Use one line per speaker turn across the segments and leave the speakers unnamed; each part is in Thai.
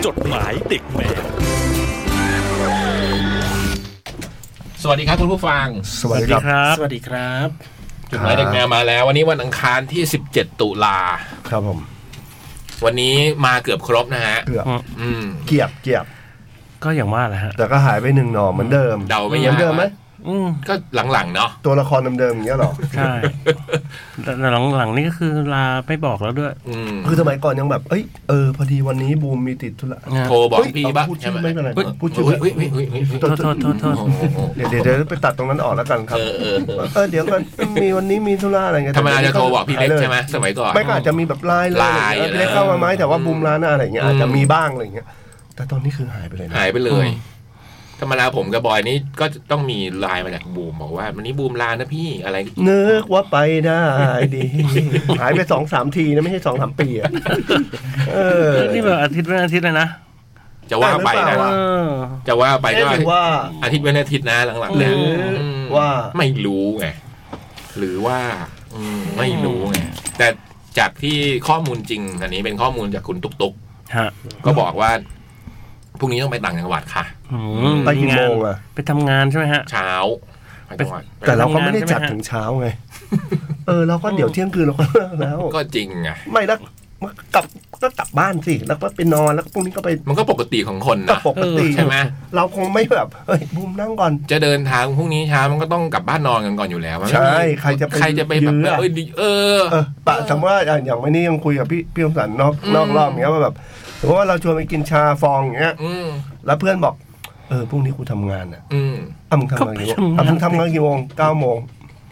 เด็กแหม
สวัสดีครับคุณผู้ฟัง
สวัสดีครับ
สวัสดีครับ
จุดหมายเด็กแมวมาแล้ว วันนี้วันอังคารที่ 17 ตุลา
ครับผม
วันนี้มาเกือบครบนะฮะ
เกือบ
อืม
เกียบเกียบ
ก็อย่างว่าแหละฮะ
แต่ก็หายไปหนึ่งหน่อเหมือนเดิม
เดาไม่
เห
ยาก
มือนเดิมไหม
อืม
ก็หลังๆเนาะ
ตัวละครเดิมๆอย่างเงี้ยหรอ
ใช่แต่แต่หลังหลังนี้ก็คือลาไม่บอกแล้วด้วย
อืม
คือสมัยก่อนยังแบบ เอ้ยเออพอดีวันนี้บูมมีติดธุระ
นะ
โทรบอก
เฮ้ย
พี่
เอา
บ้าง
พูด
ใช่
ชื่อ
ไหม
ไม่เป็นไร
เฮ้ย
พูดชื่อ
เฮ้ยเฮ้ยเฮ้ยเฮ้ยเฮ้ย
โทษโทษโทษโทษ
โอ้โห
เดี๋ยวเดี๋ยวเดี๋ยวไปตัดตรงนั้นออกแล้วกันครับ
เออเออเออ
เออเดี๋ยวกันมีวันนี้มีธุระอะไรเงี้ย
ธรรมดาจะโทรบอกพี่เล็กใช่ไหมสมัยก่อน
ไม่ก็อาจจะมีแบบไลน์เลย
ไลน์
เออพี่เล็กเข้ามาไหมแต่ว่าบูมร้านหน้าอะไรเงี้ย
อืม
อาจจะมีบ้างอะไรเงี้ย แต่ตอนนี้คือหายไปเลยนะ
หายไปเลยธรรมดาผมกับบอยนี่ก็ต้องมีไลน์มาจากบูมบอกว่า วันนี้บูมลานะพี่อะไร
นึกว่าไปได้ดี หายไปสองสามทีนะไม่ใช่สองสามปีอะเออ
นี่แบบอาทิตย์เป็นอาทิตย์เลยนะ
จะว่าไปนะ
ได้หรือเปล่า
เออ
จะว่าไป
เอ๊ะ
ก็
หรือว่า
อาทิตย์เว้นอาทิตย์นะหลังๆเนี่ย
หรืออื
ม
ว่า
ไม่รู้ไงหรือว่าอืมไม่รู้ไงแต่จากที่ข้อมูลจริง อันนี้เป็นข้อมูลจากคุณตุ๊กตุ๊ก
ฮะ
ก็บอกว่าพรุ่งนี้ต้องไปต่างจังหวัดค่ะ
อืม
ไปกี่โมงอะ
ไปทำงานใช่ไหมฮะ
เช้าไปจังหวัด
แต่เราก็ไม่ได้
ทำงานใช่ไหม
จัด
ฮะ
ถึงเช้าไง เออเราก็เดี๋ยวเที่ยงคืนเราก็เลิกแล้ว
ก็จริงไง
ไม่แล้วกลับก็กลับบ้านสิแล้วก็ไปนอนแล้วพรุ่งนี้ก็ไป
มันก็ปกติของคน
ก็
นะ
ปกติ
ใช่ไหม
เราคงไม่แบบเฮ้ยบูมนั่งก่อน
จะเดินทางพรุ่งนี้เช้ามันก็ต้องกลับบ้านนอนกันก่อนอยู่แล้วมันไม่
ใช่
มี
ใครจะไป
ใครจะไปแบบ
ยื้อ
เอ้ยดิเออ
เออปะสมมติว่าอ่ะอย่างวันนี้ยังคุยกับพี่พี่คมสันนอก
อืม
นอกรอบอย่างเงี้ยว่าแบบสมมติว่าเราชวนไปกินชาฟองอย่างเงี้ย
อืม
แล้วเพื่อนบอกเออพรุ่งนี้กูทำงานอ่ะ
อืม
อ่ะมึงทำงานกี่โมง
ก็ไปทำงาน
อ่ะมึงทำงานกี่โมงเก้าโมง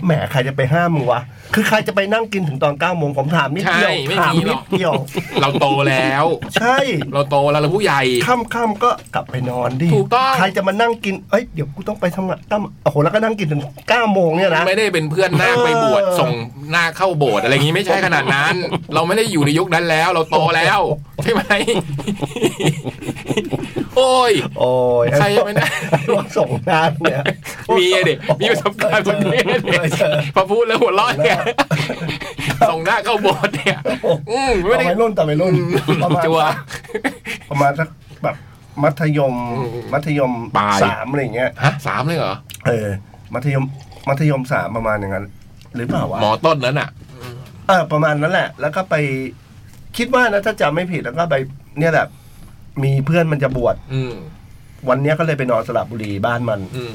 แหมใครจะไปห้ามมึงวะคือใครจะไปนั่งกินถึงตอนเก้าโมงผมถามนิดเดียวถามนิดเดียว
เราโตแล้ว
ใช่
เราโตแล้วเราผู้ใหญ่
ค่ำค่ำๆก็กลับไปนอนดิ
ถูกต้อง
ใครจะมานั่งกิน เอ้ย เดี๋ยวกูต้องไปทำงานตั้มโอ้โห แล้วก็นั่งกินถึงเก้าโมงเนี่ยนะ
ไม่ได้เป็นเพื่อนนาค
เออ
ไปบวชส่งนาคเข้าโบสถ์อะไรอย่างนี้ไม่ใช่ขนาด นั้น เราไม่ได้อยู่ในยุคนั้นแล้ว เราโตแล้ว ใช่ไหม โอ้ย
โอ้ย
ใครจะไปนั่ง
อ้พวกส่งงานเนี่ย
มีอะดิมีประสบการณ์คนนี้ ดิ
เคยเจอ
พอพูดแล้วหัวเราะ เนี่ยส่งหน้าคเข้าโบสถ์เนี่ยอืม
ไม่
ไม่ได้
ได้รุ่นแต่ไม่รุ่นประมาณ
จัว
ประมาณสักแบบมัธยม มัธยม
ปลาย
สามอะไรอย่างเงี้ย
ฮะสามเลยเหรอ
เออ มัธยม มัธยมสามประมาณอย่างนั้น หรือเปล่าวะ
หมอต้นนั้นอ่ะ
เออประมาณนั้นแหละ แล้วก็ไปคิดว่านะถ้าจำไม่ผิดแล้วก็ไปเนี่ยแหละ มีเพื่อนมันจะบวช
อืม
วันเนี้ยก็เลยไปนอนสระบุรีบ้านมัน
อืม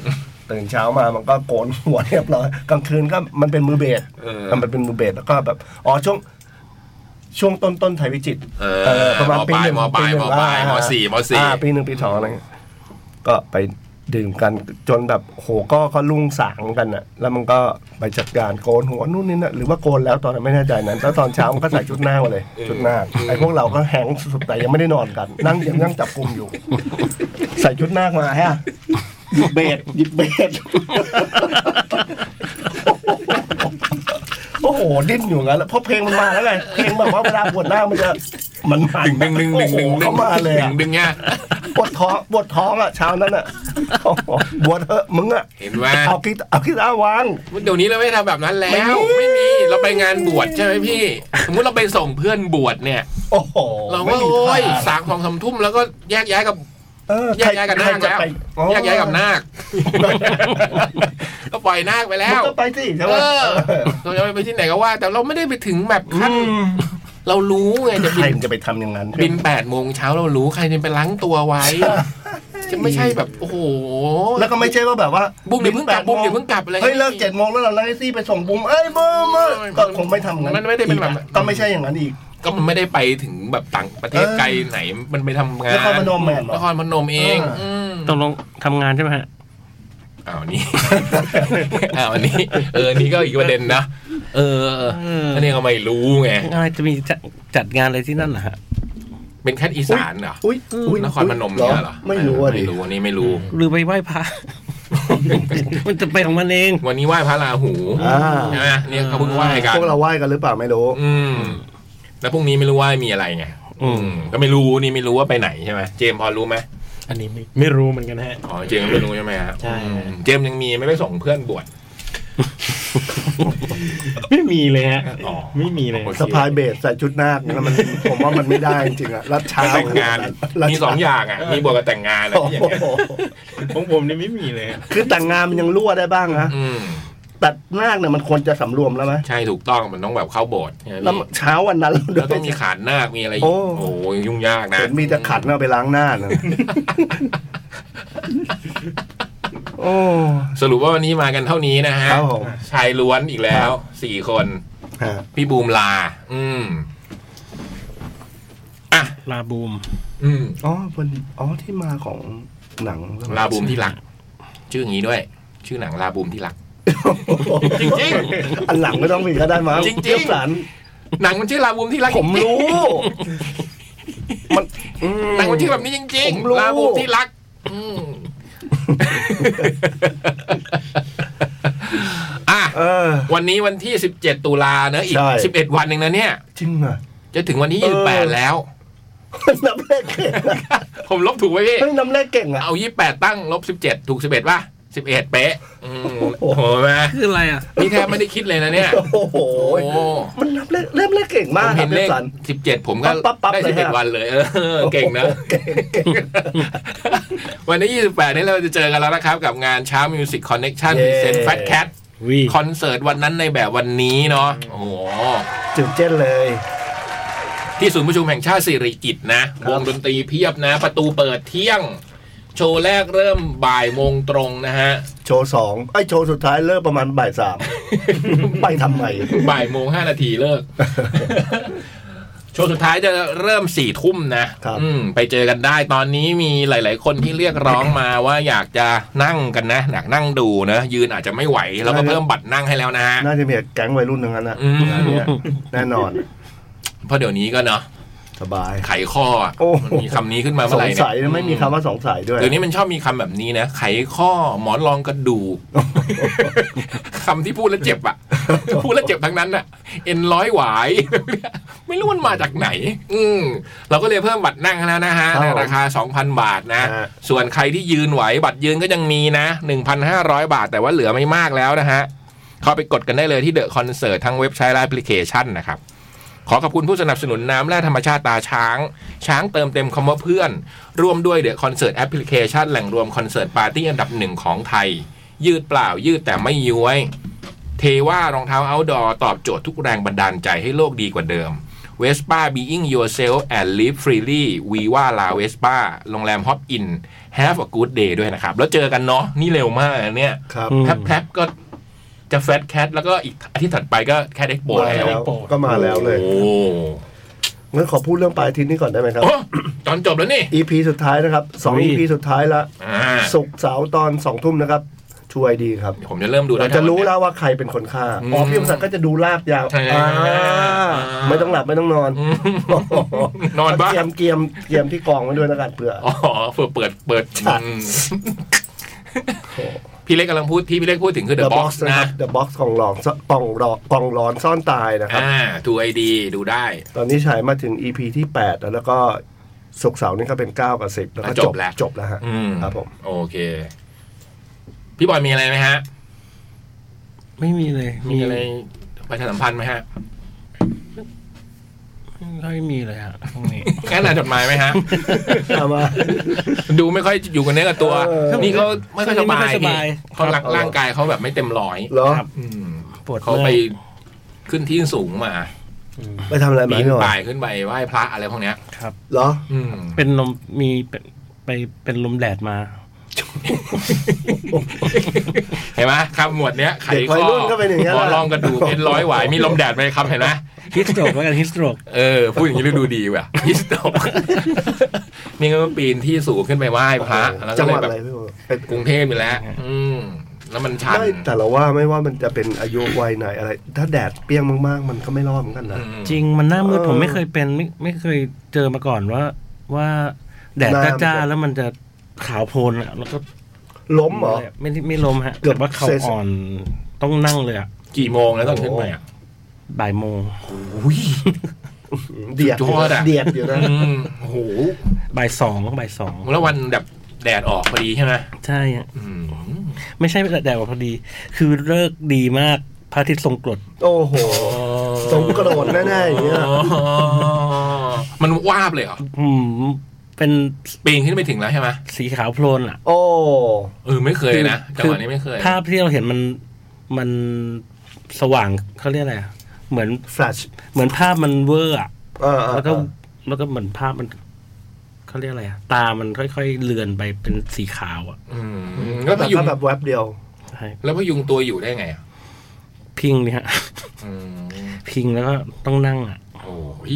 ตื่นเช้ามามันก็โกนหัวเรียบร้อยกลางคืนก็มันเป็นมือเบส
เออ
มันเป็นมือเบสแล้วก็แบบอ๋อช่วง ช่วงต้นต้นไทยวิจิตร
เออ
เประมาณปีหนึ่ง
มปลายมปลายมปลายมสี่มสี่
อ่าปีหนึ่งปีสองอะไรเงี้ยก็ไปดื่มกันจนแบบโหก็ก็ลุ่งสางกันอะแล้วมันก็ไปจัดการโกนหัวนู่นนี่นะหรือว่าโกนแล้วตอนนั้นไม่แน่ใจนั้นแล้วตอนเช้ามันก็ใส่ชุดหน้ามาเลย ชุดหน้าไอ้พวกเราก็แหงสุดๆแต่ยังไม่ได้นอนกัน นั่งยังนั่งจับกลุ่มอยู่ ใส่ชุดหน้ามาฮะ หยิบเบสหยิบเบสโอ้โห ดิ้นอยู่งั้นแหล้วเพราะเพลงมันมาแล้วไงเพลงแบบว่าเวลาปวดหน้ามันจะมันมา
ดึงดึงดึงดึงดึงดึ
โอ้โหเข้างมาเลย
ดึ
อะ
งดึงเนี่ย
ปวดท้องปวดท้องอ่ะเช้านั้นอ่ะโอ้โหปวดเถอะมึงอ่ะ
เห็นไหม
เอากีตเอากีตาร์วาง
เดี๋ยวนี้เราไม่ทำแบบนั้นแล้ว
ไม่มี
ไม่มีเราไปงานบวชใช่ไหมพี่ สมมติเราไปส่งเพื่อนบวชเนี่ย
โอ้โห
เรา
ไม่
ก็
มี
โอ้ย
ทาง
สามสองสามทุ่มแล้วก็แยกย้ายกับ
เออ
แยกย้ายกับนาค
ใครจะ
แล้ว
ไป
แยกย้ายกับนา ค ก็ปล่อยนาคไป
แล้
แล้ว ว
ก็ไปสิใช่
เอ
ไหม
อเราจะไปที่ไหนก็ว่า แต่เราไม่ได้ไปถึงแบบขั้น
อืม
เรารู้ไงจะ
ใคร
บิน
มันจะไปทำอย่างนั้น
บินแปดโมงเช้าเรารู้ใครจะไปล้างตัว ไว้ จะไม่ใช่แบบโอ้โห
แล้วก็ไม่ใช่ว่าแบบว่า
บุ้มเดี๋ยวเพิ่งกลับบุ้มเดี๋ยวเพิ่งกลับอะไร
เฮ้ยเลิกเจ็ดโมงแล้วเราไล่ซี่ไปส่งบุ้มเอ้ยบุ้มเอ้ย
ไม่
ก็คงไม่ทำงั้น
มันไม่ได้เป็นแบบนั้น
ก็ไม่ใช่อย่างนั้นอีก
ก็มันไม่ได้ไปถึงแบบต่างประเทศไกลไหนมันไปทำงาน
นครพนมแม่นเหรอน
ครพนมเอง
เอออื
ม
ตกลงทำงานใช่ไหมฮะ
อ้าวอันนี่ อ้าวอันนี้ เอออันนี้ก็อีกประเด็นนะ เออเออ
เอออั
อันนี้ก็ไม่รู้ไง
อะไรจะมีจัดจัดงานอะไรที่นั่นเหรอฮะ
เป็นแค่อีสานเหรอ
อุ้ยอุ้ย
นครพนมเนี่ยเหรอ
ไม่รู้อ่ะดิ
ไม่รู้อันนี้ไม่รู้
หรือไปไหว้พระ มันจะไปของมันเอง
วันนี้ไหว้พระราหู
อ่า
ใช่ไหมเนี่ยเขาเพิ่งไหว้กัน
พวกเราไหว้กันหรือเปล่าไม่รู้
อืม แล้วพรุ่งนี้ไม่รู้ไหว้มีอะไรไง
อืม
ก็ไม่รู้นี่ไม่รู้ว่าไปไหนใช่ไหมเจมส์พอรู้ไหม
อันนี้ไม่ไม่รู้เหมือนกันฮะ
อ๋อเจมส์ไม่รู้ใช่ไหมฮะ
ใช่
อืมเจมส์ยังมีไม่ได้ส่งเพื่อนบวช
ไม่มีเลยฮะ
อ๋อ
ไม่มีเลย
โอเค
สะพายเบสใส่ชุดนาคนะมัน ผมว่ามันไม่ได้จ ริงๆอะรัดเช้า
แต่งงาน
รัด
มีสองอย่างอ่ะมีบวกกับแต่งงานอะไร
โอ้
อย่าง
โห
เงี้ย
ของผมเนี่ยไม่มีเลยฮะ
คือแต่งงานมันยังรั่วได้บ้างนะ
อืม
แต่นาคเนี่ยมันควรจะสำรวมแล้วไหม
ใช่ถูกต้องมันต้องแบบเข้าโบสถ์ใช่ไหม
แล้ว
พี่
เช้าวันนั้นเรา
แล้
เดิ
วน ต้องมีขันนาคมีอะไรอีก
โอ้
โอ้โหยุ่งยากนะ
เห็นมีแต่ขัดเอาไปล้างหน้านะโอ้
สรุปว่าวันนี้มากันเท่านี้นะฮะ
ครับผม
ชายล้วนอีกแล้วสี่คน
ฮะ
พี่บูมลา อืม อ่ะ
ลาบูม
อืม
อ๋อพอดีอ๋อที่มาของหนัง
ลาบูมที่รัก ชื่ออย่างนี้ด้วย ชื่อหนังลาบูมที่รัก จริง
อันหลังก็ต้องมีก็ได้มั้ง
จริงๆ
เจี๊ยบสัน
ๆ หนังมันชื่อลาบูมที่รัก
ผมรู้ มันอืม
หนังมันชื่อแบบนี้จริง
ผมรู้
ๆ ลาบูมที่รัก อืม อ่ะ
เออ
วันนี้วันที่ 17 ตุลาเนอะอีก
ใช่
11 วันเองนะเนี่ย
จริงอ่ะ
จะถึงวันที่
เออ
28 แล้ว
น้ำเลขเก่งอะ
ผมลบถูกไหมพี่
เฮ้ยน้ำเลขเก่งอ่ะ
เอา 28 ตั้งลบ 17 ถูก 11ป่ะ 11 เป๊ะ อืมโอ้โหแม่
คืออะไรอ่ะ
นี่แทบไม่ได้คิดเลยนะเนี่ย
โอ้โห
โอ้
มันนับเลขเล่มเลขเก่
ผม
งา
ม
กค
เห็
รั
น
บเจ
เลข
สัน
สิบเจ็ดผมก็
ปั๊บปั๊บ
ได้
เลย
สิบเอ็ด
ฮะ
วันเลย เออ เก่งนะ
เก่งเก่ง
วันที่ยี่สิบแปดนี้เราจะเจอกันแล้วนะครับ กับงานเช้ามิวสิกคอนเน็กชัน
เย้
เซนแฟตแคท
วี
คอนเสิร์ตวันนั้นในแบบวันนี้เนาะโอ้โห
ตื่นเต้นเลย
ที่ศูนย์ประชุมแห่งชาติสิริกิตนะ
ครับ
วงดนตรีเพียบนะ ประตูเปิดเที่ยง โชว์แรกเริ่มบ่ายโมงตรงนะฮะ
โชว์สองไอยโชว์สุดท้ายเลิกประมาณบ่ายสาม ไปทำไม
บ่ายโมงห้านาทีเลิก โชว์สุดท้ายจะเริ่มสี่ทุ่มนะครับ อืมไปเจอกันได้ตอนนี้มีหลาย ๆ คนที่เรียกร้องมาว่าอยากจะนั่งกันนะอยากนั่งดูนะยืนอาจจะไม่ไหว แล้วก็เพิ่มบัตรนั่งให้แล้วนะฮะ
น่าจะมีแก๊งวัยรุ่นทั้งนั้นนะ
อืม
งานเนี้ยแน่นอน
เพราะเดี๋ยวนี้ก็เนาะ
สบาย
ไขข้ออะ
โอ้
มันมีคำนี้ขึ้นมา
ส
เมื่อไห
ง
ร่
สัย
เนี่ย
ไม่มีคำว่าสงสัยด้วย
เดี๋ยวนี้มันชอบมีคำแบบนี้นะไขข้อหมอนรองกระดูกคำที่พูดแล้วเจ็บอ่ะ พูดแล้วเจ็บทั้งนั้นอ่ะ เอ็นร้อยหวาย ไม่รู้มันมาจากไหน อืมเราก็เลยเพิ่มบัตรนั่งให้แล้วนะฮะในราคา 2,000 บาทนะ
อ่า
ส่วนใครที่ยืนไหวบัตรยืนก็ยังมีนะ 1,500 บาทแต่ว่าเหลือไม่มากแล้วนะฮะ เข้าไปกดกันได้เลยที่เดอะคอนเสิร์ตทั้งเว็บไซต์และแอปพลิเคชันนะครับ ขอขอบคุณผู้สนับสนุนน้ำและธรรมชาติตาช้าง ช้างเติมเต็มคำว่าเพื่อน ร่วมด้วยเดอะคอนเสิร์ตแอปพลิเคชันแหล่งรวมคอนเสิร์ตปาร์ตี้อันดับหนึ่งของไทย ยืดเปล่ายืดแต่ไม่ย้วย เทว่ารองเท้า outdoor ตอบโจทย์ทุกแรงบันดาลใจให้โลกดีกว่าเดิม v e s p a Being Yourself and Live Freely Viva La Vespa โรงแรม Hop In Have a good day ด้วยนะครับ แล้วเจอกันเนาะนี่เร็วมากนะเนี่ย
ครับ
อืม
แพ๊บๆก็จะแฟตแคทแล้วก็อีกอาทิตย์ถัดไปก็แคทเอ็กโป
มา
แล้ว
แล้วก็มาแล้วเลย
โอ้
งั้นขอพูดเรื่องปลายอาทิศนี้ก่อนได้ไหมครับ
โอ้ตอนจบแล้วนี่
EP สุดท้ายนะครับสอง EP สุดท้ายละ
อ่า
ศุกร์เสาร์ตอนสองทุ่มนะครับ ช่วยดีครับ
ผมจะเริ่มดูแล้
เรา
ว
จะรู้แล้วว่าใครเป็นคนฆ่า อ๋อ
อืม
พี่อมศักดิ์ก็จะดูลากยาว
ใช่
อ่าไม่ต้องหลับไม่ต้องนอน
อืมนอนบ้าง
เกียมเกียมเกียมที่กองไว้ด้วยนะกันเผื่อ
อ๋อเปิดเปิดเปิด
จ้ะ
อืมพี่เล็กกำลังพูดที่พี่เล็กพูดถึงคือ
The
The
Box
Box
นะค
นะ
รับ The Box กล่องหลอนกล่องหลอกล่องร้อนซ่อนตายนะครับ
อ่าทูไอดีดูได้
ตอนนี้ฉายมาถึง EP ที่ 8 แล้วแล้วก็สุกร์เสาร์นี่ก็เป็น 9 กับ 10 แล้วก็
จบแล้ว
จบแล้วฮะ
อืม
ครับผม
โอเค พี่บอยมีอะไรไหมฮะ
ไม่มีเลย
มีอะไรประชาสัมพันธ์ไหมฮะ
ไม่ค่อยมีเลยอ่ะตรงนี้
งานอ่านจดหมายไหมฮะ
เอามา
ดูไม่ค่อยอยู่กันเนื้อกับตัว
เออ
นี่เขาไม่ค่อยสบา
ไม่ค่อ
ย
ยสบาย
เขาร่างร่างกายเขาแบบไม่เต็มร้อย
เหรอ
ครับ
อืม
ปวด
เขาไปขึ้นที่สูงมา
ไปทำอะไรมา
ปีน
พี่หน่อ
ป่าย ยขึ้นไปไหว้พระอะไรพวกเนี้ย
ครับ
เหรอ
อืม
เป็นลมมีเป็นไปเป็นลมแดดมา
เห็นไหมคำหมวดเนี้ยไข
เด็กวั
ข้
ย
อ
รุ่นก็เป็นอย่างเงี้ย
หมอ
แหละ
ลองกระดูกเป็นร้อยหวายมีลมแดดไหมครับเห็นไหม
ฮิสโตรกแล้วกันฮิสโตรก
เออพูดอย่างนี้แล้วดูดีว่ะ ฮิสโตกนี่ก็ปีนที่สูงขึ้นไปไหว้พระแล้ว
จั
ก็
งห
เลย
วัด
แบบ
อะไรพี่หน่อยไป
กรุงเทพไปแล้ว อืมแล้วมันชัน
ไม่แต่เราว่าไม่ว่ามันจะเป็นอายุวัยไหนอะไร ถ้าแดดเปรี้ยงมากๆ มันก็ไม่รอดเหมือนกันนะ
อืม
จริงมันหน้ามืด
เออ
ผมไม่เคยเป็นไม่ไม่เคยเจอมาก่อนว่า ว่าแดด
หน้า
จ้า
มัน
ๆ
จะ
แล้วมันจะขาวโพลนอะแล้วก็
ล้มเหรอ
ไม่ได้ไม่ลมฮะ
เกือ
แต่
บ
ว่าเขา
เสร็จ
อ่อนต้องนั่งเลยอ่ะ
กี่โมงแล้วต้องขึ้นไปอ่ะ
บ่ายโมง
อุ้ย
เดียดอยู่
สุดยอดอะ
เดียดอยู่นะ
อืมโอ้โห
บ่ายสองบ่ายสอง
แล้ววันแบบแดดออกพอดีใช่ไหม
ใช่ฮะ
อืม
ไม่ใช่แดดออกพอดี คือเลิกดีมาก ระอาทิตย์ทรงกรด
โอ้โห สมกระโดดแน่ๆอย่างเงี้ย
อ๋อมันวาบเลยเหรอ
อืมเป็น
ปีนขึ้นไปถึงแล้วใช่ไหม
สีขาวโพลนอ่ะ
โอ้
เออไม่เคยนะจังหวะนี้ไม่เคย
ภาพที่เราเห็นมันมันสว่างเขาเรียกอะไรอะเหมือน
flash
เหมือนภาพมันเวอร์อะ
เออเออ
แล้ว
เอ
ก็
อ
แล้วก็เหมือนภาพมันเขาเรียกอะไรอะตามันค่อยๆเลือนไปเป็นสีขาวอ่ะ
อืมแล้วพ
แต่
ยุง
ถ้าแบบแวบเดียว
ใช่
แล้วพยุงตัวอยู่ได้ไงอ่ะ
พิงเนี่ย ฮะ
อืม
พิงแล้วก็ต้องนั่งอ่ะ
โอ้ย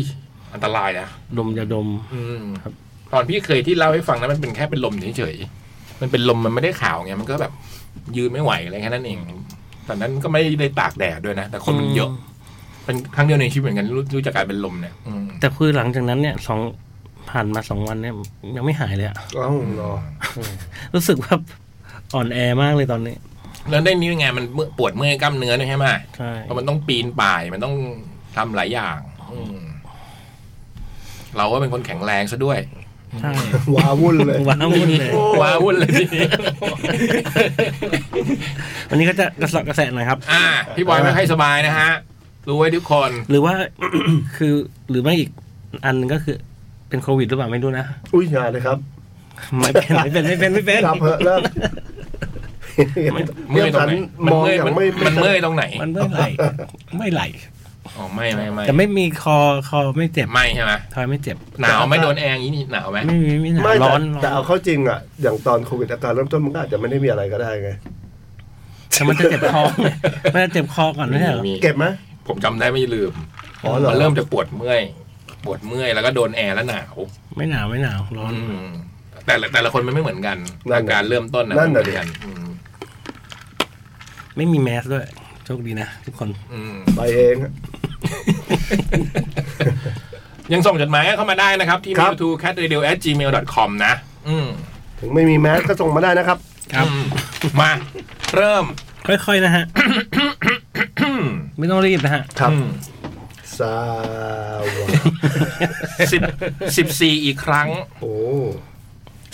อันตรายนะ
ดมยาดม
อืม
ครับ
ตอนพี่เคยที่เล่าให้ฟังนั้นมันเป็นแค่เป็นลมเฉยๆมันเป็นลมมันไม่ได้ขาวไงมันก็แบบยืนไม่ไหวอะไรแค่นั้นเองตอนนั้นก็ไม่ได้ตากแดดด้วยนะแต่คนมันเยอะเป็นครั้งเดียวในชีวิตเหมือนกันรู้รู้จักการเป็นลมเนี่ยอืม
แต่คือหลังจากนั้นเนี่ยสองผ่านมาสองวันเนี่ย ยังไม่หายเลยอะ
เอ้าวเหรอ
รู้สึกว่าอ่อนแอมากเลยตอนนี้
แล้วได้นี้ไงมันเมื่อยปวดเมื่อยกล้ามเนื้อด้วยใช่ไหม
ใช่
เพราะมันต้องปีนป่าย มันต้องทำหลายอย่างอืมเราก็เป็นคนแข็งแรงซะด้วย
ใช่
ว้าวุ่นเลย
ว้าวุ่นเลย
ว้าวุ่นเลยทีนี้
วันนี้ก็จะกระสอบกระแสะหน่อยครับ
อ่า พี่บอยไม่ค่อยสบายนะฮะ รู้ไว้ทุกคน
หรือว่า คือหรือไม่อีกอันหนึ่งก็คือเป็นโควิดหรือเปล่าไม่รู้นะ
อุ้ยอย่าเลยครับ
ไม่เป็นไม่เป็นไม่เป็นไม่เป็น
รับเหอะเลิก
เมื่อยตรงไหน
มองอย่างไม่
มันเมื่อยตรงไหน
มันไม่ไหลไม่ไหล
อ๋อไม่ไม่ไม่
แต่ไม่มีคอคอไม่เจ็บ
ไม่ใช่ไหม
ทอยไม่เจ็บ
หนาวไหม่โดนแอร์อย่างนี้นี่หนาวไหม
ไม่มีไม่หนาว
ไม่แต่
ร้อน
แต่
ร้อ
เอา
น
เข้าจริงอ่ะ อย่างตอนโควิดอาการเริ่มต้นมันก็อาจจะไม่ได้มีอะไรก็ได้ไง
แต่มันจะเจ็บคอมันจะเจ็บคอก่อนไม่ใช่เหรอ
มี
เก็บไหม
ผมจำได้ไม่ลืม
อ๋อเหรอ
มันเริ่มจะปวดเมื่อย ปวดเมื่อยแล้วก็โดนแอร์แล้วหนาว
ไม่หนาวไม่หนาวร้อน
อืมแต่ละแต่ละคนมันไม่เหมือนกัน
นั่
อาน
น่ะ
การเริ่มต้นนะ
นั่นน่ะ
มัไม่เหมือกั
ดิ
อืม
ไม่มีแมสด้วยโชคดีนะทุกคน
อืม
ไปเองอะ
ยังส่งจดหมายเข้ามาได้นะครับ ที่
ครับ
mail to cat radio gmail com นะ อืม
ถึงไม่มีแมสก็ส่งมาได้นะครับ
ครับ
อืมมาเริ่ม
ค่อยๆนะฮะ ไม่ต้องรีบนะฮะ
ครับสาวะ
สิบสิบสี่อีกครั้ง
โอ้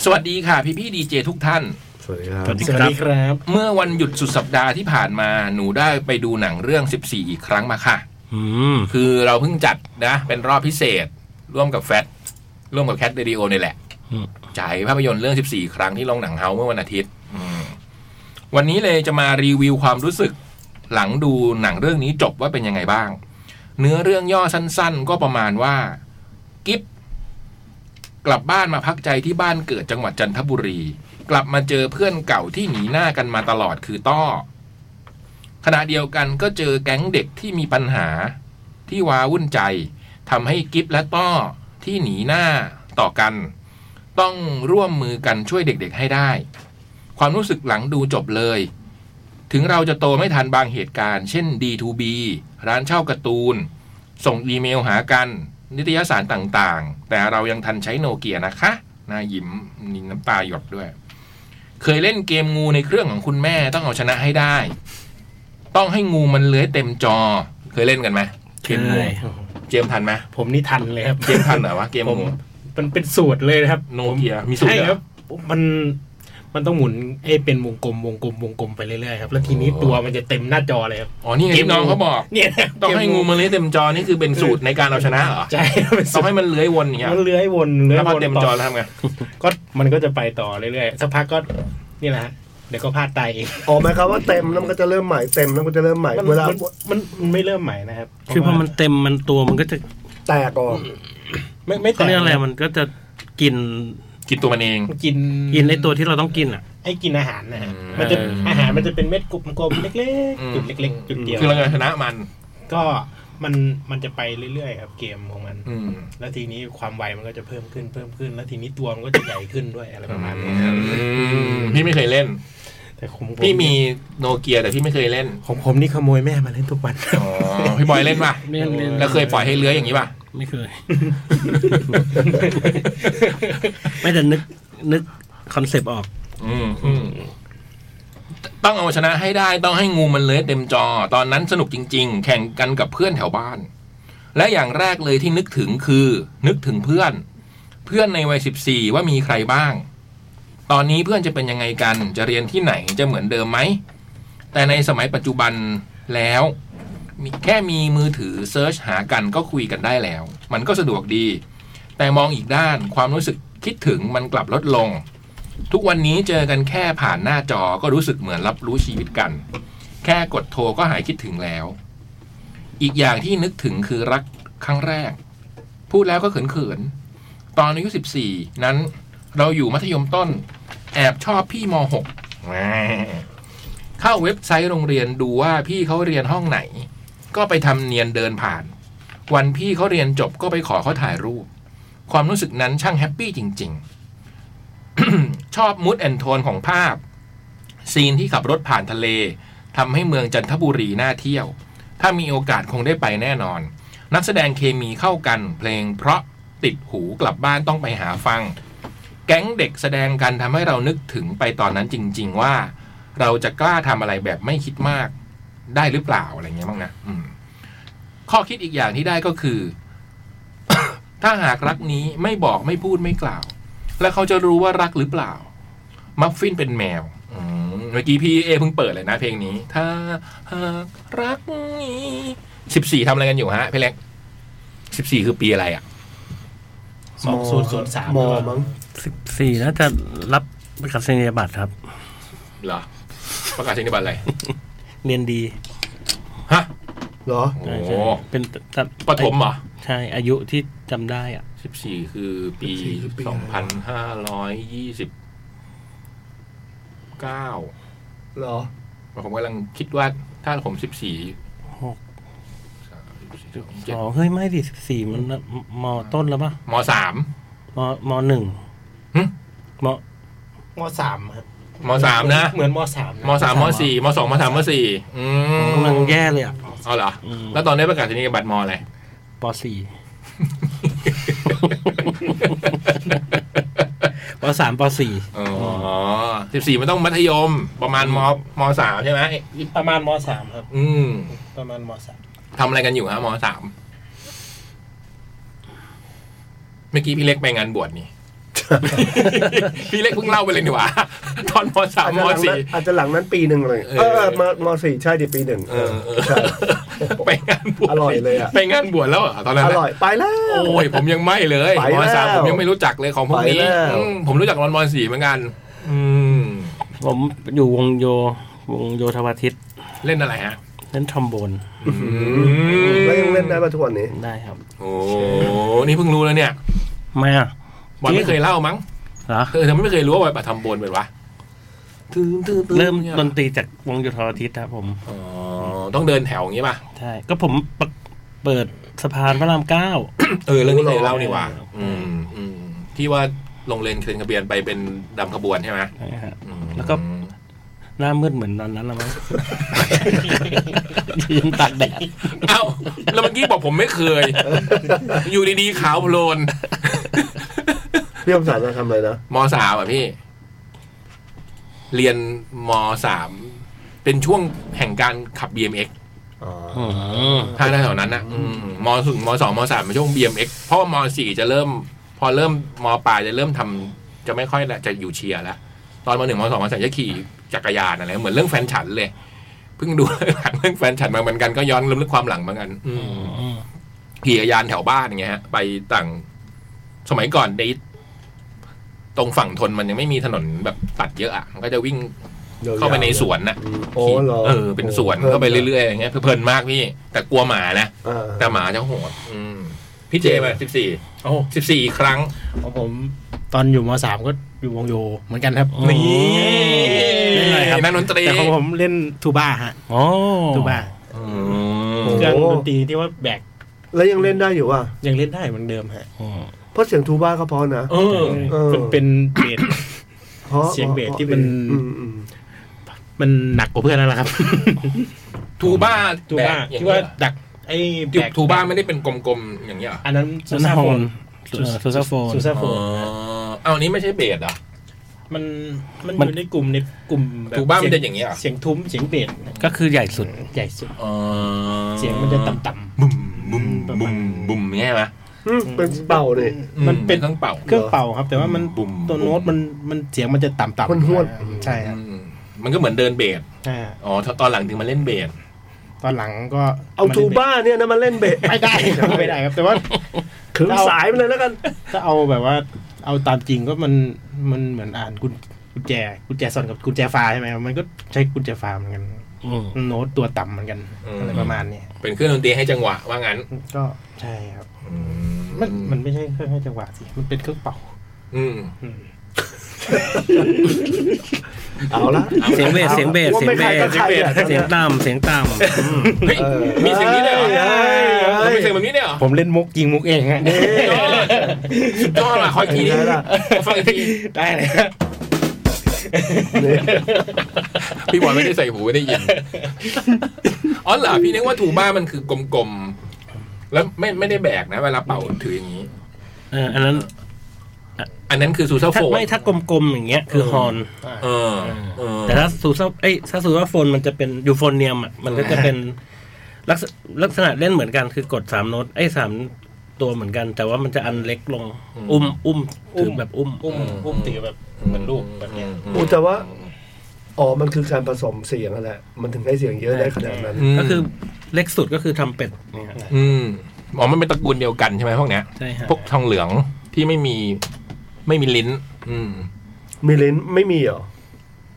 สวัสดีค่ะ พี่พี่ดีเจทุกท่าน
สวัสดีครับ
สวัสดี
สวัสดีครับ
เมื่อวันหยุดสุดสัปดาห์ที่ผ่านมาหนูได้ไปดูหนังเรื่อง 14 อีกครั้งมาค่ะ
อืม
คือเราเพิ่งจัดนะ เป็นรอบพิเศษ ร่วมกับแฟตร่วมกับแคทเรดิโอนี่แหละ
อืม
จ่ายภาพยนตร์เรื่อง 14 ครั้งที่โรงหนังเฮาเมื่อวันอาทิตย์อืมวันนี้เลยจะมารีวิวความรู้สึก หลังดูหนังเรื่องนี้จบว่าเป็นยังไงบ้าง เนื้อเรื่องย่อสั้นๆ ก็ประมาณว่า กิฟกลับบ้านมาพักใจที่บ้านเกิดจังหวัดจันทบุรี กลับมาเจอเพื่อนเก่าที่หนีหน้ากันมาตลอดคือต้อขณะเดียวกันก็เจอแก๊งเด็กที่มีปัญหา ที่ว้าวุ่นใจทำให้กิฟและต้อที่หนีหน้าต่อกัน ต้องร่วมมือกันช่วยเด็กๆให้ได้ ความรู้สึกหลังดูจบเลย ถึงเราจะโตไม่ทันบางเหตุการณ์ เช่น D2B ร้านเช่าการ์ตูน ส่งอีเมลหากัน นิตยสารต่างๆ แต่เรายังทันใช้โนเกียนะคะหนายิ้มมีน้ำตาหยดด้วย เคยเล่นเกมงูในเครื่องของคุณแม่ต้องเอาชนะให้ได้ ต้องให้งูมันเลื้อยเต็มจอ เคยเล่นกันไหมเกมงู
ใช่
เจมส์ทันไหม
ผมนี่ทันเลยครับ
เจมส์ทันเหรอวะเกม
ผม
หมู
มันเป็นสูตรเลยนะครับ
โนเกียมีสูตร
ใช่
เหร
ครั
อ
บมันมันต้องหมุนให้เป็นวงกลมวงกลมวงกลมไปเรื่อยๆครับแล้วทีนี้
โอ้
ตัวมันจะเต็มหน้าจอเลยครับ
อ๋อนี่ไงที่น้องเขาบอก
เนี่ยนะครับ
ต้องให้งูมันเลื้อยเต็มจอนี่คือเป็นสูตรในการเอาชนะเหรอ
ใช่เป็น
ต้
สู
อ
ต
ง
ร
ให้มันเลื้อยวนอย่างเงี้ย
มันเลื้อยวนเลื้อ
แล้
ยว
พอ
วน
เต็มจอแล้วทำไง
ก็มันก็จะไปต่อเรื่อยๆสักพักก็นี่แหละฮะเดี๋ยวก็พลาดตายเอง
ออกไหมครับว่าเต็มแล้วมันก็จะเริ่มใหม่เต็มแล้วมันก็จะเริ่มใหม่
มัน
เวลา
มันมันไม่เริ่มใหม่นะครับ
คือพอมันเต็มมันตัวมันก็จะ
แตกออก
ไม่ไม่
เขา
แต่
เรียกอะไรมันก็จะกิน
กินตัวมันเอง
มันกิน
กินในตัวที่เราต้องกินอ่ะ
ไอ้กินอาหารนะฮะ
อืม
มันจะ
เอออ
อาหารมันจะเป็นเม็ดกลมๆเล็ก
อืม
ๆจุดเล็กๆจุดเดียว
คือเราจะชนะมัน
ก็มันมันจะไปเรื่อยๆครับเกมของมัน
อืม
แล้วทีนี้ความไวมันก็จะเพิ่มขึ้นเพิ่มขึ้น แล้วทีนี้ตัวมันก็จะใหญ่ขึ้นด้วยอะไรประมาณนี้ครับ
พี่ไม่เคยเล่น
แต่ของผ
พี่มีโนเกียแต่พี่ไม่เคยเล่น
ของผมนี่ขโมยแม่มาเล่นทุก วัน
อ๋อพี่บอยเล่นป่ะ
เล่นเล่น
แล้วเคยปล่อยให้เลื้อยอย่างนี้ป่ะ
ไม่เคย ไม่แต่นึกนึกคอนเซปต์ออก
อืมอืมต้องเอาชนะให้ได้ต้องให้งูมันเลื้อยเต็มจอ ตอนนั้นสนุกจริง ๆ แข่งกันกับเพื่อนแถวบ้าน และอย่างแรกเลยที่นึกถึงคือ นึกถึงเพื่อน เพื่อนในวัย 14 ว่ามีใครบ้าง ตอนนี้เพื่อนจะเป็นยังไงกัน จะเรียนที่ไหนจะเหมือนเดิมไหม แต่ในสมัยปัจจุบัน แล้วมีแค่มีมือถือเซิร์ชหากันก็คุยกันได้แล้ว มันก็สะดวกดี แต่มองอีกด้านความรู้สึกคิดถึงมันกลับลดลง ทุกวันนี้เจอกันแค่ผ่านหน้าจอก็รู้สึกเหมือนรับรู้ชีวิตกัน แค่กดโทรก็หายคิดถึงแล้ว อีกอย่างที่นึกถึงคือรักครั้งแรก พูดแล้วก็เขินๆตอนอายุ14 นั้นเราอยู่มัธยมต้น แอบชอบพี่ม .6 เข้าเว็บไซต์โรงเรียนดูว่าพี่เขาเรียนห้องไหน ก็ไปทำเนียนเดินผ่าน วันพี่เขาเรียนจบก็ไปขอเขาถ่ายรูป ความรู้สึกนั้นช่างแฮปปี้จริง ๆ ชอบมูดแอนโทนของภาพ ซีนที่ขับรถผ่านทะเลทำให้เมืองจันทบุรีน่าเที่ยว ถ้ามีโอกาสคงได้ไปแน่นอน นักแสดงเคมีเข้ากัน เพลงเพราะติดหูกลับบ้านต้องไปหาฟัง แก๊งเด็กแสดงกันทำให้เรานึกถึงไปตอนนั้นจริง ๆ ว่า เราจะกล้าทำอะไรแบบไม่คิดมากได้หรือเปล่าอะไรเงี้ยบ้างนะอืมข้อคิดอีกอย่างที่ได้ก็คือ ถ้าหากรักนี้ไม่บอกไม่พูดไม่กล่าว แล้วเขาจะรู้ว่ารักหรือเปล่า มัฟฟินเป็นแมวอืมเมื่อกี้พี่เอเพิ่งเปิดเลยนะเพลงนี้ ถ้าหากรักนี้สิบสี่ทำอะไรกันอยู่ฮะพี่เล็กสิบสี่คือปีอะไรอ่ะ
สองศูนย์ศูนย์สาม
มอมั้ง
สิบสี่น่าจะรับประกาศนียบัตรครับ
เหรอ ประกาศนียบัตร อะไร
เรียนดี
ฮะ
เหรอ
โอ้โห
ใช่เป็นแต่
ปฐมเหรอ
ใช่อายุที่จำได้อ่ะ
สิบสี่คือปี
14คือปี
สองพันห้าร้อยยี่สิบเก้า
เหรอ
ผมกำลังคิดว่าถ้าผมสิบสี่
หก
สามสิบสี่สองเจ็ด
อ๋อเฮ้ยไม่ดิสิบสี่มันน่ะมมต้นแล้วปะ
มสาม
มมหนึ่ง
หึ
ม
มสามฮะ
มสามนะ
เหมือนมสามนะ
มสามมสี่มสองมสามมสี่อืม
กำลังแย่เลยอ่ะ
เอาเหรอ
อืม
แล้วตอนได้ประกาศนียบัตรมอะไร
ปสี่ ปสามปสี่
อ๋อสิบสี่มันต้องมัธยม ประมาณมมสามใช่ไหม
ประมาณมสามครับ
อืม
ประมาณมสาม
ทำอะไรกันอยู่ฮะมสาม เมื่อกี้พี่เล็กไปงานบวชนี่ พี่เล็กเพิ่งเล่าไปเลยนี่หว่า ตอนมสามม
อาจจะหลังนั้
สี่
นอาจจะหลังนั้นปีหนึ่งเลย
เออ
เออเออมมสี่ใช่ดิปีหนึ่ง
เออเออ
ใช่
ไปงานบวช
อร่อยเลยอะ
ไปงานบวชแล้วเหรอตอนนั้น
อ
น่ะ
ร่อยไปแล้ว
โอ้ยผมยังไม่เลย
ไปแล้
ม
ว
สามผมยังไม่รู้จักเลยของพวกนี้
ไปแล้ว
อืมผมรู้จักตอนมสี่เหมือนกัน อืม
ผมอยู่วงโยวงโยธวาทิต
เล่นอะไรฮะ
เล่นทรอมโบน
แล้วยังเล่นได้ปะทุกวันนี้
ได้ครับ
โอ้นี่เพิ่งรู้แล้วเนี่ย
มาอ่ะ
บอลไม่เคยเล่ามั้ง
เหรอ
เออทำไมไม่เคยรู้ว่าบอลปะทำบนเป็นวะตื้นตื้นตื้น
เริ่มดนตรีจากวงโยธวาทิตครับผม
อ๋อต้องเดินแถวอย่างนี้ป่ะ
ใช่ ก็ผมเปเปิดสะพานพระรามเก้า
เออ เรื่องนี้เคยเล่านี่หว่า
รู้หรอ
อืมอืมที่ว่าลงเลนเซ็นทะเบียนไปเป็นดำขบวนใช่ไหม
นะฮะ
อืม
แล้วก็ หน้ามืดเหมือนตอนนั้นละมั้ง ยืนตากแดด
เอ้า แล้วเมื่อกี้บอกผมไม่เคย อยู่ดีๆขาวโพลน
พี่อมสารมาทำอะไรนะ
มสามอ่ะพี่ เรียนมสามเป็นช่วงแห่งการขับ BMX
อ๋อ
ถ้าได้แถวนั้นนะอืมมหนึ่งมสองมสามเป็นช่วง BMX เพราะว่ามสี่จะเริ่ม พอเริ่มมปลายจะเริ่มทำจะไม่ค่อยละจะอยู่เชียร์ละตอนมหนึ่งมสองมสามจะขี่จักรยานอะไรเหมือนเรื่องแฟนฉันเลยเพิ่งดู หนังเรื่องแฟนฉันมาเหมือนกันก็ย้อนเรื่องความหลังเหมือนกันอืมขี่จักรยานแถวบ้านอย่างเงี้ยฮะไปต่างสมัยก่อนในตรงฝั่งทนมันยังไม่มีถนนแบบตัดเยอะอะมันก็จะวิ่ง
ยวๆ
เข้าไปในสวนนะ
โอ้เหรอ
เออเป็นสวนเข้าไปเรื่อยๆอย่างเงี้ยเพลินๆมากพี่ แต่กลัวหมานะ
อ่า
แต่หมาจะโหดพี่เจมาสิบสี่
โอ้
สิบสี่ครั้ง
ของผมตอนอยู่มสามก็อยู่วงโยเหมือนกันครับ
นี่
เล่นอะไรครับ
นักดนตรี
แต่ของผมเล่นทูบ้าฮะ
โอ้
ทูบ้า
โอ้
เครื่องดนตรีที่ว่าแบก
แล้วยังเล่นได้อยู่ว่ะ
ยังเล่นได้เหมือนเดิมฮะ
อืม
เพราะเสียงทูบ้าเขาเพราะนะ
เออ
เออ
มันเป็นเบส
พราะ
เสียงเบสที่มัน
อือืม
มันหนักกว่าเพื่อนแล้วล่ะครับ
ทูบ้า
ทู
แบ
บ้า
บอย่าง
ที่
เงี้
ว่าย ดักไอ้แบก
ทูบ้าไม่ได้เป็นกลมๆอย่างเงี้ยเหรอ
อันนั้น
ซู
ซู
ซา
ซาโฟน
โฟนเอ่อซูซาโฟน
ซูซาโฟ
อ๋อน เอาอันนี้ไม่ใช่เบสเหรอ่ะ
มันมัน
มั
อน ยู่ในกลุ่มในกลุ่มแบบ
ถูกบ้างมัน
สี
จะอย่างเงี้ยเหรอ
เสียงทุ้มเสียงเบส
ก็คือใหญ่สุด
ใหญ่สุด
อ๋อ
เสียงมันจะต่ำ
บุ้มบุ้มบุ้มบุ้มอย่างเงี้ยใช่ไหม
อืมเป็นเป่าเนี่ย
อื
มันเป็น
เครื่องเป่า
ๆเครื่องเป่าครับ แต่ว่ามัน
บุ่ม
ตัวโน้ตมันมันเสียงมันจะต่ำๆ
มันห้วน
ใช่ครับ
อืมมันก็เหมือนเดินเบส
อ่า
อ๋อตอนหลังถึงมาเล่นเบส
ตอนหลังก็
เอาทูบ้าเนี่ยนะมาเล่นเบะ
ไม่ได้ครับไม่ได้ครับ แต่ว่า
ขึงสายมันเลยแล้วกัน
ถ้าเอาแบบว่า เอาตามจริงก็มันมันเหมือนอ่านกุญกุญแจกุญแจซ่อนกับกุญแจฟ้าใช่ไหมครับมันก็ใช้กุญแจฟ้าเหมือนกัน
อืม
โน้ตตัวต่ำเหมือนกัน
อืม
อะไรประมาณเนี้ย
เป็นเครื่องดนตรีให้จังหวะว่างั้น
ก็ใช่ครับ มันมันไม่ใช่เครื่องให้จังหวะสิมันเป็นเครื่องเป่า
อืม
อืม
เอาละ
เสียงเบสเสียงเบสเสียงเบส
ว่าไม่ใครก็ใครอะ
เสียงต่ำเสียงต่ำอืม
เฮ้ย
เออ
มีเสียงนี้ด้วยเหรอ
เฮ้ย
มั
เฮ้ย
นมีเสียงแบบนี้ด้วยเหรอ
ผมเล่นมุกยิงมุกเองฮะ
สุดยอดว่ะคอยทีนี้
ได้ละ
ฟังอีกที
ได้เลย
นี่
พี่บอยไม่ได้ใส่หูไม่ได้ยินอ๋อเหรอพี่นึกว่าถูบ้ามันคือกลมๆแล้วไม่ไม่ได้แบกนะเวลาเป่าถืออย่างนี้
เอออันนั้น
อันนั้นคือซูเซา
ถ้า
โฟน
ไม่ถ้ากลมๆอย่างเงี้ยคือฮอน
เออเออ
แต่ถ้าสูซ่าเอ้ยถ้าสูซ่าโฟนมันจะเป็นยูโฟเนียมอ่ะมันก็จะเป็นลักษลักษณะเล่นเหมือนกันคือกดสามโน้ตไอ้ยสามตัวเหมือนกัน แต่ว่ามันจะอันเล็กลง
อืม
อุ้มอุ้มถือแบบอุ้ม
อุ้มอุ้มตีแบบเหมือนลูกแบบเนี้ย
อืม
โอ้แต่ว่าอ๋อมันคือการผสมเสียงนั่นแหละ มันถึงได้เสียงเยอะได้ขนาดนั้น
ม
ก็คือเล็กสุดก็คือทำเป็ดเนี่ย
อืมอ๋อมันเป็นตระกูลเดียวกันใช่ไหมพวกเนี้ย
ใช่ฮะ
พวกทองเหลืองที่ไม่มีไม่มีลิ้น อืม
มีเลนส์ไม่มีเหรอ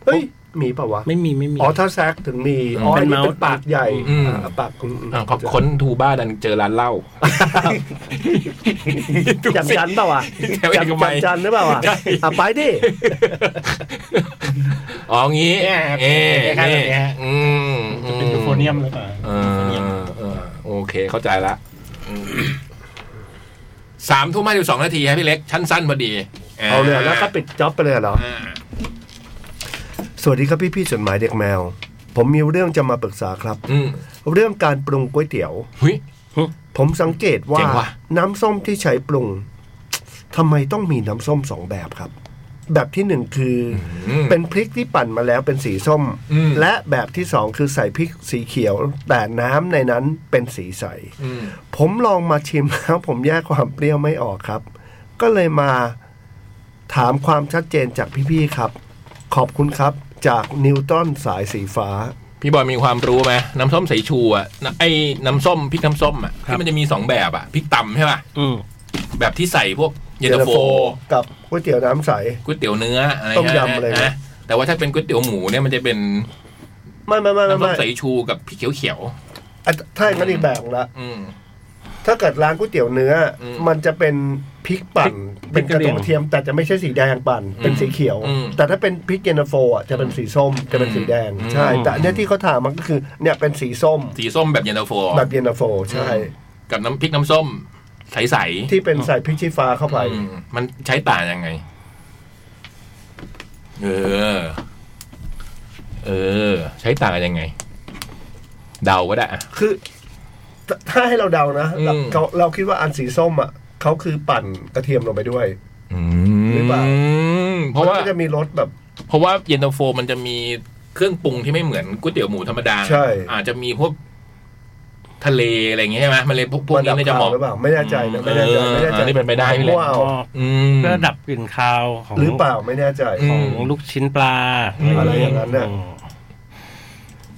เฮ้ย มีปะวะ
ไม่มีไม่มี
อ๋อถ้าแซกถึงมี
อืม
อ๋ออันนี้
เป็นเมาส์
เป็นปากใหญ่
อืม
อ่าปากอืมอืม
อ่ะพอค้นทูบ้าดันเจอร้านเหล้า
จำจันเปล่าวะ
แถวเอก
จำ
มัย
จำจันหรือเปล่าวะ
ใช่
อ่ะไปดิ
อ๋องี้
เนี่ยครับ
เอ๊ะ
คล้ายๆแบบเนี้ยฮะ
อืม
จะเป็นยูโฟเนียมหรือเปล่า
เออเออโอเคเข้าใจละอืมสามทุ่มห้าสิบสองนาทีฮะพี่เล็ก ชั้นสั้นพอดี
เอาเลยแล้วก็ปิดจ็อบไปเลยเหรอ
อ่า
สวัสดีครับพี่พี่ๆจดหมายเด็กแมว ผมมีเรื่องจะมาปรึกษาครับ
อืม
เรื่องการปรุงก๋วยเตี๋ยว
หุย
ผมสังเกตว่า
เจ๋งว่ะ
น้ำส้มที่ใช้ปรุงทำไมต้องมีน้ำส้มสองแบบครับ แบบที่หนึ่งคือ
อืม
อเป็นพริกที่ปั่นมาแล้วเป็นสีส้ม
อืม
และแบบที่สองคือใส่พริกสีเขียว แต่น้ำในนั้นเป็นสีใส
อืม
ผมลองมาชิมแล้ว ผมแยกความเปรี้ยวไม่ออกครับ ก็เลยมาถามความชัดเจนจากพี่ๆครับ ขอบคุณครับ จากนิวตันสายสีฟ้า
พี่บอยมีความรู้ไหมน้ำส้มสายชูอ่ะไอ้น้ำส้มพริกน้ำส้มอ่ะที่มันจะมีสองแบบอ่ะพริกตำใช่ป่ะ
อืม
แบบที่ใส่พวกเย็นตาโฟ
กับก๋วยเตี๋ยวน้ำใส
ก๋วยเตี๋ยวเนื้ออะไร
ต้มยำอะไรนะ
นะแต่ว่าถ้าเป็นก๋วยเตี๋ยวหมูเนี่ยมันจะเป็น
ไม่ไม่ไม่ไม่
น้ำส้ม
ไม่
สายชูกับพริกเขียว
อ่ะถ้าอย่างนั้นอีกแบบละ
ๆอืม
ถ้าเกิดร้านก๋วยเตี๋ยวเนื้ออ
ม
มันจะเป็นพริกปั่น เป็นกระเทียมเทียม แต่จะไม่ใช่สีแดงปั่น เป็นสีเขียว
อืม
แต่ถ้าเป็นพริกเยนตาโฟอ่ะจะเป็นสีส้มจะเป็นสีแดง
อืม
ใช่ แต่อันเนี้ยที่เขาถามมันก็คือ เนี่ยเป็นสีส้ม
สีส้มแบบเย็นตาโฟ
แบบเยนตาโฟ ใช่
อืม กับน้ำพริกน้ำส้มใส
ที่เป็นใส่พริกชี้ฟ้าเข้า
ๆ
ไป
อืมมันใช้ต่างยังไง เออ เออ ใช้ต่างกันยังไง เดาก็ได้อะ
คือถ้าถ้าให้เราเดานะเรา
อืม
เราเราคิดว่าอันสีส้มอ่ะเขาคือปั่นกระเทียมลงไปด้วย
อื
หรือเปล่า
มเพราะว่า
มันก็จะมีรสแบบ
เพราะว่าเย็นตาโฟมันจะมีเครื่องปรุงที่ไม่เหมือนก๋วยเตี๋ยวหมูธรรมดา
ใช่
อาจจะมีพวกทะเลอะไรอย่างเงี้ยใช่ไหมมันเลยพวกพวกนี้เลยจะเหมาะ
หรือเปล่า ไม่แน่ใจนะ ไม่แน่ใจไม่
เอ
แน่
อ
ใจ
อันนี้เป็นไปได้พี่เล็ก
มั่วเอา
ก็
อืม
ก็ดับกลิ่นคาวของ
หรือเปล่าไม่แน่ใจ
อืม
ของลูกชิ้นปลา
อืมอะไรอย่างนั้นน่ะ
อืม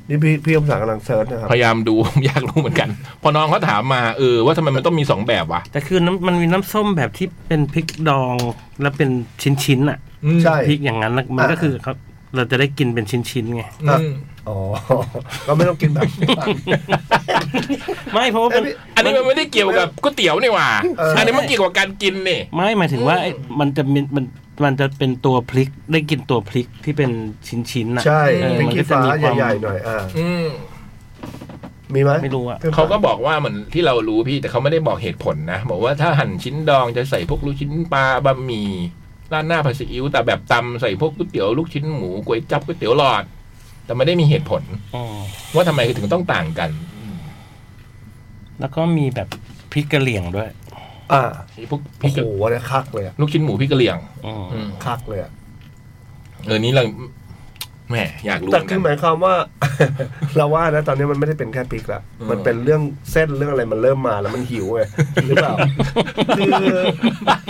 นี่พี่พี่คมสันกำลังเซิร์ชนะครับ
พยายามดู อยากรู้เหมือนกัน พอน้องเขาถามมาเออว่าทำไมมันต้องมีสองแบบวะ
แต่คือน้ำมันมีน้ำส้มแบบที่เป็นพริกดองแล้วเป็นชิ้นๆอ่ะ
อืม
ใช่
พริกอย่างนั้นน่ะมัน
อ่า
ก็คือเขาเราจะได้กินเป็นชิ้นๆไง
อืม
อ๋อ ก็ไม่ต้องกิน แบบ
ไม่เพราะว่ามัน
เอ้ย
อันนี้มันไม่ได้เกี่ยวกับก๋วยเตี๋ยวนี่หว่า
เอออั
อันนี้มันเกี่ยวกับการกินนี่
ไม่หมายถึงว่าไอ้มันจะมีมันมันจะเป็นตัวพริกได้กินตัวพริกที่เป็นชิ้นๆน่ะ
ใช่
ออ
เป็นขี้ฟ้าใหญ่ๆหน่อย อ่า
อืม
มีไหม
ไม่รู้อะ
เขาก็บอกว่าเหมือนที่เรารู้พี่แต่เขาไม่ได้บอกเหตุผลนะบอกว่าถ้าหั่นชิ้นดองจะใส่พวกลูกชิ้นปลาบะหมี่ราดหน้าผัดซีอิ๊วแต่แบบตำใส่พวกก๋วยเตี๋ยวลูกชิ้นหมูก๋วยจั๊บก๋วยเตี๋ยวหลอด แต่ไม่ได้มีเหตุผล
อืม
ว่าทำไมถึงต้องต่างกัน
แล้วก็มีแบบพริกกะเหรี่ยงด้วย
อ่า
ไอ้พวกพริ
โอ้
ก
โห
กับ
เนี่ยคักเลยอะ
ลูกชิ้นหมูพริกกะเหรี่ยง
อืม
อืม
คักเลยอะ
เออนี้เราแหมอยากรู้เห
แต่
มือนกั
คือน หมายความว่า เราว่านะตอนนี้มันไม่ได้เป็นแค่พริกละ
อืม
มันเป็นเรื่องเส้นเรื่องอะไรมันเริ่มมาแล้วมันหิ วไงหรือเปล่า คือ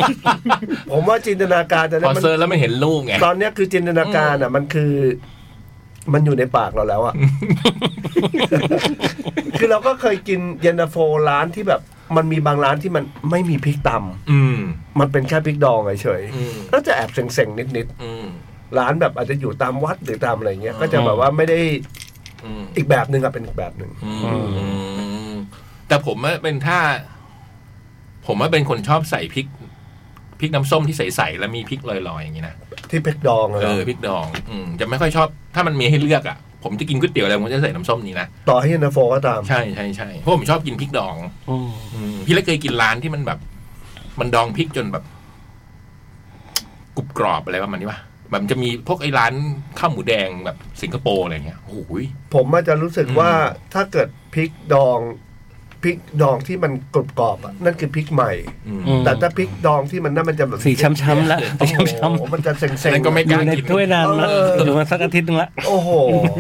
ผมว่าจินตนาการตอน
พ
นี้
อ
มัน
เซิร์ชแล้วไม่เห็นรูปไง
ตอนเนี้ยคือจินตนาการอ่ะ มันคือ มันอยู่ในปากเราแล้ว อะ คือเราก็เคยกินเย็นตาโฟร้านที่แบบ มันมีบางร้านที่มันไม่มีพริกตำ
อืม
มันเป็นแค่พริกดองเฉย
อืม
ๆก็จะแอบเซ็งๆนิด
อืม
ๆร้านแบบอาจจะอยู่ตามวัดหรือตามอะไรเงี้ย ก็จะ
อืม
แบบว่าไม่ได้
อืม
อีกแบบหนึ่งอะเป็นอีกแบบหนึ่ง
อืมแต่ผมว่าเป็นถ้า ผมว่าเป็นคนชอบใส่พริกพริกน้ำส้มที่ใสๆแล้วมีพริกลอยๆอย่างนี้นะ
ที่พริกดองเลย
เออพริกดองอืมจะไม่ค่อยชอบ ถ้ามันมีให้เลือกอ่ะผมจะกินก๋วยเตี๋ยวอะไรผมจะใส่น้ำส้มนี้นะ
ต่อให้เย็นตาโฟก็ตาม
ใช่ใช่ใช่เพราะผมชอบกินพริกดอง อืมพี่เล็กเคยกินร้านที่มันแบบ มันดองพริกจนแบบกรุบกรอบอะไรประมาณนี้ป่ะแบบมันจะมีพวกไอ้ร้านข้าวหมูแดงแบบสิงคโปร์อะไรอย่างเงี้ยโอ้โหย
ผมอาจจะรู้สึก
อืม
ว่าถ้าเกิดพริกดองพริกดองที่มันกรอบกรอบๆอะนั่นคือพริกใหม่
อืม
อืม
แต่ถ้าพริกดองที่มันน่ามันจะแบบ
สีช้ำๆละ
โอ้
สี
โห
ช้ำ
มันจะเซ็งๆ
แล้วก็ไม่
ๆอยู่ในถ้วยนานแล้ว
เออ
อยู่มาสักอาทิตย์นึงละ
โอ้ โห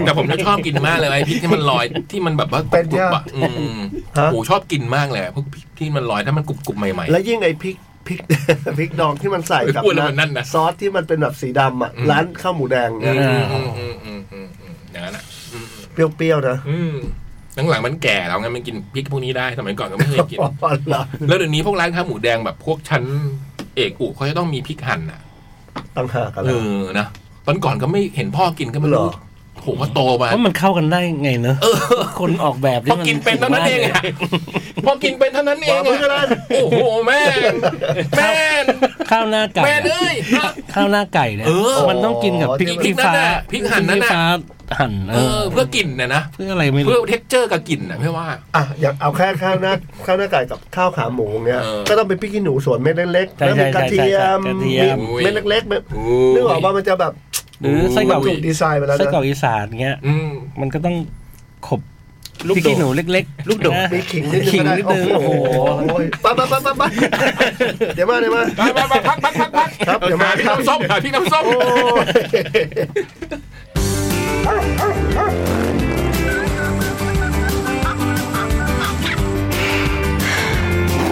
แต่ผมจะชอบกินมากเลยไอ้พริกที่มันลอยที่มันแบบว่ากรุบๆอ่ะอืม
ฮะ
โอ้ชอบกินมากเลยพวกพริกที่มันลอยถ้ามันกรุบๆใหม่
และยิ่งไอ้พริกพริก พริกดองที่มันใส่กับ
พูดแล้วมันนั่นนะ
ซอสที่มันเป็นแบบสีดำอ่ะร้านข้าวหมูแดง
ๆ
เนี่ย
อืมอืมอืมอืมอืมอืมอย่างนั้นอ่ะ
เปรี้ยวๆนะ
อืมหลังๆมันแก่แล้วไงมันกินพริกพวกนี้ได้สมัยก่อนก็ไม่เคยกิน
อ๋อเหรอ
แล้วเดี๋ยวนี้พวกร้านค้าหมูแดงแบบพวกชั้นเอกอุเขาจะต้องมีพริกหั่นอ่ะ
ต่างหากกัน
เออนะตอนก่อนก็ไม่เห็นพ่อกินก็ไม่
เหรอ
รู้ผมว่าโตมา
ว่ามันเข้ากันได้ไงเนอะคนออกแบบ
พอกินเป็นเท่านั้นเองอะพอกินเป็นเท่านั้นเอ
วาง ง
อะ
ไว้ก็ได้
โอ้โหแม่นแม่น
ข้าวหน้าไก่
แม่นเอ้ย
ข้าวหน้าไก่เนี่ย
เออ
มันต้องกินกับพริก
พริกนั่น
ฟ้า
น่ะพริกหั่นนั่น
พริก
น่ะ
ฟ้าหั่น
เอ
เอ
อ
อ
เพื่อกลิ่นนะนะ
เพื่ออะไรไม่
เพื่
รู้
อเท็กเจอร์กับกลิ่นนะพี่ว่า
อ่ะอย่างเอาแค่ข้าวหน้าข้าวหน้าไก่กับข้าวขาหมูเนี่ย
เออ
ก็ต้องเป็นพริกขี้หนูส่วนเม็ดเล็กๆ
ใช่
แล้ว
ใช่
มีกระ
ใช่
เที
ใช่
ยม
กระเทียม
มีเม็ดเล็กๆเม็ด
โอ้
นึกออกว่ามันจะแบบ
หรือไส้กรอก
ถูกดีไซน์ไปแล้ว
ไส้
นะ
กรอกอีสานเงี้ย
อืม
มันก็ต้องขบ
ลูก
พริ
โด
ขี้
ด
หนูเล็กๆ ลูกโดด
มีขิงนิดนึ
ขิง
ง
นิดนึง
ก็ไโอ้โหไปไปไปไปไปเดี๋ยวมาเดี๋ยวมา
ไปไปไปพักพักพักพัก
ครับเดี๋ยวมา
หาพี่น้ำส้มหาพี่น้ำส้ม
โอ้ย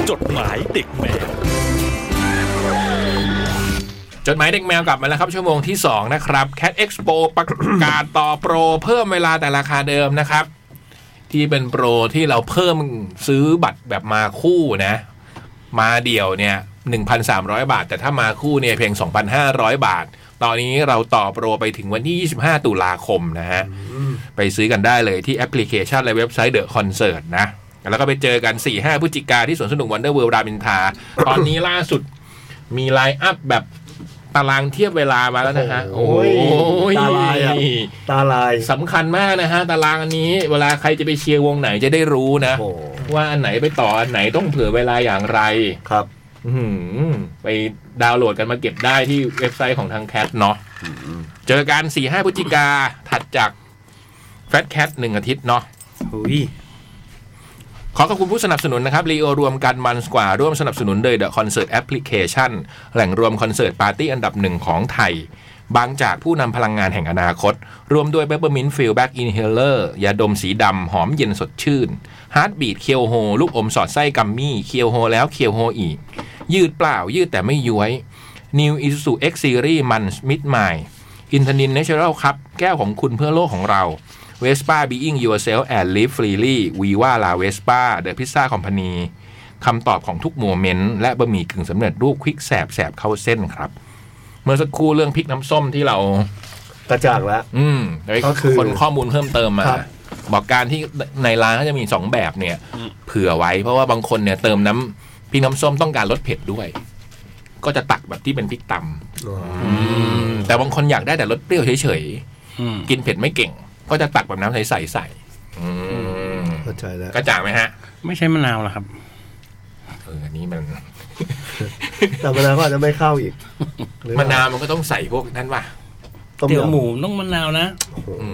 จดหมายเด็กแมว
จดหมายเด็กแมวกลับมาแล้วครับ ชั่วโมงที่ 2 นะครับ Cat Expo ประกาศต่อโปร เพิ่มเวลาแต่ราคาเดิมนะครับ ที่เป็นโปรที่เราเพิ่มซื้อบัตรแบบมาคู่นะ มาเดี่ยวเนี่ย 1,300 บาท แต่ถ้ามาคู่เนี่ยเพียง 2,500 บาท ตอนนี้เราต่อโปรไปถึงวันที่ 25 ตุลาคมนะฮะ ไปซื้อกันได้เลยที่แอปพลิเคชันและเว็บไซต์ The Concert นะ แล้วก็ไปเจอกัน 4-5พฤศจิกาที่สวนสนุกวันเดอร์เวิลด์รามอินทรา ตอนนี้ล่าสุดมีไลน์อัพแบบตารางเทียบเวลามาแล้วนะฮะ โอ้ย
ตาลายอ่ะตาลาย
สำคัญมากนะฮะ ตารางอันนี้ เวลาใครจะไปเชียร์วงไหนจะได้รู้นะ
โอ้โห
ว่าอันไหนไปต่ออันไหนต้องเผื่อเวลาอย่างไร
ครับ
อื้อหือไปดาวน์โหลดกันมาเก็บได้ที่เว็บไซต์ของทางแคทเนาะเจอกันสี่ห้าพฤศจิกาถัดจากแฟตแคทหนึ่งอาทิตย์เนาะ
หุย
ขอขอบคุณผู้สนับสนุนนะครับรีโอรวมกันมันสกว่าร่วมสนับสนุนโดย The Concert Application แหล่งรวมคอนเสิร์ตปาร์ตี้อันดับหนึ่งของไทย บางจากผู้นำพลังงานแห่งอนาคต รวมด้วย Peppermint f i e l Back Inhaler ยาดมสีดำ หอมเย็นสดชื่น Heartbeat เคียวโฮลูกอมสอดไส้กัมมี่เคียวโฮแล้วเคียวโฮอีก ยืดเปล่ายืดแต่ไม่ย้วย New Isuzu X Series มันมิดใหม่อินทนินเนเชอรัลครับแก้วของคุณเพื่อโลกของเรา เวสป้าบีอิงยูเซลแอนลิฟฟรีลี่วีว่าลาเวสป้าเดอะพิซซ่าคอมพานีคำตอบของทุกโมเมนต์ และบะหมี่กึ่งสำเร็จรูปควิกแสบแสบเข้าเส้นครับ เมื่อสักครู่เรื่องพริกน้ำส้มที่เรา
กระจ่างแล้ว
อืมได้
ก็คือ
คนข้อมูลเพิ่มเติมมา
ครับ
บอกการที่ในร้านเขาจะมีสองแบบเนี่ย เผื่อไว้เพราะว่าบางคนเนี่ยเติมน้ำพริกน้ำส้มต้องการรสเผ็ดด้วย ก็จะตักแบบที่เป็นพริกตำแต่บางคนอยากได้แต่รสเปรี้ยวเฉย
อืม
ๆกินเผ็ดไม่เก่ง ก็จะตักแบบน้ำใสๆใส่อืม
เข้าใจแล้ว
กระจ่างไหมฮะ
ไม่ใช่มะนาวหรอครับ
เออ อันนี้มัน
แต่มะนาวก็อาจจะไม่เข้าอีกหรือ
มะนาวมันก็ต้องใส่พวกนั้นว่ะ
ต้ม
เตี๋ยวย
ำ
หมูต้องมะนาวนะ
อื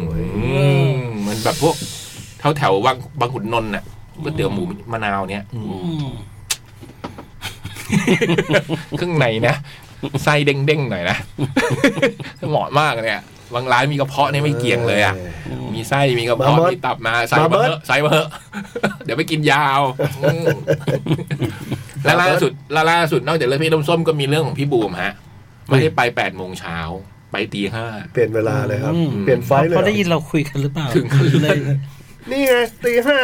มมันแบบพวกแถวแถวๆวังบางขุนนนท์น่ะก๋วยเตี๋ยวหมูมะนาวเนี่ยอืมเครื่องในนะไส้เด้งๆหน่อยนะ เหมาะมากเนี่ยบางร้านมีกระเพาะเนี่ยไม่เกี่ยงเลยอ่ะ มีไส้มีกระเพาะมีตับมาใส่มาเบอะใส่มาเบอะเดี๋ยวไปกินยาวอืมและล่าสุดและล่าสุดนอกจากเรื่องพี่ต้มส้มก็มีเรื่องของพี่บูมฮะ ไม่ได้ไปแปดโมงเช้า ไปตีห้า
เปลี่ยนเวลาเลยครับ
อืม
เปลี่ยนไฟล์เลยเหร
เขาได้ยิ
อน
เราคุยกันหรือเปล่า
ถึงขั้นเลื่
เล
อน
ย
นี่ไงตีห้า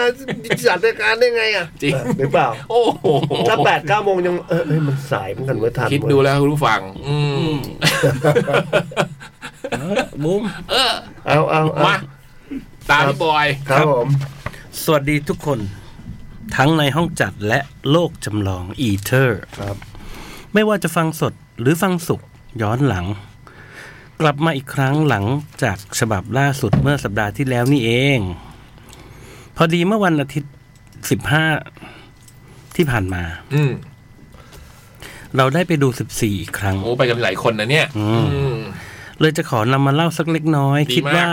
จัดรายการได้ไงอ่ะ
จริง
หรือเปล่า
โอ้โห
ถ้าแปดเก้าโมงยังเออเอ้ยมันสายเหมือนกันเว้ยทัน
คิดดูแล้วคุณผู้ฟัง อืม
เออบูม
เออ
เอาเอาเอา
มา ตามพี่บอย
ครับผม
สวัสดีทุกคน ทั้งในห้องจัดและโลกจำลองอีเทอร์
ครับ
ไม่ว่าจะฟังสดหรือฟังสุกย้อนหลัง กลับมาอีกครั้งหลังจากฉบับล่าสุดเมื่อสัปดาห์ที่แล้วนี่เอง พอดีเมื่อวันอาทิตย์ 15 ที่ผ่านมา
อืม
เราได้ไปดู 14 อีกครั้ง
โอ้ไปกันหลายคนนะเนี่ย
อืม
อืม
เลยจะขอนำมาเล่าสักเล็กน้อย
ดีมาก
คิดว่า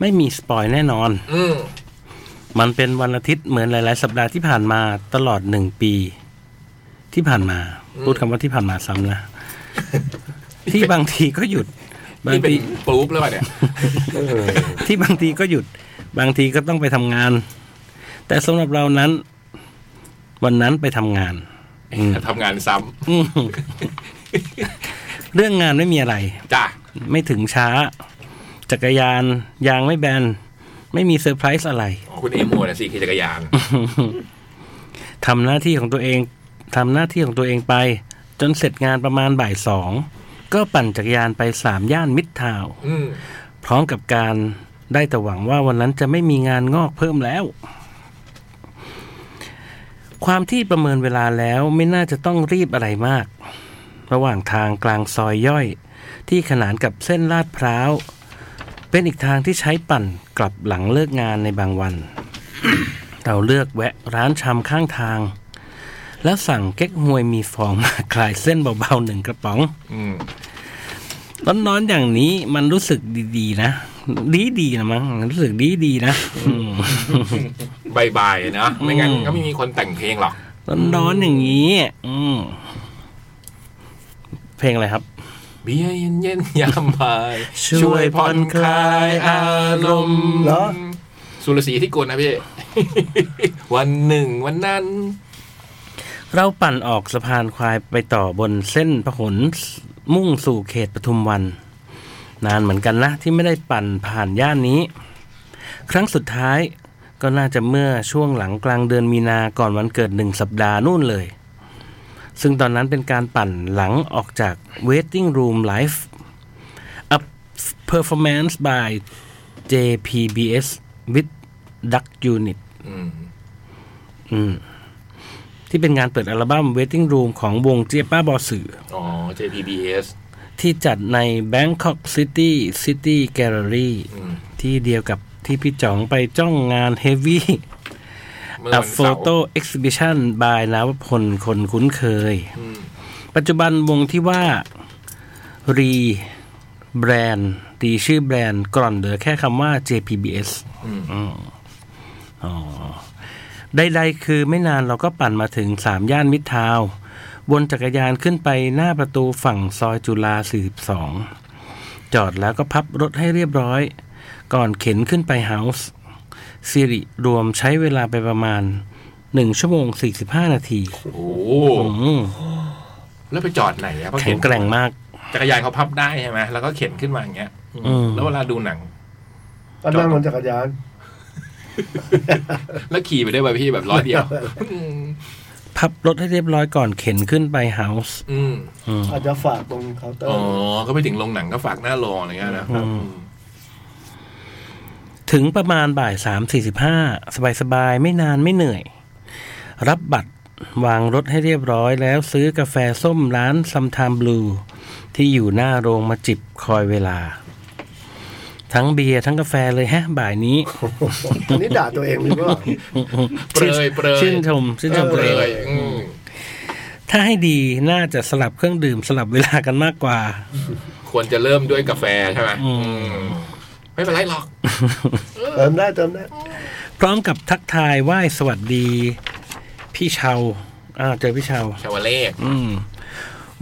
ไม่มีสปอยแน่นอน
อืม
มันเป็นวันอาทิตย์เหมือนหลาย ๆ สัปดาห์ที่ผ่านมาตลอดหนึ่งปี ที่ผ่านมา พูดคำว่าที่ผ่านมาซ้ำนะ ที่บางทีก็หยุด บาง
นี่เป็น
ที
กรุ๊ปหรือเปล่าเนี่ย
ที่บางทีก็หยุดบางทีก็ต้องไปทำงาน แต่สำหรับเรานั้น วันนั้นไปทำงาน อืม
ทำงานซ้
อืมเรื่องงานไม่มีอะไร
ำจ้ะ
ไม่ถึงช้า จักรยาน ยางไม่แบน ไม่มีเซอร์ไพรส์อะไร
คุณเอโมนะสิขี่จักรยาน
ทำหน้าที่ของตัวเองทำหน้าที่ของตัวเองไป จนเสร็จงานประมาณบ่ายสองก็ปั่นจักรยานไปสามย่านมิดทาวน์
อืม
พร้อมกับการได้แต่หวังว่าวันนั้นจะไม่มีงานงอกเพิ่มแล้ว ความที่ประเมินเวลาแล้วไม่น่าจะต้องรีบอะไรมาก ระหว่างทางกลางซอยย่อย ที่ขนานกับเส้นลาดพร้าว เป็นอีกทางที่ใช้ปั่นกลับหลังเลิกงานในบางวัน เราเลือกแวะร้านชำข้างทาง แล้วสั่งเก๊กฮวยมีฟองมาคลายเส้นเบาๆหนึ่งกระป๋อง
อืม
ร้อนๆอย่างนี้มันรู้สึกดีๆนะ ดีดีๆนะมั้งรู้สึกดีดีๆนะอืม
บายบายๆเนอะไม่งั้นก็ไม่มีคนแต่งเพลงหรอก
ร้อนๆอย่างนี้ อืมเพลงอะไรครับ
เบียร์เย็นเย็นๆย ามบ่าย
ช่วยผ่อนคลายอารมณ์
เหรอ
สุรศรีที่กลนะพี่ วันหนึ่งวันนั้น
เราปั่นออกสะพานควายไปต่อบนเส้นพหลมุ่งสู่เขตปทุมวัน นานเหมือนกันนะ ที่ไม่ได้ปั่นผ่านย่านนี้ ครั้งสุดท้ายก็น่าจะเมื่อช่วงหลังกลางเดือนมีนาก่อนวันเกิดหนึ่งสัปดาห์นู่นเลย ซึ่งตอนนั้นเป็นการปั่นหลังออกจาก Waiting Room Live A Performance by JPBS with Duck Unit
อืม
อืม ที่เป็นงานเปิดอัลบั้ม Waiting Room ของวงเจี๊ยบป้าบอสื่อ
อ๋อ JPBS
ที่จัดใน Bangkok City City Gallery
อืม
ที่เดียวกับที่พี่จ๋องไปจ้องงาน Heavy
เมื่อ
อั
วั
พ
น
โฟ
เสาร์
โต้เอ็กซิบิชันบายนวพลคนคุ้นเคย
อืม
ปัจจุบันวงที่ว่า รีแบรนด์ตีชื่อแบรนด์กร่อนเหลือแค่คำว่า JPBS
อืม
อืมอ๋อใดๆคือไม่นานเราก็ปั่นมาถึงสามย่านมิตรทาวน์วนจักรยานขึ้นไปหน้าประตูฝั่งซอยจุฬา42 จอดแล้วก็พับรถให้เรียบร้อย ก่อนเข็นขึ้นไปเฮาส์สิริรวมใช้เวลาไปประมาณ 1 ชั่วโมง 45 นาที
โอ้โห
อืม
แล้วไปจอดไหนอะเพราะ
แข็
เข็
ง
น
แกร่งมาก
จักรยานเขาพับได้ใช่ไหมแล้วก็เข็นขึ้นมาอย่างเงี้ย
อืม
แล้วเวลาดูหนัง
ก็นั่งบนจักรยาน
แล้วขี่ไปได้วยป่ะพี่แบบร้อย เดียว
พับรถให้เรียบร้อยก่อนเข็นขึ้นไปเฮาส์
อืม
อาจจะฝากตรงเคาน์เตอ
อ๋อ
ร์
ก็ไปถึงโรงหนังก็ฝากหน้าโรงอะไรเงี้ยนะ
ถึงประมาณบ่ายสามสี่สิบห้าสบายๆ ไม่นานไม่เหนื่อย รับบัตรวางรถให้เรียบร้อยแล้วซื้อกาแฟส้มร้านซัมทามบลูที่อยู่หน้าโรงมาจิบคอยเวลา ทั้งเบียร์ทั้งกาแฟเลยฮะ บ่ายนี้
อันนี้ด่าตัวเองหรือเปล่า
เปรยเปรย
ชื่นชมชื่นชม
เป
ตัว
ร
เอง
ยอืม
ถ้าให้ดีน่าจะสลับเครื่องดื่มสลับเวลากันมากกว่า
ควรจะเริ่มด้วยกาแฟใช่ไหมอืมไม่เป็นไรหรอก
เติมได้เติมได้
พร้อมกับทักทายไหว้สวัสดี พี่เชาอ้าวเจอพี่เชา
ชาวเล่
อืม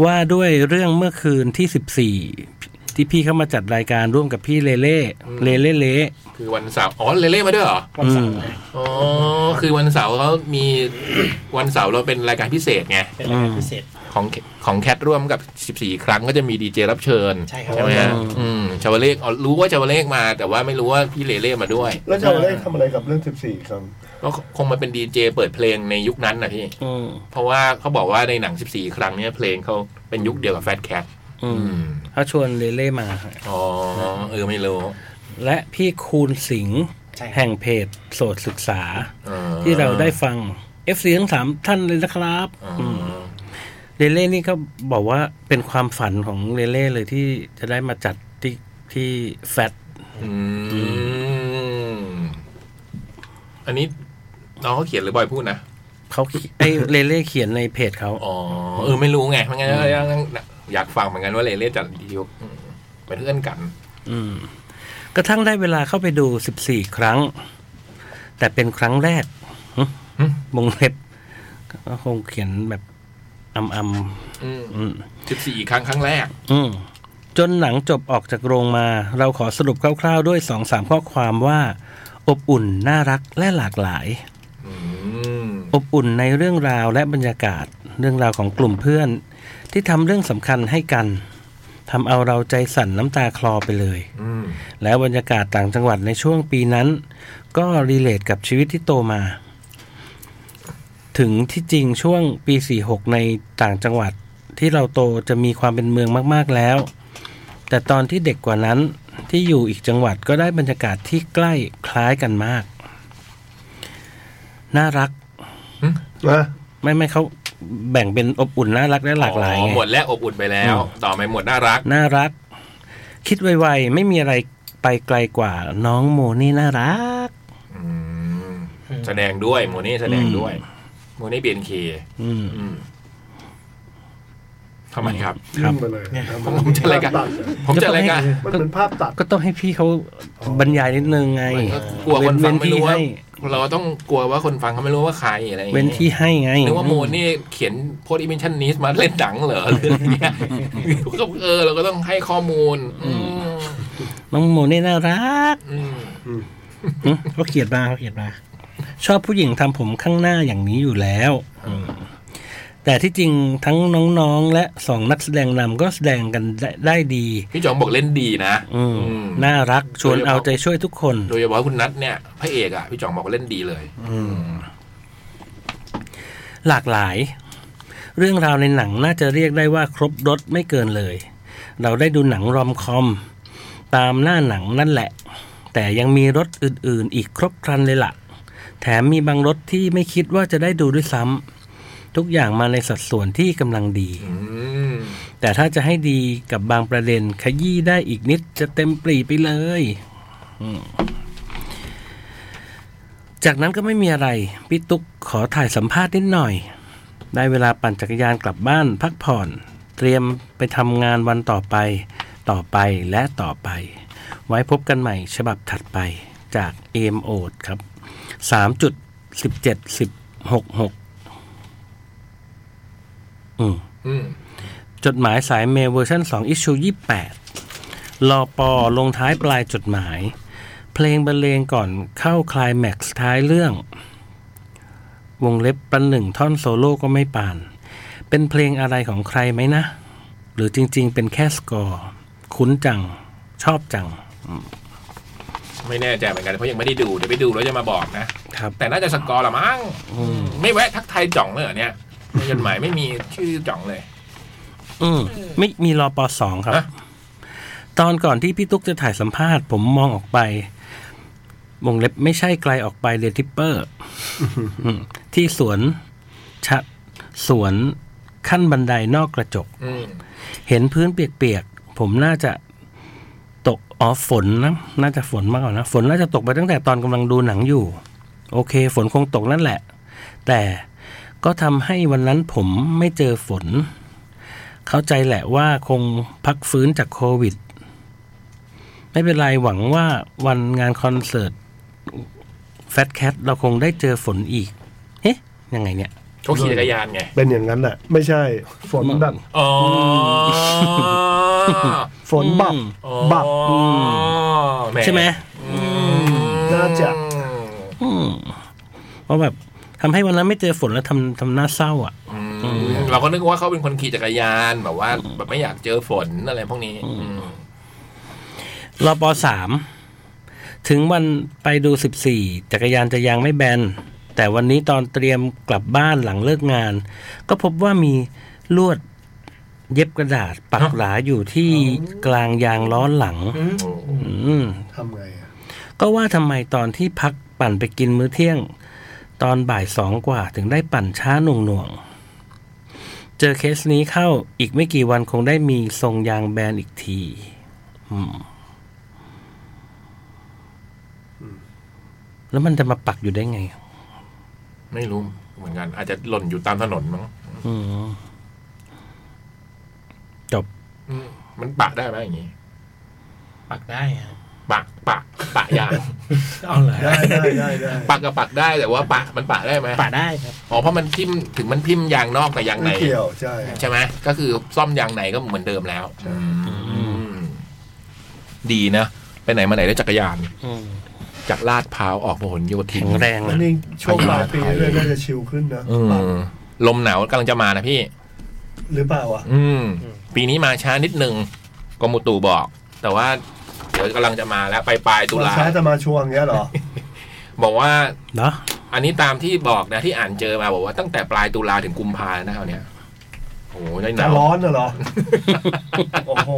ว่าด้วยเรื่องเมื่อคืนที่สิบสี่14 ที่พี่เข้ามาจัดรายการร่วมกับพี่เลเล่เลเล่เล่
คือวันเสาร์อ๋อเลเล่มาด้วยเหรอ
วันเสาร์
อ๋อคือวันเสาร์เขามี วันเสาร์เราเป็นรายการพิเศษไง
เป็นรายการพิเศษ
ของของแคทร่วมกับ 14 ครั้งก็จะมีดีเจรับเชิญ
ใช่ครับ
ไหมฮะอืมชาวเลขอ๋อรู้ว่าชาวเลขมา แต่ว่าไม่รู้ว่าพี่เลเล่มาด้วย
แล้วจะเอาเลขทำอะไรกับเรื่องสิบสี่ครับ
ก็คงมาเป็นดีเจเปิดเพลงในยุคนั้นนะพี่
อืม
เพราะว่าเขาบอกว่าในหนัง 14 ครั้งเนี่ยเพลงเขาเป็นยุคเดียวกับแฟตแคท
อืมเขาชวนเลเล่มาฮะ
อ๋อเออไม่รู้
และพี่คูณสิงห์
ใช่ครับ
แห่งเพจโสดศึกษา
อ๋อ
ที่เราได้ฟัง FC ทั้งสามท่านเลยนะครับ
อ๋อ
อืม เรเล่นี่ก็บอกว่าเป็นความฝันของเรเล่เลยที่จะได้มาจัดที่ที่แฟต
อืมอันนี้น้องเขาเขียนหรือบอยพูดนะ
เขาเขีไอ้เรเล่เขียนในเพจเขา
อ๋อเออไม่รู้ไงไม่งั้นก็ยังอยากฟังเหมือนกันว่าเลเล่จัดดีลเป็นเพื่อนกัน
อืมกระทั่งได้เวลาเข้าไปดู 14 ครั้ง แต่เป็นครั้งแรกหึ
หึ
วงเล็บก็คงเขียนแบบอำอำอืม
สิบสี่ครั้งครั้งแรก
อืมจนหนังจบออกจากโรงมา เราขอสรุปคร่าวๆ ด้วยสองสามข้อความว่า อบอุ่นน่ารักและหลากหลาย
อืม
อบอุ่นในเรื่องราวและบรรยากาศ เรื่องราวของกลุ่มเพื่อน ที่ทำเรื่องสำคัญให้กันทำเอาเราใจสั่นน้ำตาคลอไปเลย
อืม
แล้วบรรยากาศต่างจังหวัดในช่วงปีนั้น ก็รีเลทกับชีวิตที่โตมา ถึงที่จริงช่วงปี 46 ในต่างจังหวัดที่เราโตจะมีความเป็นเมืองมากๆแล้ว แต่ตอนที่เด็กกว่านั้นที่อยู่อีกจังหวัดก็ได้บรรยากาศที่ใกล้คล้ายกันมาก น่ารัก
นะ
ไม่ไม่เขาแบ่งเป็นอบอุ่นน่ารักและหลากหลาย
อ๋อ
ไง
หมดแล้วอบอุ่นไปแล้ว ต่อไปหมดน่ารัก
น่ารัก คิดไวๆ ไม่มีอะไรไปไกลกว่าน้องโมนี่น่ารัก
อืมแสดงด้วยโมนี่แสดงด้วยโมนี่เบียนเค
อืม
ทำไมครับ
ครับ
ยื่นมาเลย
ผมจะอะไรกัน
ภาพตัดอะ
ผมจะรายการ
มันเป็นภาพตัด
ก็ต้องให้พี่เขาบรรยายนิดนึงไง
มันก็กลัวคนฟังไม่รู้ว่า
ให้
เราต้องกลัวว่าคนฟังเขาไม่รู้ว่าใครอะไรอย่าง
เว้น
เงี้ย
ที่ให้ไง
นึกว่าโมนี่เขียนโพสอิมิชันนิสมาเล่นหนังเหรอ หรืออะไรเงี้ยก็เออเราก็ต้องให้ข้อมูล อืม
น้องโมนี่น่ารัก
อืม
เขาเขียนมาเขาเขียนมา
ชอบผู้หญิงทำผมข้างหน้าอย่างนี้อยู่แล้วแต่ที่จริงทั้งน้องๆ และสองนักแสดงนำก็แสดงกันได้ได้ดี
พี่จอมบอกเล่นดีนะ
อืม
อืม
น่ารักชวนเอาใจช่วยทุกคน
โดยเฉพาะคุณนัทเนี่ยพระเอกอ่ะพี่จอมบอกว่าเล่นดีเลย
หลากหลาย เรื่องราวในหนังน่าจะเรียกได้ว่าครบรถไม่เกินเลย เราได้ดูหนังรอมคอม ตามหน้าหนังนั่นแหละ แต่ยังมีรถอื่นๆ อีกครบครันเลยละ่ะ แถมมีบางรถที่ไม่คิดว่าจะได้ดูด้วยซ้ำทุกอย่างมาในสัดส่วนที่กำลังดี
อืม
แต่ถ้าจะให้ดีกับบางประเด็นขยี้ได้อีกนิดจะเต็มปรีไปเลยอืมจากนั้นก็ไม่มีอะไร พี่ตุ๊กขอถ่ายสัมภาษณ์นิดหน่อย ได้เวลาปั่นจักรยานกลับบ้านพักผ่อน เตรียมไปทำงานวันต่อไป ต่อไปและต่อไป ไว้พบกันใหม่ฉบับถัดไปจากเอมโอดครับสามจุดสิบเจ็ดสิบหกหกอืม
อืม
จดหมายสายเมลเวอร์ชัน2 อิชู28ลอปอลงท้ายปลายจดหมาย เพลงบรรเลงก่อนเข้าคลายแม็กซ์ท้ายเรื่อง วงเล็บประหนึ่งท่อนโซโล่ก็ไม่ปาน เป็นเพลงอะไรของใครไหมนะ หรือจริงๆ เป็นแค่สกอร์ คุ้นจัง ชอบจัง
ไม่แน่ใจเหมือนกันเพราะยังไม่ได้ดูเดี๋ยวไปดูแล้วจะมาบอกนะ
ครับ
แต่น่าจะสกอร์ละมั้งไม่แวะทักทายจ่องเลยเหรอเนี่ยในจดหมายไม่มีชื่อจ่องเลย
อืมไม่มีรอปอสองครับ
ฮะ
ตอนก่อนที่พี่ตุ๊กจะถ่ายสัมภาษณ์ผมมองออกไป วงเล็บไม่ใช่ไกลออกไปเลยทิปเปอร์ ที่สวนชะสวนขั้นบันไดนอกกระจก
อืม
เห็นพื้นเปียกๆ ผมน่าจะตกอ๋อฝนนะ น่าจะฝนมากกว่านะ ฝนน่าจะตกไปตั้งแต่ตอนกำลังดูหนังอยู่ โอเค ฝนคงตกนั่นแหละ แต่ก็ทำให้วันนั้นผมไม่เจอฝน เข้าใจแหละว่าคงพักฟื้นจากโควิด ไม่เป็นไรหวังว่าวันงานคอนเสิร์ตแฟตแคทเราคงได้เจอฝนอีก เฮ้ยยังไงเนี่ย
เขาขี่จักรยานไง
เป็นอย่างนั้นแหละ ไม่ใช่ ฝนแบบ
อ๋อ
ฝนบับ
อ๋อ
บับ
แ
ใช่ไหม
น่าจะ
อืมเพราะแบบทำให้วันนั้นไม่เจอฝนแล้วทำทำหน้าเศร้าอ่ะ
อืม
อืม
เราก็นึกว่าเขาเป็นคนขี่จักรยานแบบว่า แบบไม่อยากเจอฝนอะไรพวกนี้อืม
รอปสามถึงวันไปดูสิบสี่จักรยานจะยังไม่แบน แต่วันนี้ตอนเตรียมกลับบ้านหลังเลิกงาน ก็พบว่ามีลวดเย็บกระดาษปักหลาอยู่ที่กลางยางล้อหลัง
โอ้โห
อืม
ทำไงอะ
ก็ว่าทำไมตอนที่พักปั่นไปกินมื้อเที่ยง ตอนบ่ายสองกว่าถึงได้ปั่นช้าหน่วงหน่วงๆเจอเคสนี้เข้าอีกไม่กี่วันคงได้มีทรงยางแบนอีกทีอืมแล้วมันจะมาปักอยู่ได้ไง
ไม่รู้เหมือนกัน อาจจะหล่นอยู่ตามถนนมั้ง
อืมจบ
อืมมันปะได้ไหมอย่างงี้
ปักได้ฮะ
ปะปะปะยาง
เอาเหรอ
ได้ได้ได้ได้
ปักกับปักได้แต่ว่าปักมันปักได้ไหม
ป่าได้ครับ
อ๋อเพราะมันทิ่มถึงมันพิมพ์ยางนอกแต่ยางใน
ไม่เกี่ยวใช่
ใช่ไหมก็คือซ่อมยางในก็เหมือนเดิมแล้วอืมดีนะไปไหนมาไหนด้วยจักรยาน
อืม
จากลาดพร้าวออกพหลโยธิ
แข็
น
งแรง
แล้ว
นะ
นี่ช่วงปลายปีเรื่อยๆน่าจะชิลขึ้นนะ
อืมลมหนาวกำลังจะมานะพี่
หรือเปล่าวะ
อืม ปีนี้มาช้านิดนึงกรมอุตุบอก แต่ว่าเดี๋ยวกำลังจะมาแล้วปลายปลายๆตุลา
ช้าจะมาช่วงเงี้ยเหรอ
บอกว่า
เนาะ
อันนี้ตามที่บอกนะที่อ่านเจอมาบอกว่าตั้งแต่ปลายตุลาถึงกุมภานะคราวเนี้ยโอ้โหได้ห
จะ
นาว
ร้อนน่ะเหร อ โอ้โห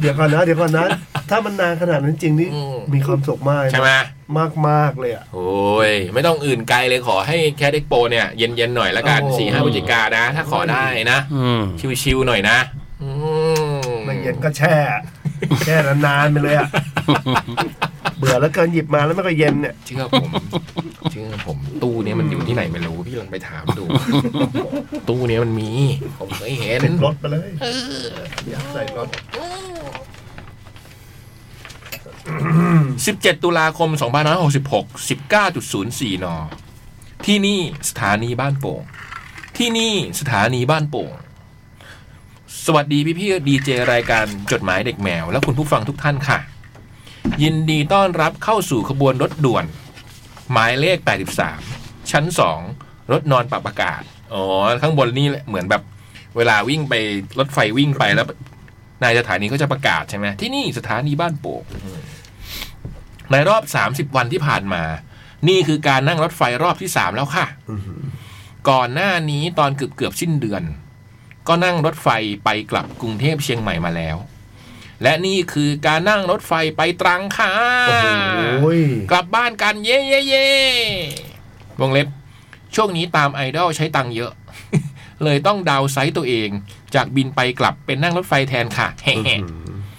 เดี๋ยวก่อนนะ เดี๋ยวก่อนนะ ถ้ามันนานขนาดนั้นจริงนี่
อืม
มีความสุขมากนะ
ใช่ไหม
มากมากๆเลยอ่ะ
โอ้ย ไม่ต้องอื่นไกลเลยขอให้แคดเอ็กโปเนี่ย เย็นๆหน่อยละกัน
โอ้
สี่ห้าพฤศจิกานะ ถ้าขอได้นะ
อืม
ชิวๆหน่อยนะอื
ไม่เย็นก็แช่ แช่นานๆไปเลยอ่ะ เบื่อแล้วเกินหยิบมาแล้วไม่ก็เย็นเนี่ย
เชื่อผม เชื่อผมตู้เนี้ยมันอยู่ที่ไหนไม่รู้พี่ลองไปถาม ดู ตู้เนี้ยมันมี ผมเคยเห็น
ติดรถไปเลยอยากใส่รถ
17 ตุลาคม 2566 19.04 น ที่นี่สถานีบ้านโป่ง ที่นี่สถานีบ้านโป่ง สวัสดีพี่พี่ดีเจรายการจดหมายเด็กแมว และคุณผู้ฟังทุกท่านค่ะ ยินดีต้อนรับเข้าสู่ขบวนรถด่วน หมายเลข 83 ชั้น 2 รถนอนปรับอากาศ อ๋อ ข้างบนนี่เหมือนแบบเวลาวิ่งไปรถไฟวิ่งไปแล้วนายสถานีก็จะประกาศใช่ไหมที่นี่สถานีบ้านโป่ง ในรอบ 30 วันที่ผ่านมา นี่คือการนั่งรถไฟรอบที่ 3 แล้วค่ะ ก่อนหน้านี้ตอนเกือบเกือบๆสิ้นเดือน ก็นั่งรถไฟไปกลับกรุงเทพเชียงใหม่มาแล้ว และนี่คือการนั่งรถไฟไปตรังค่ะ
โอ้โห
กลับบ้านกันเย่เย่เย่วงเล็บ ช่วงนี้ตามไอดอลใช้ตังค์เยอะ เลยต้องดาวน์ไซต์ตัวเอง จากบินไปกลับเป็นนั่งรถไฟแทนค่ะ แฮ่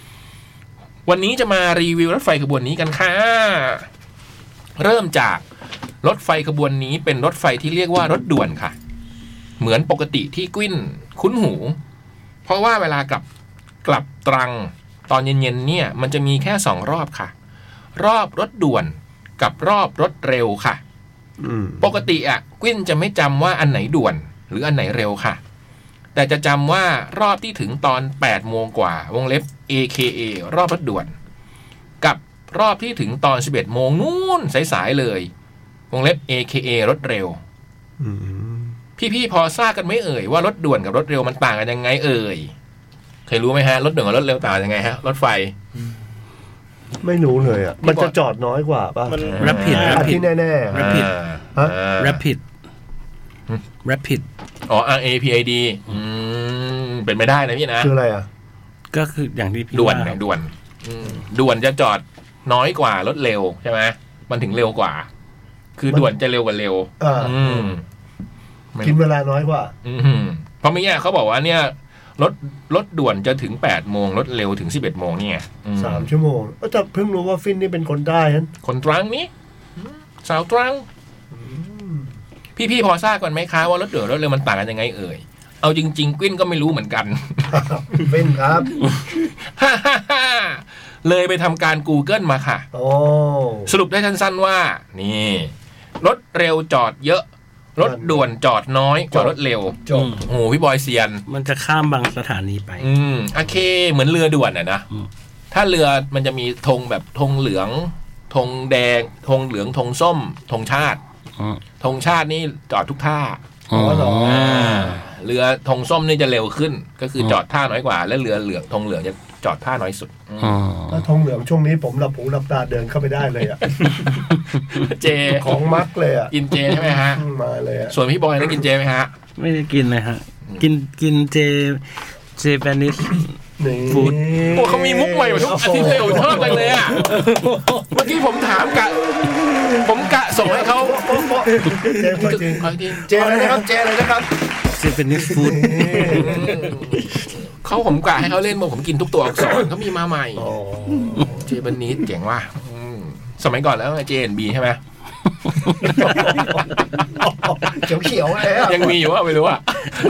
ๆวันนี้จะมารีวิวรถไฟขบวนนี้กันค่ะ เริ่มจากรถไฟขบวนนี้เป็นรถไฟที่เรียกว่ารถด่วนค่ะ เหมือนปกติที่กวิ้นคุ้นหู เพราะว่าเวลากลับกลับตรัง ตอนเย็นๆเนี่ย มันจะมีแค่สองรอบค่ะ รอบรถด่วนกับรอบรถเร็วค่ะ ปกติอะกวินจะไม่จำว่าอันไหนด่วน หรืออันไหนเร็วค่ะ แต่จะจำว่ารอบที่ถึงตอน 8 โมงกว่า วงเล็บ AKA รอบรถด่วน กับรอบที่ถึงตอน 11 โมงนู่นสายๆเลย วงเล็บ AKA รถเร็ว พี่ๆพอทราบกันไหม่เอ่ยว่ารถด่วนกับรถเร็วมันต่างกันยังไงเอ่ยเคยรู้ไหมฮะรถด่วนกับรถเร็วต่างกันยังไงฮะรถไฟ
ไม่รู้เลยอ่ะ มันจะจอดน้อยกว่าป่ะ
มัน
รับผิด
อ่า
รับ
อัน
ผิด
ที่แน่ๆอะ
Rapid
อ่า
ฮะ
อ่า
Rapid Rapid
อ๋อ R A P I D อืม เป็นไม่ได้นะพี่นะ
คืออะไรอ่ะ
ก็คืออย่างที่พี่
ด่วน
ว่า
ไงด่วนอืมด่วนจะจอดน้อยกว่ารถเร็วใช่ไหมมันถึงเร็วกว่า คือด่วนจะเร็วกว่าเร็ว
เอออื
ม
กินเวลาน้อยกว่า
อืมเพราะไม่แย่เขาบอกว่าเนี่ยรถรถด่วนจะถึงแปดโมงรถเร็วถึงสิบเอ็ดโมงเนี่ยอืม
สามชั่วโมงก็จะเพิ่งรู้ว่าฟินนี่เป็นคนได้นั้น
คนตรังนี้สาวตรัง พี่ๆพอทราบกันไหมคะว่ารถด่วนรถเร็วมันต่างกันยังไงเอ่ยเอาจริงๆกวิ้นก็ไม่รู้เหมือน กัน
ฟินครับ
ฮ่าฮ่าฮ่าเลยไปทำการ Google มาค่ะ
โอ้
สรุปได้สั้นๆว่า นี่ รถเร็วจอดเยอะ รถด่วนจอดน้อยกว่ารถเร็ว
จบ
อืมโอ้โหพี่บอยเซียน
มันจะข้ามบางสถานีไป
อืมโอเค เหมือนเรือด่วนอะนะ
อืม
ถ้าเรือมันจะมีธงแบบธงเหลืองธงแดงธงเหลืองธงส้มธงชาติ
อืม
ธงชาตินี่จอดทุกท่า
อ๋อเหรอ
อ่า เรือธงส้มนี่จะเร็วขึ้น ก็คืออ
ม
จอดท่าน้อยกว่า และเรือเหลืองธงเหลืองจะจอดท่าน้อยสุดอืม
อ๋อ
แล้วทองเหลืองช่วงนี้ผมหลับหูหลับตาเดินเข้าไปได้เลยอ่ะ
เจ
ของมักเลยอ่ะ
กินเจใช่ไหมฮะ
มาเลยอ่ะ
ส่วนพี่บอยนั้นกินเจไหมฮะ
ไม่ได้กินเลยฮะ กินกินเจเจแปนิส
นี่
ฟู้ด
โอ้เขามีมุกใหม่มาทุกอาทิตย์เลยผมชอบจังเลยอ่ะ เมื่อกี้ผมถามกะ ผมกะส่งให้เขา
โอ้โหเจ๊ก็จริง
ขออีกที
เจเลยนะครับเจเลยนะครับ
เจแปนิสฟู้ด
เขาผมกะให้เขาเล่นบอกผมกินทุกตัวอักษรเขามีมาใหม่
โอ้
เจบันนีสเจ๋งว่ะอืมสมัยก่อนแล้วเจนบีใช่ไหม
เขียวเขียวๆเลยอ่ะ
ยังมีอยู่ว่าไม่รู้อ่ะ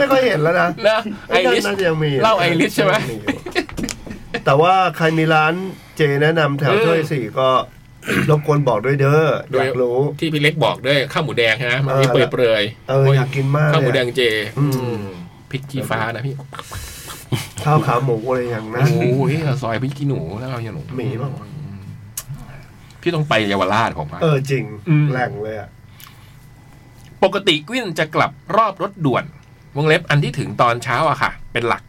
ไม่ค่อยเห็นแล้วนะ
นะไอริส
น่าจะยังมี
เหล้าไอริสใช่ไหม
ยังอยู่ แต่ว่าใครมีร้านเจแนะนำแถวช่วยสี่ก็ รบกวนบอกด้วยเด้ออยากรู้
ที่พี่เล็กบอกด้วยข้าวหมูแดงใช่ไหมมันมี
เอ
เปื่อ
อ
ยเปลือย
เอออยากกินมาก
ข้าวห
เล
มู
ย
แดง
อะ
เจ
อืม
อืมพริกชี้ฟ้านะพี่
ข้าวขาหมูอะไรอย่าง
โอ
นั้น้
ยซอยพริกขี้หนูแล้วเอาอย่างหนู
หมีบ้าง
พี่ต้องไปเยาวราชของมัน
เออจริง
อืม
แหล่งเลยอ่ะ
ปกติกวินจะกลับรอบรถด่วน วงเล็บอันที่ถึงตอนเช้าอะค่ะ เป็นหลัก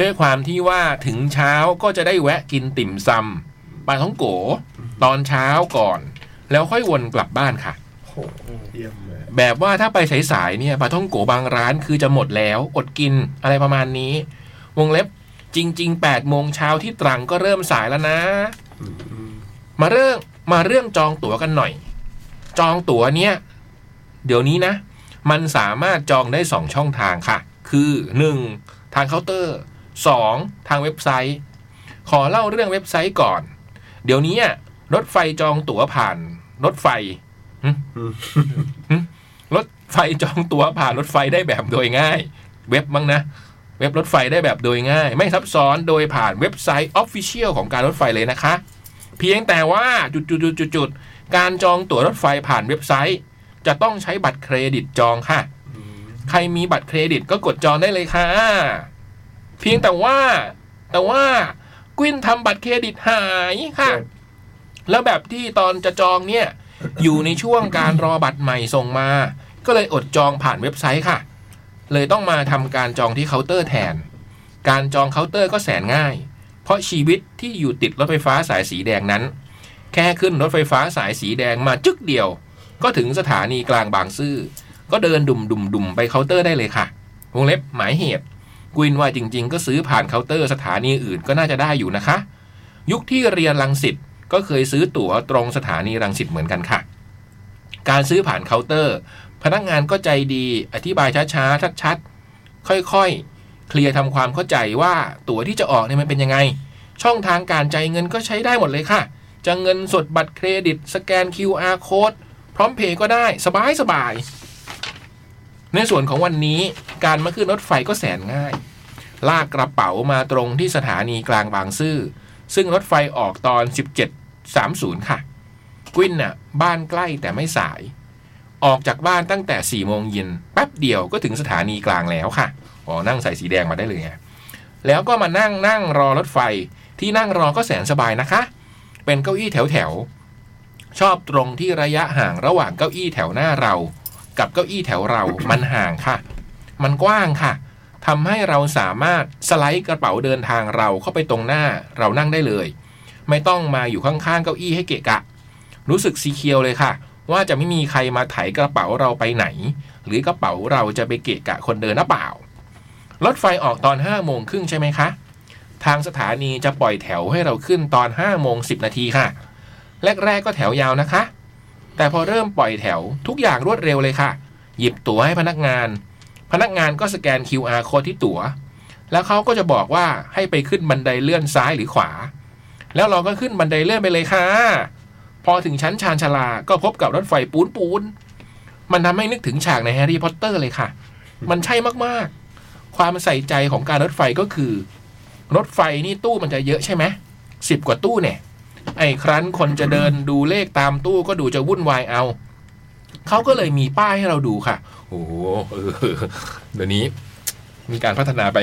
ด้วยความที่ว่าถึงเช้าก็จะได้แวะกินติ่มซำปลาท้องโก ตอนเช้าก่อน แล้วค่อยวนกลับบ้านค่ะ
โหเยี่ยมเลย
แบบว่าถ้าไปสายๆเนี่ยปลาท่องโกบางร้านคือจะหมดแล้ว อดกินอะไรประมาณนี้ วงเล็บจริง ๆ8โมงเช้าที่ตรังก็เริ่มสายแล้วนะ มาเรื่องมาเรื่องจองตั๋วกันหน่อย จองตั๋วเนี่ย เดี๋ยวนี้นะ มันสามารถจองได้ 2 ช่องทางค่ะ คือ 1. ทางเคาน์เตอร์ 2. ทางเว็บไซต์ ขอเล่าเรื่องเว็บไซต์ก่อน เดี๋ยวนี้อะรถไฟจองตั๋วผ่าน รถไฟ รถไฟจองตั๋วผ่านรถไฟได้แบบโดยง่าย เว็บมั้งนะ เว็บรถไฟได้แบบโดยง่าย ไม่ซับซ้อนโดยผ่านเว็บไซต์ Official ของการรถไฟเลยนะคะ เพียงแต่ว่าจุดๆๆๆการจองตั๋วรถไฟผ่านเว็บไซต์ จะต้องใช้บัตรเครดิตจองค่ะ ใครมีบัตรเครดิตก็กดจองได้เลยค่ะ เพียงแต่ว่า แต่ว่ากวินทำบัตรเครดิตหายค่ะ แล้วแบบที่ตอนจะจองเนี่ย อยู่ในช่วงการรอบัตรใหม่ส่งมา ก็เลยอดจองผ่านเว็บไซต์ค่ะ เลยต้องมาทำการจองที่เคาน์เตอร์แทน การจองเคาน์เตอร์ก็แสนง่าย เพราะชีวิตที่อยู่ติดรถไฟฟ้าสายสีแดงนั้น แค่ขึ้นรถไฟฟ้าสายสีแดงมาจึกเดียว ก็ถึงสถานีกลางบางซื่อ ก็เดินดุมดุมดุมๆๆไปเคาน์เตอร์ได้เลยค่ะ วงเล็บหมายเหตุกุินว่าจริง ๆ ก็ซื้อผ่านเคาน์เตอร์สถานีอื่นก็น่าจะได้อยู่นะคะ ยุคที่เรียนลังสิตก็เคยซื้อตั๋วตรงสถานีรังสิตเหมือนกันค่ะ การซื้อผ่านเคาน์เตอร์ พนักงานก็ใจดี อธิบายช้าๆ ชัดๆ ค่อยๆ เคลียร์ทำความเข้าใจว่าตั๋วที่จะออกเนี่ยมันเป็นยังไง ช่องทางการจ่ายเงินก็ใช้ได้หมดเลยค่ะ จะเงินสดบัตรเครดิต สแกน QR code พร้อมเพย์ก็ได้สบายสบายๆในส่วนของวันนี้การมาขึ้นรถไฟก็แสนง่าย ลากกระเป๋ามาตรงที่สถานีกลางบางซื่อ ซึ่งรถไฟออกตอน 17.30 ค่ะ กวินน่ะบ้านใกล้แต่ไม่สาย ออกจากบ้านตั้งแต่4ี่โมงเย็นแป๊บเดียวก็ถึงสถานีกลางแล้วค่ะอ๋อนั่งใส่สีแดงมาได้เลยไงแล้วก็มานั่งนั่งรอรถไฟที่นั่งรอก็แสนสบายนะคะ เป็นเก้าอี้แถวแถวๆชอบตรงที่ระยะห่างระหว่างเก้าอี้แถวหน้าเรา กับเก้าอี้แถวเรามันห่างค่ะ มันกว้างค่ะทำให้เราสามารถสไลด์กระเป๋าเดินทางเราเข้าไปตรงหน้าเรานั่งได้เลย ไม่ต้องมาอยู่ข้างๆเก้าอี้ให้เกะกะ รู้สึกซีเคียวเลยค่ะ ว่าจะไม่มีใครมาไถกระเป๋าเราไปไหน หรือกระเป๋าเราจะไปเกะกะคนเดินหรือเปล่า รถไฟออกตอน5้าโมงครึ่งใช่ไหมคะ ทางสถานีจะปล่อยแถวให้เราขึ้นตอน5้าโมงสินาทีค่ะ แรกๆก็แถวยาวนะคะ แต่พอเริ่มปล่อยแถวทุกอย่างรวดเร็วเลยค่ะ หยิบตั๋วให้พนักงาน พนักงานก็สแกน QR โค้ดที่ตั๋ว แล้วเขาก็จะบอกว่าให้ไปขึ้นบันไดเลื่อนซ้ายหรือขวา แล้วเราก็ขึ้นบันไดเลื่อนไปเลยค่ะ พอถึงชั้นชานชาลา ก็พบกับรถไฟปูนปูน มันทำให้นึกถึงฉากในแฮร์รี่พอตเตอร์เลยค่ะ มันใช่มากๆ ความใส่ใจของการรถไฟก็คือ รถไฟนี่ตู้มันจะเยอะใช่ไหมสิบกว่าตู้เนี่ย ไอ้ครั้นคนจะเดินดูเลขตามตู้ก็ดูจะวุ่นวายเอา เขาก็เลยมีป้ายให้เราดูค่ะ โอ้โหเออเดี๋ยวนี้ มีการพัฒนาไป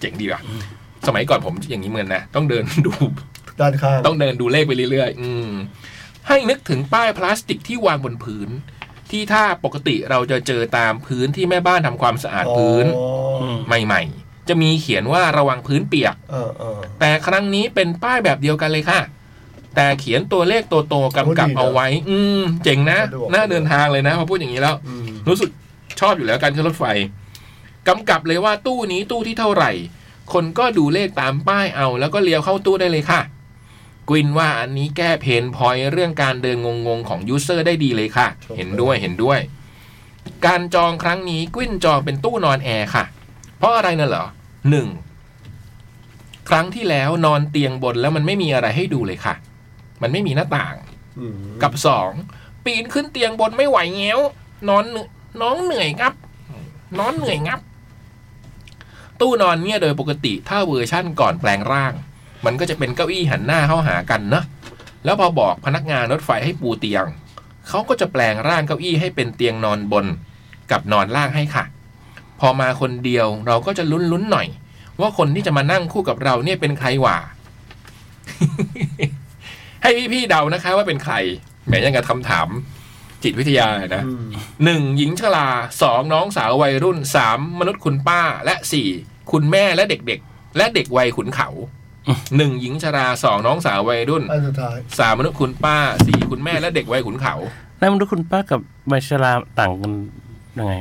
เจ๋งดีว่ะ สมัยก่อนผมอย่างนี้เหมือนนะ ต้องเดินดู
ด้านข้าง
ต้องเดินดูเลขไปเรื่อยๆ อืม ให้นึกถึงป้ายพลาสติกที่วางบนพื้น ท ที่ถ้าปกติเราจะเจอตามพื้นที่แม่บ้านทำความสะอาดพื้น
อ๋ออ
ม
ใหม่ ๆ จะมีเขียนว่าระวังพื้นเปียก
เออเออ
แต่ครั้งนี้เป็นป้ายแบบเดียวกันเลยค่ะ แต่เขียนตัวเลขตัวโตกำกับ
โอ้ดีนะ
เอาไว้ อืม เจ๋งนะ
สะดวก
น่าเดินทางเลยนะพอพูดอย่างนี้แล้ว
อืม
รู้สึกชอบอยู่แล้วการขึ้นรถไฟกำกับเลยว่าตู้นี้ตู้ที่เท่าไหร่ คนก็ดูเลขตามป้ายเอา แล้วก็เลี้ยวเข้าตู้ได้เลยค่ะ กวินว่าอันนี้แก้เพนพอยต์เรื่องการเดินงงๆของยูเซอร์ได้ดีเลยค่ะ เห็นด้วยเห็นด้วย การจองครั้งนี้กวินจองเป็นตู้นอนแอร์ค่ะ เพราะอะไรน่ะเหรอหนึ่งครั้งที่แล้วนอนเตียงบนแล้วมันไม่มีอะไรให้ดูเลยค่ะ มันไม่มีหน้าต่าง
อืม
กับสองปีนขึ้นเตียงบนไม่ไหวแง้วนอนเหนื่อยน้องเหนื่อยงับ น้องเหนื่อยงับ ตู้นอนเนี่ยโดยปกติถ้าเวอร์ชั่นก่อนแปลงร่าง มันก็จะเป็นเก้าอี้หันหน้าเข้าหากันเนอะแล้วพอบอกพนักงานรถไฟให้ปูเตียง เขาก็จะแปลงร่างเก้าอี้ให้เป็นเตียงนอนบน กับนอนล่างให้ค่ะ พอมาคนเดียวเราก็จะลุ้นๆหน่อย ว่าคนที่จะมานั่งคู่กับเราเนี่ยเป็นใครหว่า ให้พี่ๆเดานะคะว่าเป็นใครแหมยังกับคำถาม จิตวิทยาเลยนะ
อืม
หนึ่งหญิงชราสองน้องสาววัยรุ่นสามมนุษย์คุณป้าและสี่คุณแม่และเด็กๆ และเด็กวัยขุนเขา
อืม
หนึ่งหญิงชราสองน้องสาววัยรุ่น
อันสุดท้าย
สามมนุษย์คุณป้าสี่คุณแม่และเด็กวัยขุนเขา
แล้วมนุษย์คุณป้ากับใบชราต่างกันยังไง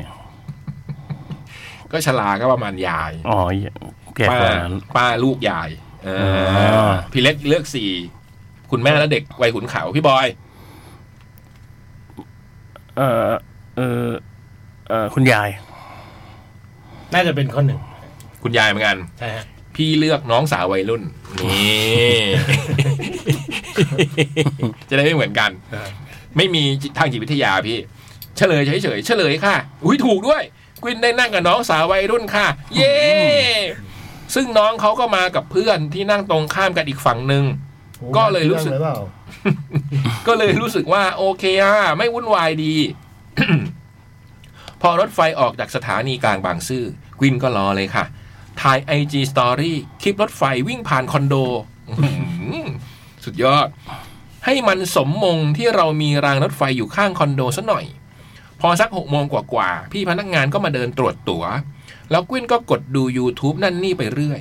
ก็ชราก็ประมาณยาย
อ๋อแก่
ป้าก
ว่านั้น
ป้าลูกยายเออ
อ
พี่เล็กเลือกสี่คุณแม่และเด็กวัยขุนเขาพี่บอย
เออเออเออคุณยาย
น่าจะเป็นข้อหนึ่ง
คุณยายเหมือนกัน
ใช่ฮะ
พี่เลือกน้องสาววัยรุ่น นี่ จะได้ไม่เหมือนกัน ไม่มีทางจิตวิทยาพี่ เฉลยเฉยเฉยๆเฉลยค่ะ อุ้ยถูกด้วยกวินได้นั่งกับน้องสาววัยรุ่นค่ะ เย้ซึ่งน้องเขาก็มากับเพื่อนที่นั่งตรงข้ามกันอีกฝั่งหนึ่ง ก็เลยรู้สึก
เรื่องอะไรเปล่า
ก็เลยรู้สึกว่าโอเคอะไม่วุ่นวายดี พอรถไฟออกจากสถานีกลางบางซื่อกวินก็รอเลยค่ะ ถ่าย IG Story คลิปรถไฟวิ่งผ่านคอนโด อื้อหือสุดยอด ให้มันสมมงที่เรามีรางรถไฟอยู่ข้างคอนโดซะหน่อย พอสักหกโมงกว่าๆ พี่พนักงานก็มาเดินตรวจตัว๋ว แล้วกวินก็กดดู YouTube นั่นนี่ไปเรื่อย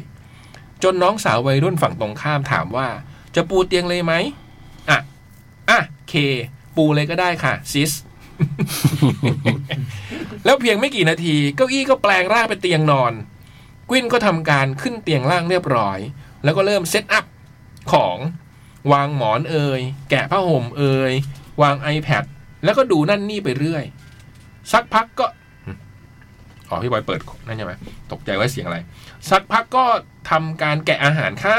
จนน้องสาววัยรุ่นฝั่งตรงข้ามถามว่า จะปูเตียงเลยไหมอ่ะ อ่ะเค ปูเลยก็ได้ค่ะซิส แล้วเพียงไม่กี่นาทีเก้าอี้ก็แปลงร่างเป็นเตียงนอน กวินก็ทำการขึ้นเตียงล่างเรียบร้อย แล้วก็เริ่มเซตอัพของวางหมอนเอยแกะผ้าห่มเอย วาง iPad แล้วก็ดูนั่นนี่ไปเรื่อย สักพักก็อ๋อพี่บอยเปิดนั่นใช่ไหมตกใจว่าเสียงอะไร สักพักก็ทำการแกะอาหารค่ะ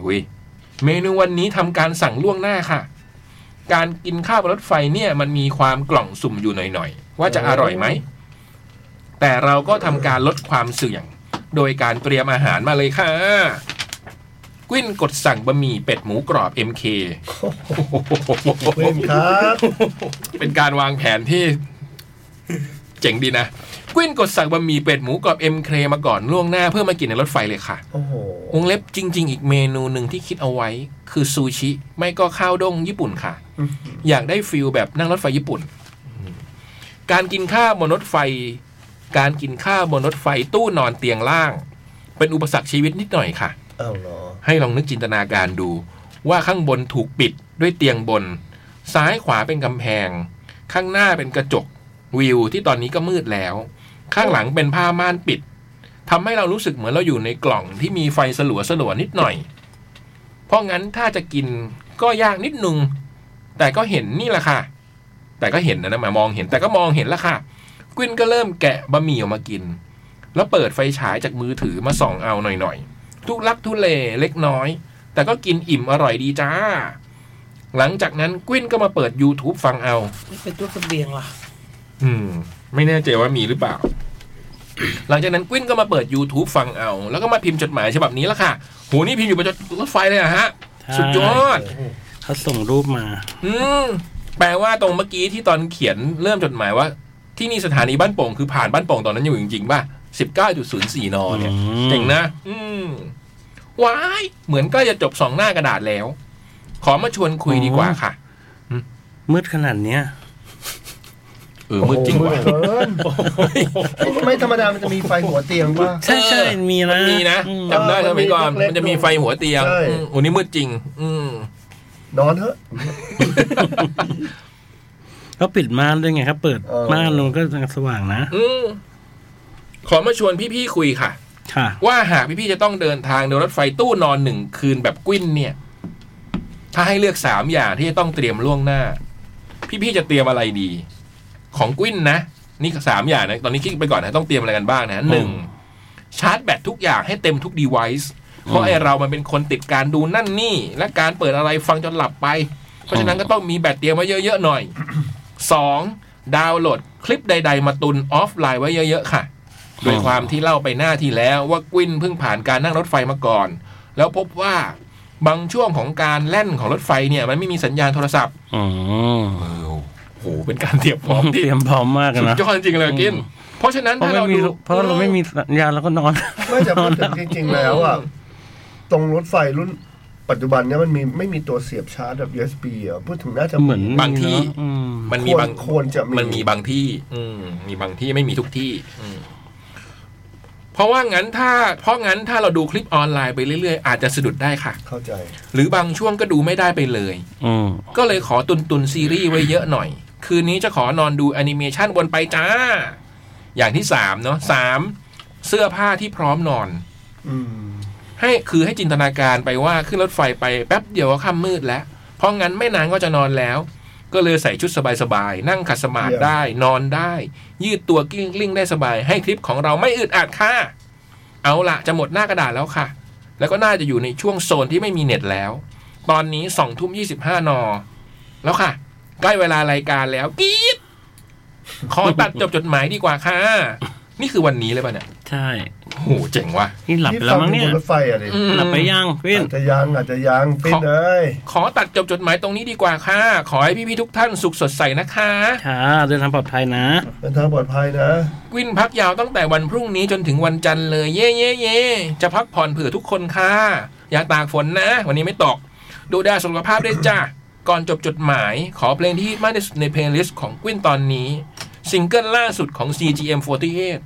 หุยเมนูวันนี้ทำการสั่งล่วงหน้าค่ะ การกินข้าวบนรถไฟเนี่ยมันมีความกล่องสุ่มอยู่หน่อยๆ ว่าจะอร่อยไหม แต่เราก็ทำการลดความเสี่ยง โดยการเตรียมอาหารมาเลยค่ะ กวินกดสั่งบะหมี่เป็ดหมูกรอบ MK
เล่นครับ
เป็นการวางแผนที่ เจ๋งดีนะ กวินกดสั่งบะหมี่เป็ดหมูกรอบ MK มาก่อนล่วงหน้าเพื่อมากินในรถไฟเลยค่ะ
โอ้โห
วงเล็บจริง ๆ อีกเมนูหนึ่งที่คิดเอาไว้ คือซูชิ ไม่ก็ข้าวด้งญี่ปุ่นค่ะ อยากได้ฟิลแบบนั่งรถไฟญี่ปุ่น การกินข้าวบนรถไฟ การกินข้าวบนรถไฟตู้นอนเตียงล่าง เป็นอุปสรรคชีวิตนิดหน่อยค่ะ
เอ้าเหรอ
ให้ลองนึกจินตนาการดู ว่าข้างบนถูกปิดด้วยเตียงบน ซ้ายขวาเป็นกำแพง ข้างหน้าเป็นกระจก วิวที่ตอนนี้ก็มืดแล้ว ข้างหลังเป็นผ้าม่านปิดทำให้เรารู้สึกเหมือนเราอยู่ในกล่องที่มีไฟสลัวสลัวๆนิดหน่อย เพราะงั้นถ้าจะกินก็ยากนิดนึง แต่ก็เห็นนี่แหละค่ะ แต่ก็เห็นนะนะหมายมองเห็นแต่ก็มองเห็นละค่ะกวินก็เริ่มแกะบะหมี่ออกมากิน แล้วเปิดไฟฉายจากมือถือมาส่องเอาหน่อยๆ ทุลักทุเลเล็กน้อย แต่ก็กินอิ่มอร่อยดีจ้า หลังจากนั้นกวินก็มาเปิด YouTube ฟังเอา
ไม่เป็นตัวเสบียงหรอ
อืม ไม่แน่ใจว่ามีหรือเปล่า หลังจากนั้นกวินก็มาเปิด YouTube ฟังเอา แล้วก็มาพิมพ์จดหมายฉบับนี้ละค่ะโหนี่พิมพ์อยู่บนรถไฟเลยเหรอะฮะ สุดยอด
เขาส่งรูปมา
อืม แปลว่าตรงเมื่อกี้ที่ตอนเขียนเริ่มจดหมายว่า ที่นี่สถานีบ้านโป่งคือผ่านบ้านโป่งตอนนั้นอยู่จริงๆป่ะสิบเก้าจุดศูนย์สี่นอเนี่ย
อืม
เจ๋งนะ อืมว้าย เหมือนใก็จะจบสองหน้ากระดาษแล้ว ขอมาชวนคุยดีกว่าค่ะ
มืดขนาดเนี้ย
เออมืดจริง
โอ้โห
ว่ะ
เกินไม่ธรรมดามันจะมีไฟหัวเตียงป่ะ
ใช่ใช่มีนะ
มีนะ
อืม
จำได้สมัยก่อน
เออมันมี
มันจะมีไฟหัวเตียง
ใช่
อืมวันนี้มืดจริง อืม
นอนเถอะ
เขาปิดม่านด้วยไงครับเปิด
เออ
ม่านลงก็สว่างนะ
อืมขอมาชวนพี่ๆคุยค่ะ
ค่ะ
ว่าหากพี่ๆจะต้องเดินทางโดยรถไฟตู้นอนหนึ่งคืนแบบกุ้นเนี่ย ถ้าให้เลือกสามอย่างที่จะต้องเตรียมล่วงหน้า พี่ๆจะเตรียมอะไรดี ของกุ้นนะนี่สามอย่างนะตอนนี้คิดไปก่อนนะต้องเตรียมอะไรกันบ้างนะหนึ่งชาร์จแบตทุกอย่างให้เต็มทุก device เพราะไอเรามันเป็นคนติดการดูนั่นนี่ และการเปิดอะไรฟังจนหลับไป เพราะฉะนั้นก็ต้องมีแบตเตรียมไว้เยอะๆหน่อยสองดาวน์โหลดคลิปใด ๆ มาตุนออฟไลน์ไว้เยอะๆค่ะ โดยความที่เล่าไปหน้าที่แล้วว่ากวินเพิ่งผ่านการนั่งรถไฟมาก่อน แล้วพบว่าบางช่วงของการแล่นของรถไฟเนี่ย มันไม่มีสัญญาณโทรศัพท์
อ๋อ
โอ้โหเป็นการเตรียมพร้อม
เต
ที่
รียมพร้อมมากอะ
สุด
นะ
ยอดจริงเลยกิน เพราะฉะนั้น
เพราะ
ถ้า
ไม่
เรา
มี
ดู
เพราะเราไม่มีสัญญาณเราก็นอน
ไม่จะพูดถึงจริง ๆ แล้วอ่ะ ตรงรถไฟรุ่นปัจจุบันเนี้ยมันมีไม่มีตัวเสียบชาร์จแบบ USB อ่ะพูดถึงน่าจะ
เหมือน
บางที่
อืม
มันมีบาง
ควรจะมี
มันมีบางที่ อืมมีบางที่ไม่มีทุกที่ อืมเพราะว่างั้นถ้า เพราะงั้นถ้าเราดูคลิปออนไลน์ไปเรื่อยๆ อาจจะสะดุดได้ค่ะ
เข้าใจ
หรือบางช่วงก็ดูไม่ได้ไปเลย
อืม
ก็เลยขอตุนตุนซีรีส์ไว้เยอะหน่อย คืนนี้จะขอนอนดูแอนิเมชันวนไปจ้า อย่างที่สามเนาะสามเสื้อผ้าที่พร้อมนอน
อืม
ให้คือให้จินตนาการไปว่าขึ้นรถไฟไปแป๊บเดียวก็ค่ำมืดแล้ว เพราะงั้นไม่นานก็จะนอนแล้ว ก็เลยใส่ชุดสบายๆ นั่งขัดสมาธิ
เยี่ยม
ได้นอนได้ ยืดตัวกิ้งกลิ้งได้สบาย ให้คลิปของเราไม่อึดอัดค่ะ เอาละจะหมดหน้ากระดาษแล้วค่ะ แล้วก็น่าจะอยู่ในช่วงโซนที่ไม่มีเน็ตแล้ว ตอนนี้สองทุ่มยี่สิบห้านอ แล้วค่ะ ใกล้เวลารายการแล้วกรี๊ดขอตัดจบจดหมายดีกว่าค่ะนี่คือวันนี้เลยป่ะเนี่ย
ใช่
โอ้โหเจ๋งว่ะ
นี่หลับไปแล้วมั้งเนี่ย
ที่ฟับรถไฟอ่ะดิ
อืม
หลับไปยังเพื่อน
อาจจะยังอาจจะยังปิด
ขอ
เอ้ย
ขอตัดจบจดหมายตรงนี้ดีกว่าค่ะ ขอให้พี่ๆทุกท่านสุขสดใสนะคะ
ค่ะเดินทางปลอดภัยนะ
เป็นทางปลอดภัยนะ
วินพักยาวตั้งแต่วันพรุ่งนี้จนถึงวันจันทร์เลยเย่เย่เย่จะพักผ่อนเผื่อทุกคนค่ะ อย่าตากฝนนะ วันนี้ไม่ตก ดูแลสุขภาพด้วยจ้ะ ก่อนจบจดหมาย ขอเพลงที่ฮิตมากที่สุดในเพลย์ลิสต์ของกวินตอนนี้ ซิงเกิลล่าสุดของ CGM48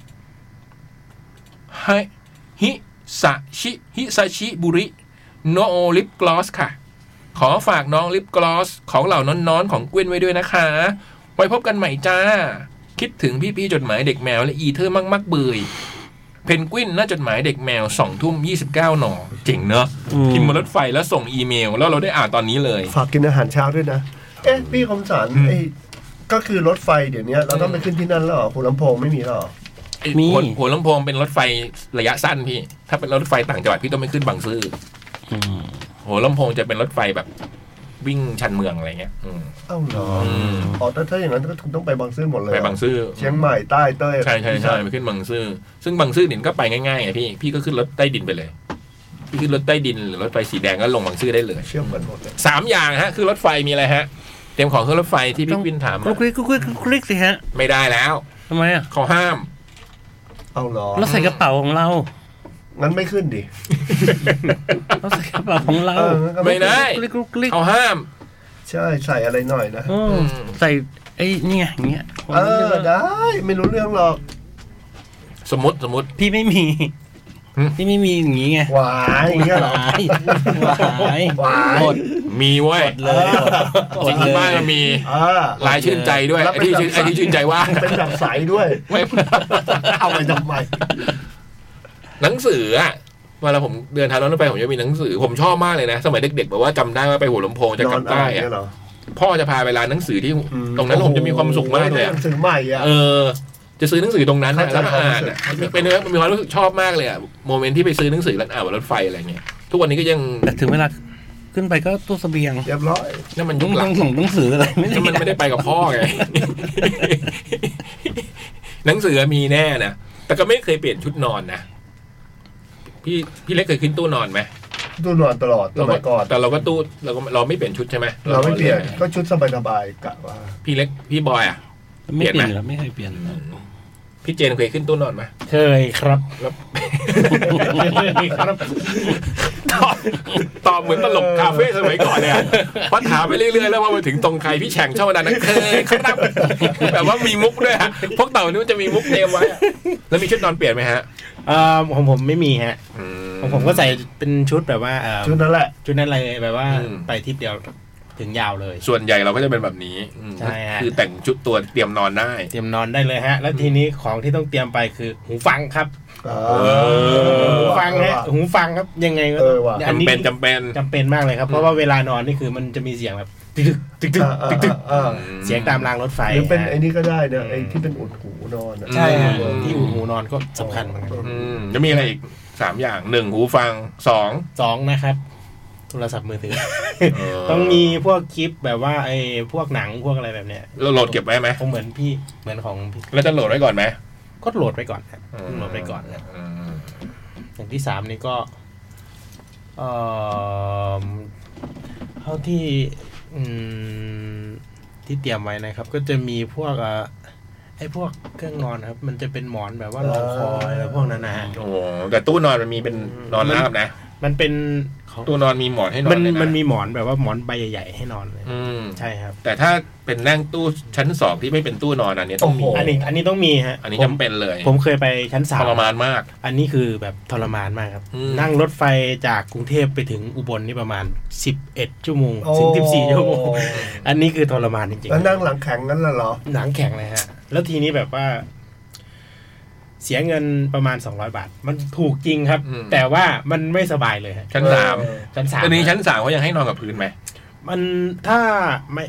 ให้ฮิซาชิฮิซาชิบุริ โนโอลิปกลอสค่ะ ขอฝากน้องลิปกลอสของเหล่าน้อนๆของกวินไว้ด้วยนะคะ ไว้พบกันใหม่จ้า คิดถึงพี่ๆจดหมายเด็กแมวและอีเธอร์มากๆเบยเพนกวินน่าจดหมายเด็กแมวสองทุ่มยี่สิบเก้าหนอเจ๋งเนอะ
อืม
พิมพ์บนรถไฟแล้วส่งอีเมล แล้วเราได้อ่านตอนนี้เลย
ฝากกินอาหารเช้าด้วยนะ เอ๊ะ พี่คมสันไอ้ก็คือรถไฟเดี๋ยวนี้เราต้องไปขึ้นที่นั่นแล้วเหรอหัวลำโพงไม่มีแล้วเหรอ
ไอ้
มี
หัวหัวลำโพงเป็นรถไฟระยะสั้นพี่ ถ้าเป็นรถไฟต่างจังหวัดพี่ต้องไม่ขึ้นบางซื่อ
อืม
หัวลำโพงจะเป็นรถไฟแบบ วิ่งชันเมืองอะไรเงี้ย อืม
เอ้าเหรอ
อืม
อ๋อแต่ถ้าอย่างนั้นก็ต้องไปบางซื่อหมดเลย
ไปบางซื่อ
เชียงใหม่ใต้เต้ย
ใช่ใช่ใช่ไปขึ้นบางซื่อซึ่งบางซื่อเนี่ยก็ไปง่ายๆไงพี่พี่ก็ขึ้นรถใต้ดินไปเลย พี่ขึ้นรถใต้ดินหรือรถไฟสีแดงก็ลงบางซื่อได้เลย
เชื่อมกันหมดเลย
สามอย่างฮะ คือรถไฟมีอะไรฮะ เตรียมของขึ้นรถไฟที่พี่วินถาม
กรุ
มาก
ริกกรุกริกกรุกริกสิฮะ
ไม่ได้แล้ว
ทำไมอ่ะ
เขาห้าม
เอาเหรอ
เราใส่กระเป๋าของเรา
งั้นไม่ขึ้นดิ
เราใส่กระเป๋าของเรา
เอองั้นก็
ไม่ได้
กรุกริกกรุกริก
เขาห้าม
ใช่ใส่อะไรหน่อยนะ
โอ้ใส่ไอ้นี่ไงอย่างเงี้ยผม
เออได้ไม่รู้เรื่องหรอก
สมมติสมมติ
พี่ไม่มี
หืม
พี่ไม่มีอย่างงี้ไง
หวานอย่างเงี้ยเหรอ
หายหาย
หวาย
หมด
มีเว้ย
เลย
จริงๆบ้านมันมี
เออ
ลายชื่นใจด้วย
แล้ว
ไอ้ที่ชื่น
เป็นแบบ
ไอ้ที่ชื่นใจว่าง
เป็นแบบใสด้วย
เว็บ
เอาไปทำไม
หนังสืออะเวลาผมเดินทางรถไฟผมจะมีหนังสือ ผมชอบมากเลยนะ สมัยเด็กๆแบบว่าจำได้ว่าไปหัวลำโพงจะกลับใต้
นนเาย่า
อะ
งเงี้ยเหรอ
พ่อจะพาไปร้านหนังสือที่
อื
ตรงนั้นแล้วผมจะมีความสุขมากเลย
โอ้โห
อะ
ได้หนังสือใหม่อ่ะ
เออ จะซื้อหนังสือตรงนั้นอะ
เข้าใจ
แล้วมาอ่านอะ
เข้าใจ
เป็นเป็นมีความรู้สึกชอบมากเลยอะโมเมนต์ที่ไปซื้อหนังสือแล้วอ่านบนรถไฟอะไรเงี้ยทุกวันนี้ก็ยัง
แต่ถึงเวลาขึ้นไปก็ตู้เสบียง
เรียบร้อย
นั่นมัน
ต้
ยุ
อง
คหลั
ต้
ง
องส่งหนังสืออะไรไม่
ก็มั
ได้
นไม่ได้ไปกับพ่อไง หนังสือมีแน่นะ แต่ก็ไม่เคยเปลี่ยนชุดนอนนะ พี่พี่เล็กเคยขึ้นตู้นอนไหม
ดูนอนตลอดสมัยก่อน
แต่เราก็ตู้เราก็เราไม่เปลี่ยนชุดใช่ไหม
เราไม่เปลี่ยนก็ชุดสบายๆกะว่า
พี่เล็กพี่บอยอ่ะ
ไม่เปลี่ยน
เปลี่ยนไหม
แล้วไม่เคยเปลี่ยน
พี่เจนเคยขึ้นตู้นอนไหม
เคยครับ
แล้ว
เคยครับ
ตอบตอบเหมือนตลกคาเฟ่สมัยก่อนเนี่ยพอถ ามไปเรื่อยๆแล้วพอมาถึงตรงใครพี่แฉ่งชอบดันนั้นเคยครับ แบบว่ามีมุกด้วยฮะพวกเต่านี่มันจะมีมุกเตรียมไว้อะแล้วมีชุดนอนเปลี่ยนไหมฮะ
เอ่อของผมไม่มีฮะ
อื
ของผมก็ใส่เป็นชุดแบบว่าเอ่อ
ชุดนั้นแหละ
ชุดนั้นเลยแบบว่า
อืม
ไปทริปเดียวถึงยาวเลย
ส่วนใหญ่เราก็จะเป็นแบบนี้อืม
ใช่ฮะ
คือแต่งชุดตัวเตรียมนอนได้
เตรียมนอนได้เลยฮะ แล้วทีนี้ของที่ต้องเตรียมไปคือหูฟังครับ
อ
หูฟังฮะหูฟังครับยังไงก็
เออว่ะ
อั
จำเป็นจำเป็น
จำเป็นมากเลยครับ เพราะว่าเวลานอนนี่คือมันจะมีเสียงแบบตึกตึกตึกตึกตึก
เออ
เสียงตามรางรถไฟ
หรือเป็น
ฮะ
ไอ้นี่ก็ได้เนี่ยไอ้ที่เป็นอุดหูนอนอะ
ใช่ฮะ
อืม
ที่หูหูนอนก็สำคัญเหมือนกัน
อืมจะมีอะไรอีกสามอย่างหนึ่งหูฟังสอง
สองนะครับ โทรศัพท์มือถือ
เ
ต้องมีพวกคลิปแบบว่าไอ้พวกหนังพวกอะไรแบบเนี้ย
เราโหลดเก็บไว้ไหม
คงเหมือนพี่เหมือนของพี่
เราจะโหลดไว้ก่อนไหม
ก็โหลดไปก่อนครับโหลดไปก่อนนะ
อืม
อย่างที่สามนี่ก็เอ่อเท่าที่อืมที่เตรียมไว้นะครับ ก็จะมีพวกเอ่อไอ้พวกเครื่องนอนครับ มันจะเป็นหมอนแบบว่ารองคอยอะไรพวกนั้นนะฮะ
โอ้โหแต่ตู้นอนมันมีเป็นนอนราบนะ
มันเป็นของ
ตู้นอนมีหมอนให้นอน
มัน
เลยะ
มันมีหมอนแบบว่าหมอนใบใหญ่ๆให้นอนเลย
อืม
ใช่ครับ
แต่ถ้าเป็นนั่งตู้ชั้นสองที่ไม่เป็นตู้นอนอันเนี้ยต้องมี
อันนี้อันนี้ต้องมีฮะ
อันนี้
ผ
จำ
ม
เป็นเลย
ผมเคยไปชั้นสา
ท
ม
รมานมาก
อันนี้คือแบบทรมานมากครับ
อืม
นั่งรถไฟจากกรุงเทพไปถึงอุบลนี่ประมาณ 11 ชั่วโมงถึง 14 ชั่วโมง อันนี้คือทรมานจริง
แล้วนั่งหลังแข็งนั่นแหละเหรอ
หนังแข็งเลยฮะ แล้วทีนี้แบบว่า เสียเงินประมาณ 200 บาท มันถูกจริงครับ
อืม
แต่ว่ามันไม่สบายเลยฮะ
ชั้นสาม
ชั้นสาม
อันนี้ชั้นสามเขายังให้นอนกับพื้นไหม
มันถ้าไม่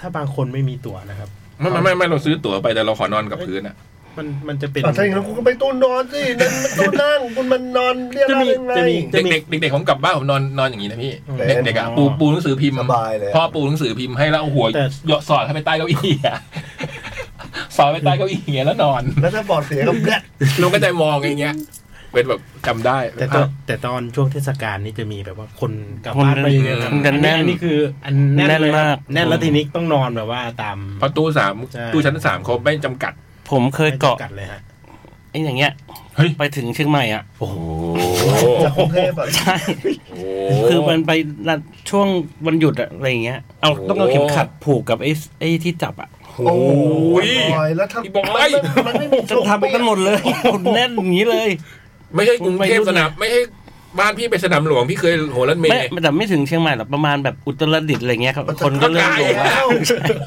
ถ้าบางคนไม่มีตั๋วนะครับ
ไม่ไม่ไม่ไม่เราซื้อตั๋วไปแต่เราขอนอนกับพื้นอ่ะ
มันมันจะเป็น
อ่ะถ้าอย่างนั้นคุณก็ไปตู้นอนสินั่นมันตู้นั่งคุณมันนอนเรียก
จะ
ได้
มี
ยังไง
จะมี
เด็กเด็กเด็กเด็กผมกลับบ้านผมนอนนอนอย่างนี้นะพี่
อืม
เด็กเด็กอะ
อ๋อ
ปูปูหนังสือพิมพ์
สบายเลย
พ่อปูหนังสือพิมพ์ให้แล้วเอาหัว
แต่
หยอดสอดเข้าไปใต้เก้าอี้ อะสอดไปใต้เก้าอี้อย่างเงี้ยแล้วนอน
แล้วถ้าบอดเสียก็แบล็ค
ลุงก็จะมองอย่างเงี้ย เป็นแบบจำได้
แต่ตอนแต่ตอนช่วงเทศกาลนี่จะมีแบบว่าคนกลับบ้านไป
คน
เยอะครับ
คนกันแน่น
อันี่คืออันแน่น
แน่น
เลยครับ
มาก
แน่นแล้วทีนี้ต้องนอนแบบว่าตาม
เพราะตู้สาม
ใช่
ตู้ชั้นสามเขาไม่จำกัด
ผมเคยเกาะ
ไม่จำกัดเลยฮะ
ไอ้อย่างเงี้ย
เฮ้ย
ไปถึงเชียงใหม่อ่ะ
โอ้โห
จากกรุงเทพอ่ะ
ใช่ คือมันไปนัดช่วงวันหยุดอะอะไรอย่างเงี้ย เอาต้องเอาเข็มขัดผูกกับไอ้ไอ้ที่จับอะ
โอ้ย
บอยแล้วถ้า
พี่บอย
มันไม่มี
จะทำกันหมดเลยคุณแน่นอย่างนี้เลย
ไม่ใช่กรุงเทพสนามไม่ใช่บ้านพี่ไปสนามหลวงพี่เคยโหรถเม
ไม่
ย์
แต่ไม่ถึงเชียงใหม่หรอกประมาณแบบอุตรดิตถ์อะไรเงี้ยครับคนก็
ก็
เริ่ม
กาย
รู้ว่า
แล้ว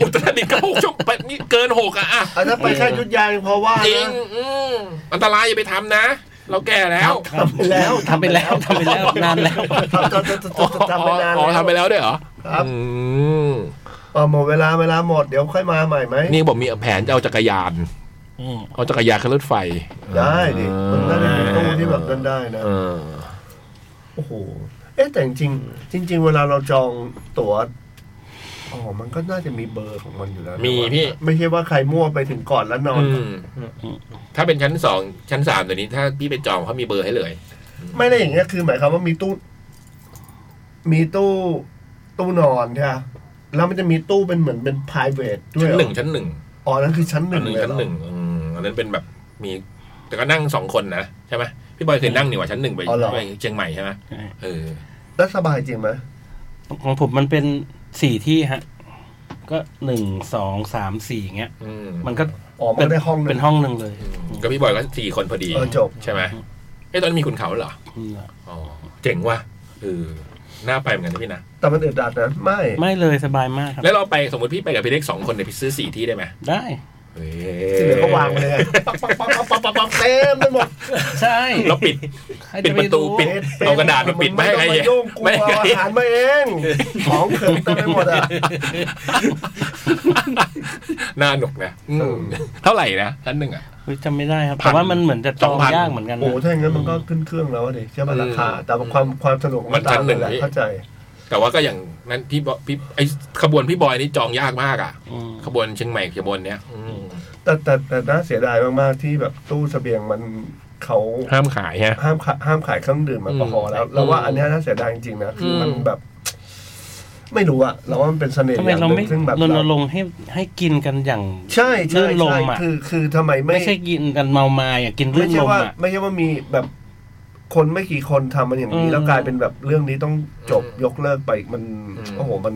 อุตรดิตถ์ก็หกชั่วไปนี่เกินหกอะอะ
อ่ะถ้าไปแค่ยุทธยายังพอว่า
จริง
นะ
อืมอันตรายอย่าไปทำนะ เราแก่แล้ว
ทำไปแล้ว
ทำไปแล้วทำไปแล้วนานแล้ว
ทำทำทำทำทำทำไปนาน
อ๋อทำไป
แล้
แล้ว
ว
ด้วยเหรอ
ครับ
อืม
อ๋อหมดเวลาเวลาหมดเดี๋ยวค่อยมาใหม่ไหม
นี่บอกมีแผนจะเอาจักรยาน เอาจักรยานขึ้นรถไฟ
ได้ดิมันน่าจะมีตู้ที่แบบนั้นได้นะ
เออ
โอ้โห เอ๊ะแต่จริงๆจริง ๆ เวลาเราจองตั๋ว อ๋อ มันก็น่าจะมีเบอร์ของมันอยู่แล้วนะ
มี
ว่า
พี่
ไม่ใช่ว่าใครมั่วไปถึงก่อนแล้วนอน
อืมถ้าเป็นชั้นสองชั้นสามตัวนี้ถ้าพี่ไปจองเขามีเบอร์ให้เลย
ไม่ได้อย่างเงี้ยคือหมายความว่ามีตู้ มีตู้ตู้นอนใช่ไหมแล้วมันจะมีตู้เป็นเหมือนเป็น private ด้วย
ชั้นห
เรอ
นึ่งชั้นหนึ่ง
อ๋อ นั่นคือชั้นห
อั
นึ่
นหนึ่ง
งเลย
ชั้น
เรอ
หนึ่งอืมอันนั้นเป็นแบบมีแต่ก็นั่งสองคนนะใช่ไหมพี่บอยเคยนั่งนี่หว่าชั้นหนึ่งไป
อ๋อเหรอ
ไปเชียงใหม่ใช่ไหม
ใช่
เออ
แล้วสบายจริงไหม
ของผมมันเป็นสี่ที่ฮะ ก็หนึ่งสองสามสี่อย่างเงี้ย
อืม
มันก็
อ๋อ มันก็ได้ห้องหนึ่
เป็น
ง
ห้องหนึ่งเลย
ก็พี่บอยก็สี่คนพอดี
เออจบ
ใช่ไหมไอ้ยตอนนั้นมีคุณเขาด้วยเหรออ๋อเจ๋งว่ะเออน่าไปเหมือนกันนะพี่นะ
แต่มันอึดอัดนะ ไม่
ไม่เลยสบายมากครับ
แล้วเราไปสมมติพี่ไปกับพี่เล็กสองคนเนี่ยพี่ซื้อสี่ที่ได้ไหม
ได้
เฮ้ย
ที่เหลือก็วางไปเลยไงปักปักปักปักปักปักเต็มไปหมด
ใช่
แล้วปิด
ใคร
ปิด
จ
ประตูปิด เอากระดาษมาปิดไม่ให้ใครเห็น
นยุ่งกู
ไม่ให้ใค
เอา
ร
อา
เห็น
หารมาเอง ของเขินเต็มไปหมดอ่ะ
หน้าหนุกนะอืม
เออ
เท่าไหร่นะชั้นหนึ่งอ่ะ
อุ๊ยจำไม่ได้ครับ
พัน
แต่ว่ามันเหมือนจะจอง
สองพัน
ยากเหมือนกันนะ
โอ้ถ้าอย่างนั้นมันก็ขึ้นเครื่องแล้วอะดิใช่ไหมราคา
อืม
แต่ว่าความความสนุก
มันชั้นหนึ่ง
แหละ
พี่
เข้าใจ
แต่ว่าก็อย่างนั้นพี่บอพี่ไอขบวนพี่บอยนี่จองยากมากอ่ะ
อืม
ขบวนเชียงใหม่ขบวนเนี้ย
แต่แต่แต่น่าเสียดายมาก ๆ ที่แบบตู้เสบียงมันเขา
ห้ามขายฮะ
ห้ามขาห้ามขายเครื่องดื่มแอลกอฮอล์แล้วเราว่าอันเนี้ยน่าเสียดายจริง ๆ นะ คืออ
ม
มันแบบ ไม่รู้อะเราว่ามันเป็นเสน่ห์
ทำ
อ
ไม
ย่าง
เรา
ห
ไม่
นึ่งซึ่งแบ
ร
บเรา
ณรงค์ให้ให้กินกันอย่าง
ใช่ใช่
ลื่นลม
ใช่
อะ
คือ คือทำไมไม่
ไม่ใช่กินกันเมามาอ่ะกิน
ไม่
รื่น
ใช่
ลม
ว่า
อ่ะ
ไม่ใช่ว่ามีแบบ คนไม่กี่คนทำมันอย่างนี้
อืม
แล้วกลายเป็นแบบเรื่องนี้ต้องจบยกเลิกไปอีกมัน
อืม
โอ้โหมัน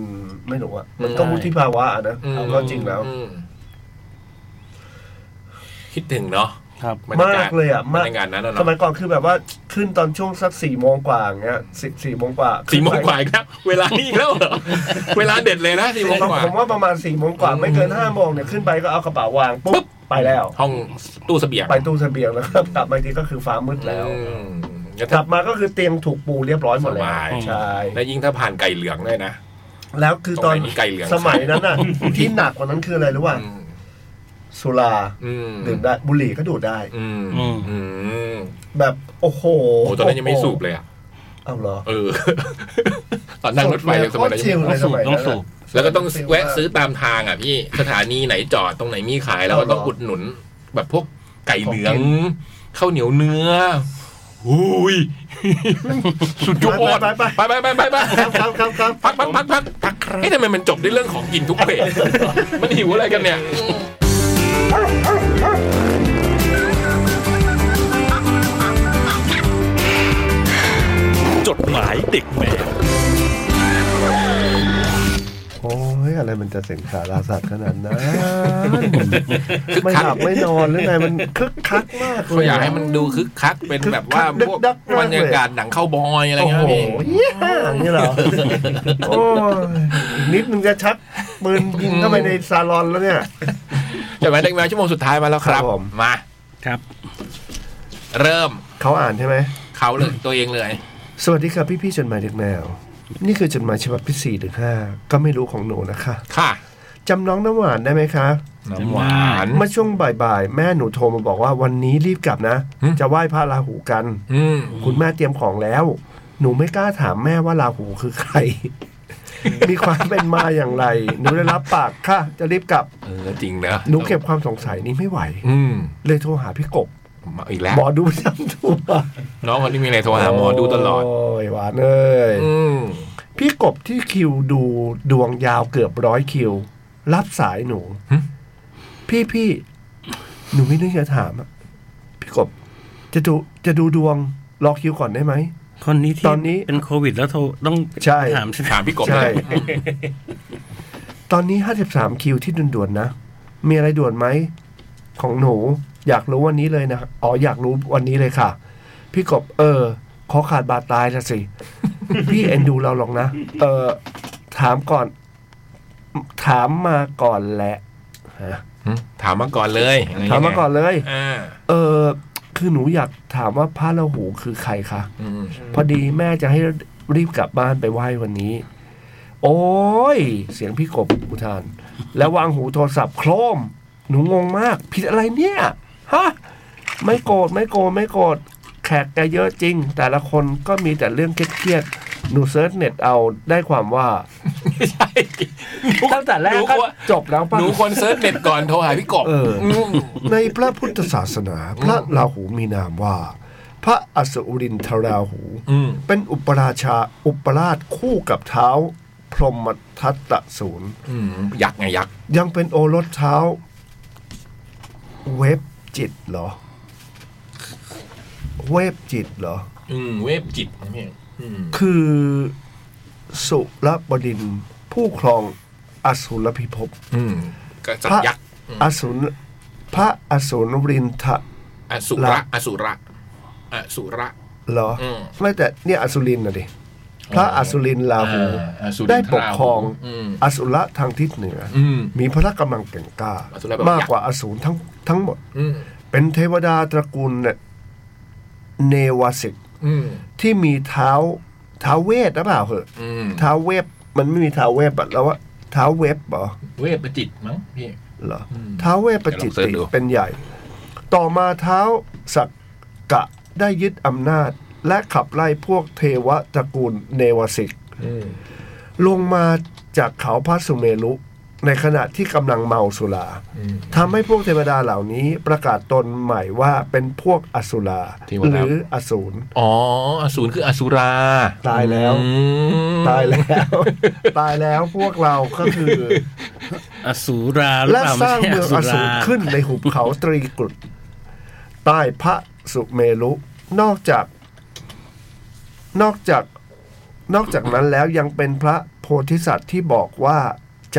ไม่รู้อะมัน
ใช่
ก็วุฒิภาวะอะนะเอาก็จริงแล้ว
อืมคิดถึงเนาะ
ครับ
บรรยศ
มากเลยอะ
บร
มาก
รยากาศนั้นอะ
ส
เนาะ
มัยก่อนคือแบบว่าขึ้นตอนช่วงสักสี่โมงกว่าอย่างเงี้ยสิบสี่โมงกว่า
สี่โมงกว่าอีกแล้วเวลานี้อีกแล้วเหรอเวลาเด็ดเลยนะสี่โมง
ผม
กว่า
ผมว่าประมาณสี่โมงกว่าไม่เกินห้าโมงเนี่ยขึ้นไปก็เอากระเป๋าวางปุ๊บไปแล้ว
ห้องตู้เสบียง
ไปตู้เสบียงแล้วครับกลับมาอีกทีก็คือฟ้ามืดแล้ว
อืมแล้ว
ก
ถ้า
ลับมาก็คือเตียงถูกปูเรียบร้อยหมด
ส
แล้ว
บาย
ใช่
และยิ่งถ้าผ่านไก่เหลืองได้นะ
แล้วคือตอน
สมัยนี้ไก่เหลือง
สมัยนั้น อ่ะ ที่หนักกว่านั้นคืออะไรรู้ป่ะ
อืม
สุรา
อืม
ดื่มได้บุหรี่ก็ดูดได้
อืมอืม
แบบโอ้โห
โอ้ตอนนั้นยังไม่สูบเลยอ่ะ
เอาเหรอ
เออ ตอนนั่งรถไฟยังสมัยนั้นยังไม่
ต้องสูบต้องสูบ
แล้วก็ต้องแวะซื้อตามทางอ่ะพี่สถานีไหนจอดตรงไหนมีขายแล้วก็ต้องอุดหนุน แบบพวกไก่เหลืองข้าวเหนียวเนื้ออุ้ยสุดยอด
ไปไป
ไปไปไปไปไป
ไปครับครับครับ
พักพักพักพักพักเอ๊ะทำไมมันจบด้วยเรื่องของกินทุกเบรกมันหิวอะไรกันเนี่ย
จดหมายเด็กแมว
โอ้ยอะไรมันจะเสียงสาราสัตว์ขนาดนั้น
คึก
ไม่
คั
หลั
ก
บไม่นอนหรือไงมันคึกคักมากเล
เขา
ย
อยากให้มันดูคึกคักเป็นแบบว่า
คึ
พ
กคัก
วก
ดึกดักมาก
บร
เลย
รยากาศหนังเข้าบอยอะไร
โอ้
เงี้ย
โห
พี่
เยี่ยอย่างนี่เหรอโอ้ยนิดนึงจะชักปืนยิงเข้าไปในซาลอนแล้วเนี่ย
จดหมายเด็กแมวชั่วโมงสุดท้ายมาแล้วครับ
ครับผม
มา
ครับ
เริ่ม
เขาอ่านใช่ไหม
เขาเลยตัวเองเลย
สวัสดีครับพี่พี่ๆจดหมายเด็กแมว นี่คือจดหมายฉบับที่สี่ถึงห้าก็ไม่รู้ของหนูนะคะ
ค่ะ
จำน้องน้ำหวานได้ไหมคะ
น้ำหวาน
เมื่อช่วงบ่ายๆ แม่หนูโทรมาบอกว่าวันนี้รีบกลับนะ จะไหว้พระราหูกัน
อืม
คุณแม่เตรียมของแล้ว หนูไม่กล้าถามแม่ว่าราหูคือ ใคร มีความเป็นมาอย่างไร หนูได้รับปากค่ะ จะรีบกลับ
เออจริงนะ
หนูเก็บความสงสัยนี้ไม่ไหว
อืม
เลยโทรหาพี่กบ
มาอีกแล้ว
หมอดูประจำตัว
น้องคนที่มีอะไรโทรหาหมอดูตลอด
โยหวานเอ้ย
อืม
พี่กบที่คิวดูดวงยาวเกือบร้อยคิว รับสายหนู พี่พี่หนูไม่นึกจะถามอะพี่กบ จะดูจะดูดวงรอคิวก่อนได้ไหม
คนนี้ที่
ตอนนี้
เป็นโควิดแล้วโทรต้อง
ใช่
ถามใช่ไหม
ถามพี่กบ
ใช่
เลย
ตอนนี้ห้าสิบสามคิวที่ด่วนๆนะ มีอะไรด่วนไหม ของหนู อยากรู้วันนี้เลยนะ อ๋อ อยากรู้วันนี้เลยค่ะ พี่กบ เออ ขอขาดบาดตายละสิ พี่เอ็นดูเราหรอกนะ เออ ถามก่อน ถามมาก่อนแหละฮะ
ถามมาก่อนเลยอะไร
ถามมาก่อนเลย
อ่า
เออ คือหนูอยากถามว่าพระราหูคือใครคะ
อืม
พอดีแม่จะให้รีบกลับบ้านไปไหว้วันนี้ โอ้ย เสียงพี่กบอุทาน แล้ววางหูโทรศัพท์โครม หนูงงมาก ผิดอะไรเนี่ย ฮะ ไม่โกรธไม่โกรธไม่โกรธแขกแกเยอะจริง แต่ละคนก็มีแต่เรื่องเครียดๆหนูเซิร์ชเน็ตเอาได้ความว่า
ไม่ใช่
ตั้งแต่แรกก็จบแล้วป่ะ
หนูควรเซิร์ชเน็ตก่อนโทรหาพี่กบ
เอออื
ม
ในพระพุทธศาสนา พระราหูมีนามว่า พระอสุรินทราหู
อืม
เป็นอุปราชาอุปราชคู่กับเท้า พรหมทัตตศูนย์
อืมยักษ์ไงยักษ์
ยังเป็นโอรสเท้า เวบจิตเหรอ เวบจิตเหรอ
อืมเวฟจิตเนี่ยอืม
คือสุรบดินทร์ผู้ครองอสุรพิภพ
อืมกษัต
พ
ริ
ระ
ย์ยักษ์
อสุรพระอสุรินทะ
อสุระ
ละ
อสุระอสุระ
เหรอ
อืม
ไม่แต่เนี่ยอสุรินทร์นะดิพระอสุรินทร์ลาหู
อ่าอสุรินทรา
ได้ปกครอง
อืม
อสุระทางทิศเหนืออ
ม
มีพละกำลังเก่งกล้า
อสุระแบบ
มาก
ยักษ์
กว่าอสูรทั้งทั้งหมด
อืม
เป็นเทวดาตระกูลเนี่ยเนวสิก
อืม
ที่มีเท้าเท้าเวทหรือเปล่าเหอะ
อืม
เท้าเวบมันไม่มีเท้าเวบอะแล้วว่าเท้าเวบเหรอ
เวฟจิตมั้งพี่
เหรอเท้าเวบประจิต
เดี๋ยวลองเสิร์
ติ
ชดู
เป็นใหญ่ ต่อมาเท้าสักกะได้ยึดอำนาจ และขับไล่พวกเทวะตระกูลเนวสิก
อืม
ลงมาจากเขาพระสุเมรุในขณะที่กำลังเมาสุราทำให้พวกเทวดาเหล่านี้ประกาศตนใหม่ว่าเป็นพวกอสุราหรืออสูร
อ๋ออสูรคืออสุรา
ตายแล้ว
อืม
ตายแล้ว ตายแล้วพวกเราก็คือ
อสูราหรือ
และ
เปล่า
ส
ไม่
ร้าง
ใช่
เมื
อ
อง
สู
อ
รา
สูรขึ้นในหุบเขาตรีกุฎใต้พระสุเมรุ นอกจาก นอกจากนอกจากนั้นแล้วยังเป็นพระโพธิสัตว์ที่บอกว่า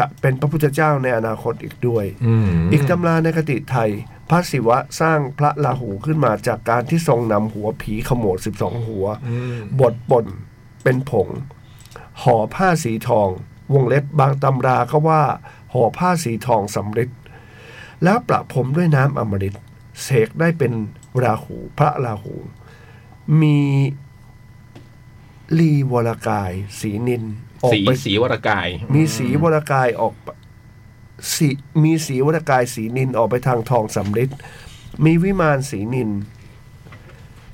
จะเป็นพระพุทธเจ้าในอนาคตอีกด้วย
อืม
อีกตำราในคติไทย พระศิวะสร้างพระราหูขึ้นมาจากการที่ทรงนำหัวผีขโมด12 หัว
อืม
บดป่นเป็นผง ห่อผ้าสีทอง วงเล็บบางตำราก็ว่า ห่อผ้าสีทองสำริดแล้วประพรมด้วยน้ำอมฤตเสกได้เป็นราหูพระราหู มีลีวรกาย สีนินออก
สี
ไป
สีวรกาย
มีสีวรกายออกสีมีสีวรกายสีนินออกไปทางทองสำริดมีวิมานสีนิน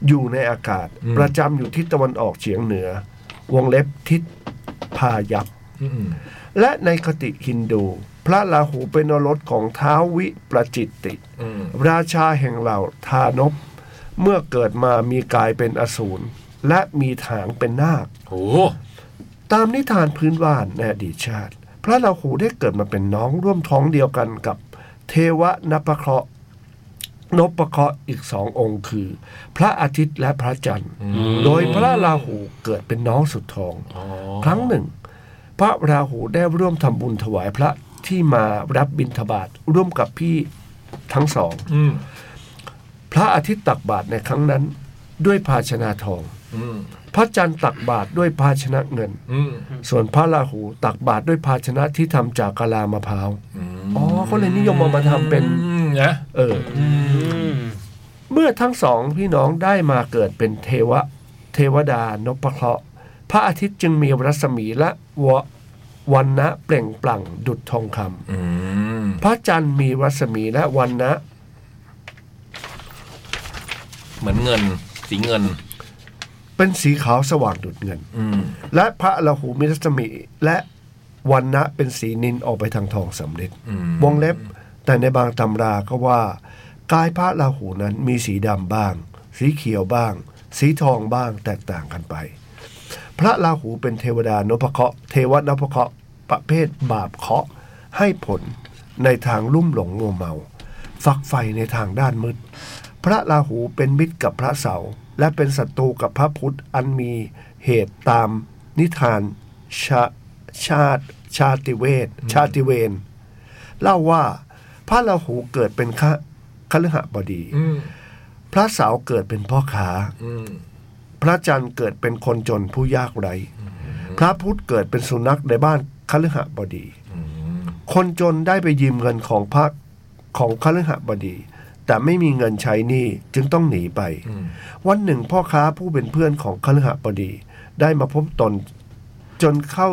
อยู่ในอากาศ
อืม
ประจำอยู่ทิศตะวันออกเฉียงเหนือ วงเล็บทิศพายัพ
อืม
และในคติฮินดู พระราหูเป็นนรสของท้าววิประจิตติ
อืม
ราชาแห่งเหล่าทานพ เมื่อเกิดมามีกายเป็นอสูรและมีถางเป็นนาค
โอ้โห
ตามนิทานพื้นบ้านในอดีตชาติ พระราหูได้เกิดมาเป็นน้องร่วมท้องเดียวกันกับเทวะนพเคราะห์นพเคราะห์อีกสององค์คือ พระอาทิตย์และพระจันทร์ โดยพระราหูเกิดเป็นน้องสุดท้อง
อ๋อ
ครั้งหนึ่ง พระราหูได้ร่วมทำบุญถวายพระที่มารับบิณฑบาตร่วมกับพี่ทั้งสอง
อืม
พระอาทิตย์ตักบาตรในครั้งนั้น ด้วยภาชนะทอง
อืม
พระจันทร์ตักบาตรด้วยภาชนะเงิน
อืม
ส่วนพระราหูตักบาตรด้วยภาชนะที่ทำจากกะลามะพร้าว อ๋อเขาเลยนิยมเอามาทำเป็น
อืมนะ
เอออเมื่อทั้งสองพี่น้องได้มาเกิดเป็นเทวะ เทวดานพเคราะห์พระอาทิตย์จึงมีรัศมีและวะวันนะเปล่งปลั่งดุจทองคำ
อืม
พระจันทร์มีรัศมีและวันนะ
เหมือนเงิน สีเงิน
เป็นสีขาวสว่างดุจเงิน
อืม
และพระราหูมีรัศมีและวันนะเป็นสีนินออกไปทางทองสำเร็จ
อืม
วงเล็บแต่ในบางตำราก็ว่า กายพระราหูนั้นมีสีดำบ้าง สีเขียวบ้าง สีทองบ้างแตกต่างกันไป พระราหูเป็นเทวดานพเคราะห์เทวะนพเคราะห์ประเภทบาปเคราะห์ให้ผลในทางลุ่มหลงงัวเมา ฝักใฝ่ในทางด้านมืด พระราหูเป็นมิตรกับพระเสาร์และเป็นศัตรูกับพระพุธอันมีเหตุตามนิทานชาชาติชาติเวทชาติเวน เล่าว่าพระราหูเกิดเป็นคคฤหบดี
อืม
พระเสาร์เกิดเป็นพ่อค้า
อืม
พระจันทร์เกิดเป็นคนจนผู้ยากไร้ พระพุธเกิดเป็นสุนัขในบ้านคฤหบดี คนจนได้ไปยืมเงินของพระของคฤหบดี แต่ไม่มีเงินใช้หนี้จึงต้องหนีไป วันหนึ่งพ่อค้าผู้เป็นเพื่อนของคฤหบดี ได้มาพบตนจนเข้า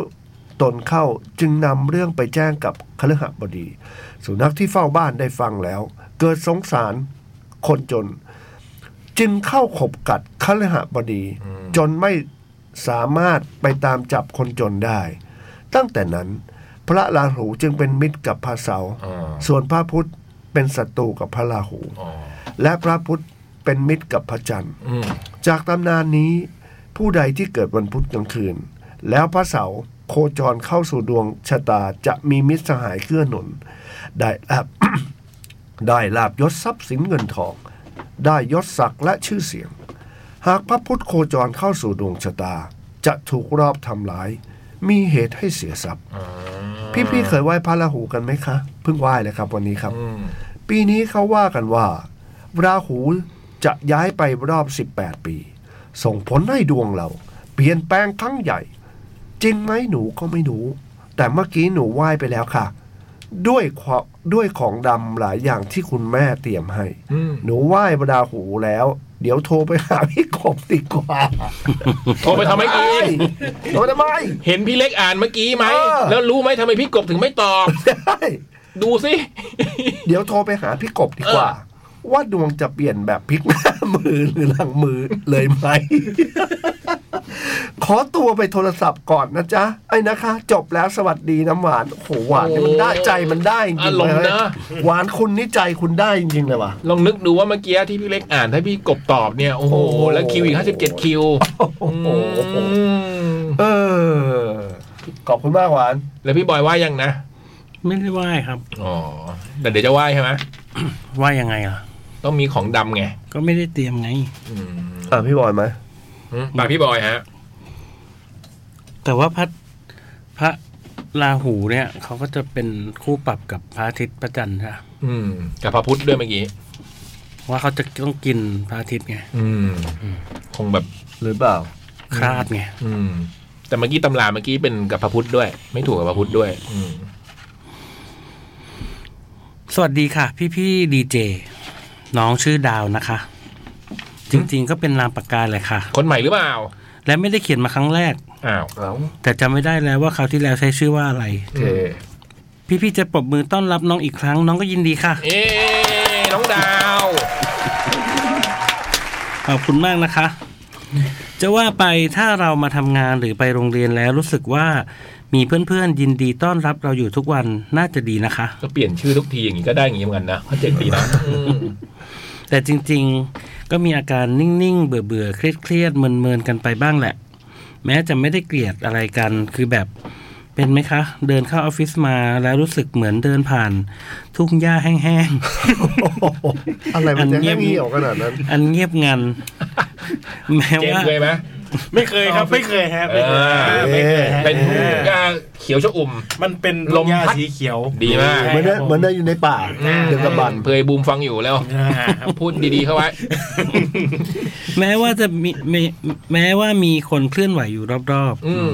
ตนเข้าจึงนำเรื่องไปแจ้งกับคฤหบดี สุนัขที่เฝ้าบ้านได้ฟังแล้ว เกิดสงสารคนจน จึงเข้าขบกัดคฤหบดี จนไม่สามารถไปตามจับคนจนได้ ตั้งแต่นั้น พระราหูจึงเป็นมิตรกับพระเสาร์
อ๋อ
ส่วนพระพุธเป็นศัตรูกับพระราหู
อ๋อ
และพระพุธเป็นมิตรกับพระจันทร์
อืม
จากตำนานนี้ ผู้ใดที่เกิดวันพุธกลางคืน แล้วพระเสาร์โคจรเข้าสู่ดวงชะตาจะมีมิตรสหายเกื้อหนุน ได้ลาบ ได้ลาบยศทรัพย์สินเงินทอง ได้ยศศักดิ์และชื่อเสียง หากพระพุธโคจรเข้าสู่ดวงชะตา จะถูกรอบทำร้าย มีเหตุให้เสียทรัพย์ พี่ๆเคยไหว้พระราหูกันไหมคะ เพิ่งไหว้เลยครับวันนี้ครับ
อืม
ปีนี้เขาว่ากันว่า ราหูจะย้ายไปรอบ 18 ปี ส่งผลให้ดวงเรา เปลี่ยนแปลงครั้งใหญ่ จริงไหมหนูก็ไม่รู้ แต่เมื่อกี้หนูไหว้ไปแล้วค่ะ ด้วยขอด้วยของดำหลายอย่างที่คุณแม่เตรียมให้
อืม
หนูไหว้ราหูแล้ว เดี๋ยวโทรไปหาพี่กบดีกว่า
โทรไปทำไมกิน
โทรทำไม
เห็นพี่เล็กอ่านเมื่อกี้ไหม
เออ
แล้วรู้ไหมทำไมพี่กบถึงไม่ตอบ
ได้
ดูสิ
เดี๋ยวโทรไปหาพี่กบดีกว่า ว่าดวงจะเปลี่ยนแบบพลิก หน้ามือหรือหลังมือเลยไหม ขอตัวไปโทรศัพท์ก่อนนะจ๊ะ ไอ้นะคะ จบแล้วสวัสดีน้ำหวาน โอ้โหหวานเนี่ยมันได้ใจมันได้จริ
อาง ร
เล
มณ์
ย
นะ
หวานคุณนี่ใจคุณได้จริงๆเลยว่ะ
ลองนึกดูว่าเมื่อกี้ที่พี่เล็กอ่านถ้าพี่กบตอบเนี่ย โอ้โห
โอ้โห
แล้วคิวอีกห้าสิบเจ็ดคิว
โอ้โห
อืม
เออ ขอบคุณมากหวาน
แล้วพี่บอยว่ายังนะ
ไม่ได้ไหว้ครับ
อ๋อ แต่เดี๋ยวจะไหว้ใช่ไหม
ไหว้ยังไงล่ะ
ต้องมีของดำไง
ก็ไม่ได้เตรียมไง
อืม
อ่ะพี่บอยไหม
ปากพี่บอยฮะ
แต่ว่าพระพระราหูเนี่ยเขาก็จะเป็นคู่ปรับกับพระอาทิตย์พระจันทร์ใช่ปะ
อืมกับพระพุทธด้วยเมื่อกี้
ว่าเขาจะต้องกินพระอาทิตย์ไง
อืม คงแบบ
หรือเปล่า
คลาดไง
อืม แต่เมื่อกี้ตำราเมื่อกี้เป็นกับพระพุทธด้วย ไม่ถูกกับพระพุทธด้วย อืม
สวัสดีค่ะ พี่พี่ดีเจน้องชื่อดาวนะคะ จริงๆก็เป็นนามปากกาเลยค่ะ
คนใหม่หรือเปล่า
และไม่ได้เขียนมาครั้งแรก
อ้าว
เอา
แต่จำไม่ได้แล้วว่าคราวที่แล้วใช้ชื่อว่าอะไร
โอเค
พี่พี่ๆจะปรบมือต้อนรับน้องอีกครั้ง น้องก็ยินดีค่ะ
เอ๊ะน้องดาว
ขอบคุณมากนะคะ จะว่าไปถ้าเรามาทำงานหรือไปโรงเรียนแล้วรู้สึกว่ามีเพื่อนๆยินดีต้อนรับเราอยู่ทุกวันน่าจะดีนะคะ
ก็เปลี่ยนชื่อทุกทีอย่างนี้ก็ได้อย่างนี้เหมือนกันนะก็เจ๋ง ดีนะอืม
แต่จริงๆก็มีอาการนิ่งๆ เบื่อๆ เครียดๆเมินๆ กันไปบ้างแหละ แม้จะไม่ได้เกลียดอะไรกันคือแบบเป็นไหมคะ เดินเข้าออฟฟิศมาแล้วรู้สึกเหมือนเดินผ่าน ทุ่งหญ้าแห้ง
อะไรมันจะ
อันเงี
เงี
ยบ
่ยวขนาดนั้น
ๆ อันเงียบงัน แม้
เจม
ว่า
ส์เคยไหม
ไม่เคยครับไม่เคยฮะไม่เคยฮะ
เออ
ไม่เคยฮะ
เป็นทุ่งหญ้าเขียวชอุ่ม
มันเป็น
ล
ล
ม
ม
พัด
ยาสีเขียว
ดีมาก
ใช่
เหมือนได้เหมือนได้อยู่ในป่าเดือกระบัน
เพยบูมฟังอยู่แล้ว
อ่า
พูดดีๆเข้าไว้
แม้ว่าจะมีมีแม้ว่ามีคนเคลื่อนไหวอยู่รอบๆ
อืม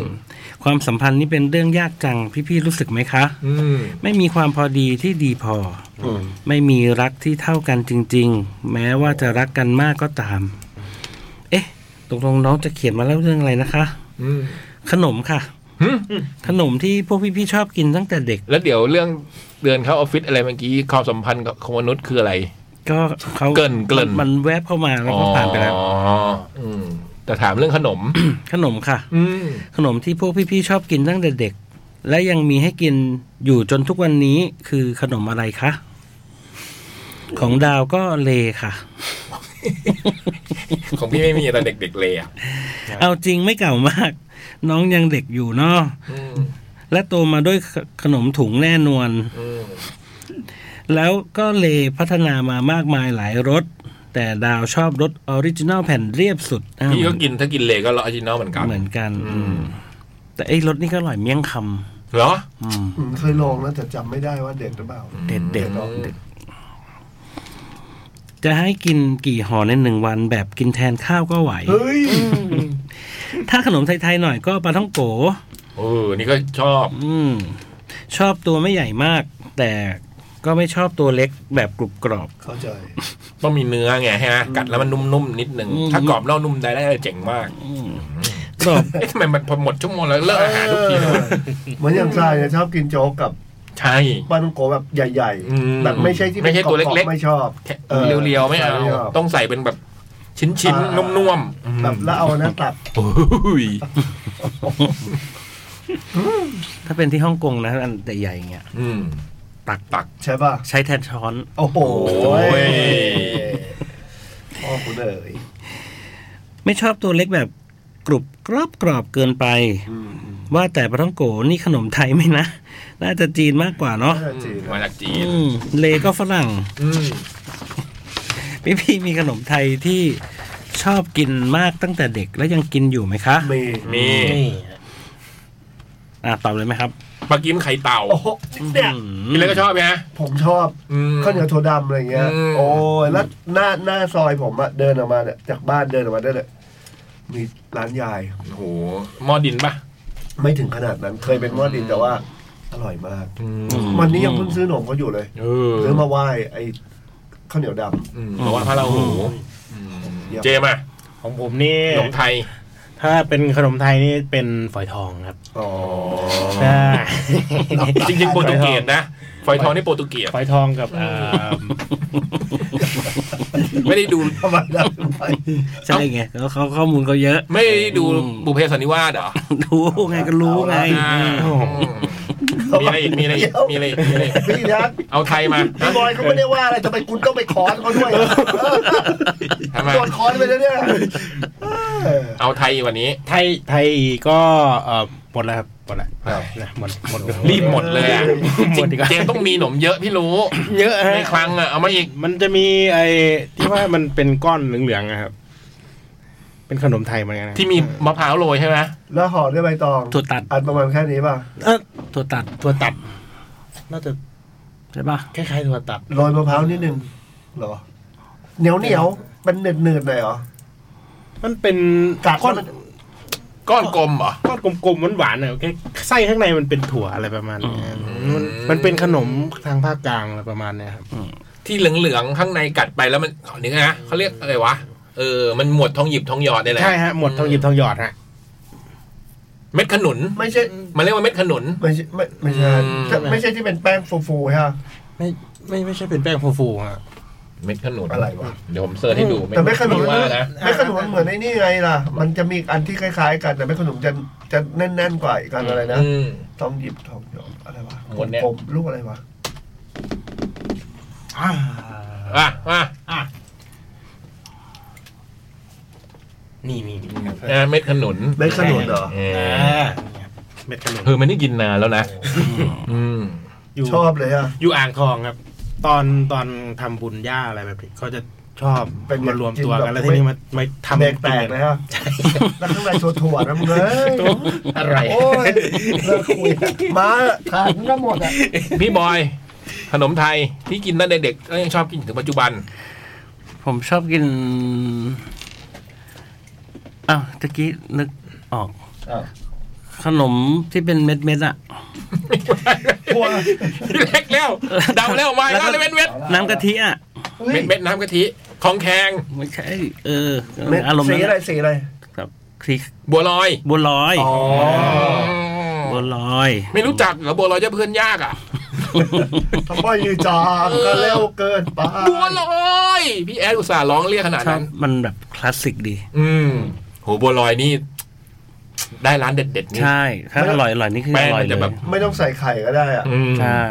ความสัมพันธ์นี่เป็นเรื่องยากจังพี่ๆรู้สึกไหมคะ
อืม
ไม่มีความพอดีที่ดีพออไม่มีรักที่เท่ากันจริง ๆ แม้ว่าจะรักกันมากก็ตาม เอ๊ะตกลงน้องจะเขียนมาเล่าเรื่องอะไรนะคะ
อืม
ขนมค่ะ
หึ
ขนมที่พวกพี่ๆชอบกินตั้งแต่เด็ก
แล้วเดี๋ยวเรื่องเดินเข้าออฟฟิศอะไรเมื่อกี้ความสัมพันธ์ของมนุษย์คืออะไร
ก็เขา
เกริ่นเกริ่น
มันแวบเข้ามาแล้วก็ผ่านไปแล้ว
อ๋ออืมแต่ถามเรื่องขนม
ขนมค่ะ
อืม
ขนมที่พวกพี่ๆชอบกินตั้งแต่เด็ก และยังมีให้กินอยู่จนทุกวันนี้คือขนมอะไรคะ ของดาวก็เลค่ะ
ของพี่ไม่มีแต่เด็กๆเลยอ่ะ
เอาจริงไม่เก่ามาก น้องยังเด็กอยู่เนาะ
อืม
และโตมาด้วยขขนมถุงแน่นวล
อืม
แล้วก็เลพัฒนามามากมายหลายรสแต่ดาวชอบรสออริจินอลแผ่นเรียบสุดอ้าว
พี่ก็กินถ้ากินเลก็รอออริจินอลเหมือนกัน
เหมือนกัน
อืม
แต่ไอ้รสนี่ก็อร่อยเมี่ยงค
เหรอ
ำอืม
เคยลองแล้วแต่จำไม่ได้ว่าเด็ดหรือเปล่า
เด็ดเด็ดจะให้กินกี่ห่อในหนึ่งวันแบบกินแทนข้าวก็ไหว
เฮ้ย
ถ้าขนมไทย ๆ หน่อยก็ปลาท่องโก
เออ นี่ก็ชอบ
อืม ชอบตัวไม่ใหญ่มาก แต่ก็ไม่ชอบตัวเล็กแบบกรุบกรอบ
เข้าใจ
ต้องมีเนื้อไงฮะ กัดแล้วมันนุ่มๆนิดหนึ่ง
อืม
ถ้ากรอบนอกนุ่มได้ได้เจ๋งมาก
กรอบ
เอ๊ะทำไมมันพอหมดชั่วโมงแล้วเลิกอาหารทุกทีเลยวะ
เหมือนอย่างทรายเนี่ยชอบกินโจ๊กกับ
ใช่
ปลาท่องโกแบบใหญ่
อืม
ๆ แบบไม่ใช่ที่
ไม่ใช่ตัวเล็กๆ
ป็นรอบๆไม่ชอบ
แค่
เออ
เรียวๆ ไม่เอา
ใช่ครับ
ต้องใส่เป็นแบบชิ้น
อ่า
ๆ
นุ่
นุ่มๆ
แบบแล้วเอาอันนั้นตัด
โอ้ย
ถ้าเป็นที่ฮ่องกงนะ อันใหญ่ๆอย่างเงี้ย
อืม
ตักตัก
ใช่ป่ะ
ใช้แทนช้อน
โอ้โห
โอ้ย
พ่อคุณเอ๋ย
ไม่ชอบตัวเล็กแบบกรุบกรอบกรอบเกินไป
อืม
ว่าแต่ปลาท่องโกนี่ขนมไทยไหมนะ น่าจะจีนมากกว่าเนาะ
น่าจะจริง
มาจากจีน
อืมเลก็ฝรั่ง
อืม
พี่พี่มีขนมไทยที่ชอบกินมากตั้งแต่เด็กแล้วยังกินอยู่ไหมคะ
มี
มี
นี่
อ่ะตอบเลยไหมครับ
ปลากิมไข่เต่า
โอ้โหเนี่ย
อืม
กินแล้วก็ชอบไหมฮะ
ผมชอบ
อืม
ข้าวเหนียวถั่วดำอะไรเงี้ย
อืม
โอ้ยแล้วหน้าหน้าซอยผมอะเดินออกมาเนี่ยจากบ้านเดินออกมาได้เลยมีร้านยาย
โอ้โหหม้อดินปะ
ไม่ถึงขนาดนั้นเคยเป็นหม้อดินแต่ว่า อร่อยมาก
อืม
วันนี้ยังเพิ่งซื้อขนมเขาอยู่เลย
เออ
ซื้อมาไหว้ไอ้ข้าวเหนียวด
อืมเพราะว่าพระราหูอืม
เยี่ยม
เจมา
ของผมนี่
ขนมไทย
ถ้าเป็นขนมไทยนี่เป็นฝอยทองครับ
ำอ๋อ
ใช่
จริงๆโปรตุเกสนะฝอยทองนี่โปรตุเกส
ฝอยทองกับอ่า
ไม่ได้ดู
ทำไมได้ทำไม
ใช่ไงเขาเขาข้อมูลเขาเยอะ
ไม่ได้ดู
อืม
บุพเพสันนิวาสเหรอ
รู้ไงก็รู้ไง
อ่า
โอ้โห
มีอะไรอีกมีอะไรอีกมีอะไรอีกมีอะไรอีก
พี่นะ
เอาไทยมา
พี่บอยเขาไม่ได้ว่าอะไรทำไมคุณต้องไปคอนเขาด้วยเออ
ทำไม
โดนคอนไปแล้วเนี่ยเออ
เอาไทยวันนี้
ไทยไทยก็เอ่อหมดแล้วครับหมดแล้ว
ครับ
นะหมดหมด
รีบหมดเลยอะ
หมดดีกว่า
เจมส์ต้องมีหนมเยอะพี่รู้
เยอะฮะ
ในครั้งอ่ะเอามาอีก
มันจะมีไอ้ที่ว่ามันเป็นก้อนเหลืองๆนะครับ เป็นขนมไทยเหมือนกันนะ
ที่มีมะพร้าวโรยใช่ไหม
แล้วห่อด้วยใบตอง
ถั่วตัด
อันประมาณแค่นี้ป่ะ
เอ้อ
ถั่วตัด
ถั่วตัด น่าจะ
ใช่ปะ
คล้ายๆถั่วตัด
โรยมะพร้าวนิดนึงเหรอ เหนียวเหนียวๆเป็นเนืดเนืดๆหน่อยเหรอ
มันเป็น
กัด
ก้อ
แล้ว
น
มัน
ก้อนกลมเหรอ
ก้อนกลมๆหวานๆเนอะแค่ไส้ข้างในมันเป็นถั่วอะไรประมาณเนี้ยมันมันเป็นขนมทางภาคกลางอะไรประมาณเนี้ยครับ
ที่เหลืองๆข้างในกัดไปแล้วมันนึกนะเขาเรียกอะไรวะเออมันหมวดทองหยิบทองหยอดได้แหละ
ใช่ฮะ หมดทองหยิบทองหยอดฮะ
เม็ดขนุน
ไม่ใช่
มันเรียกว่าเม็ดขนุน
ไม่ใช่ไม่ไม่ใช่
อืม
ถ้าไม่ใช่ที่เป็นแป้งฟูๆฮะ
ไม่ไม่ไม่ใช่เป็นแป้งฟูๆฮะ
เม็ดขนุน
อะไรวะ
เดี๋ยวผมเสิร์ชให้ดู
แต่ไม่ขนม
ว่านะ
ไม่ขนมเหมือนไอ้นี่ไงล่ะ มันจะมีอันที่คล้ายๆ กันแต่ไม่ขนมจะจะแน่นๆกว่าอีกกันอะไรนะ
อืม
ทองหยิบทองหยอดอะไรวะ
หมดเนี่ย
กลมๆลูกอะไรวะ
อ่ะอ่ะ
นี่นี่นี่
อ่ะเม็ดขนุน
ไม่ขนมเหรอ
เอ
อ่
อา
เม็ดขนุน
เออมันนี่กินนานแล้วนะอืม
อยู่
ชอบเลยอะ
อยู่อ่างทองครับ ตอนตอนทำบุญย่าอะไรแบบนี้เขาจะชอบ
เป็นไง
มารวมตัวกัน
กินแบบ
แล้วทีนี้มามาทำ
เบรกแตกเลยฮะแล้วข้างในถั่วๆนะมึงเอ้ย
อะไร
โอ้ยเลิกคุยมาทานก็หมดอ่ะ
พี่บอยขนมไทยที่กินตั้งแต่เด็กแล้วยังชอบกินถึงปัจจุบัน
ผมชอบกินอ้าวตะกี้นึกออก ขนมที่เป็นเม็ดเม็ดๆอะ
กลัว
เล็กแล้วเดาแล้วมาแล้วเม็ดเม็ด
น้ำกะทิอะ
เฮ้ย
เม็ดเม็ดน้ำกะทิของแขง
ไม่ใช่ เออ
เม็ด
อารมณ์
สี
นั้น
อะไรสีอะไร
ครับสี
บัวลอย
บัวลอย
อ๋อ
บัวลอย
ไม่ รู้จักเหรอบัวลอยเจ้าเพื่อนยากอ่ะ
ทำไมยืนจางก็เร็วเกินไป
บัวลอย พี่แอดอุตส่าห์ร้องเรียกขนาด
ชอ
นั้
บ
น
มันแบบคลาสสิกดี
อืมโหบัวลอยนี่ ได้ร้านเด็ดๆนี่
ใช่ ถ้าอร่อยอร่อยนี่คือ
แป้
อง ร่อย
มัน
เล
จะ
ย
แบบ
ไม่ต้องใส่ไข่ก็ได้อ่ะ
อืม
ใช่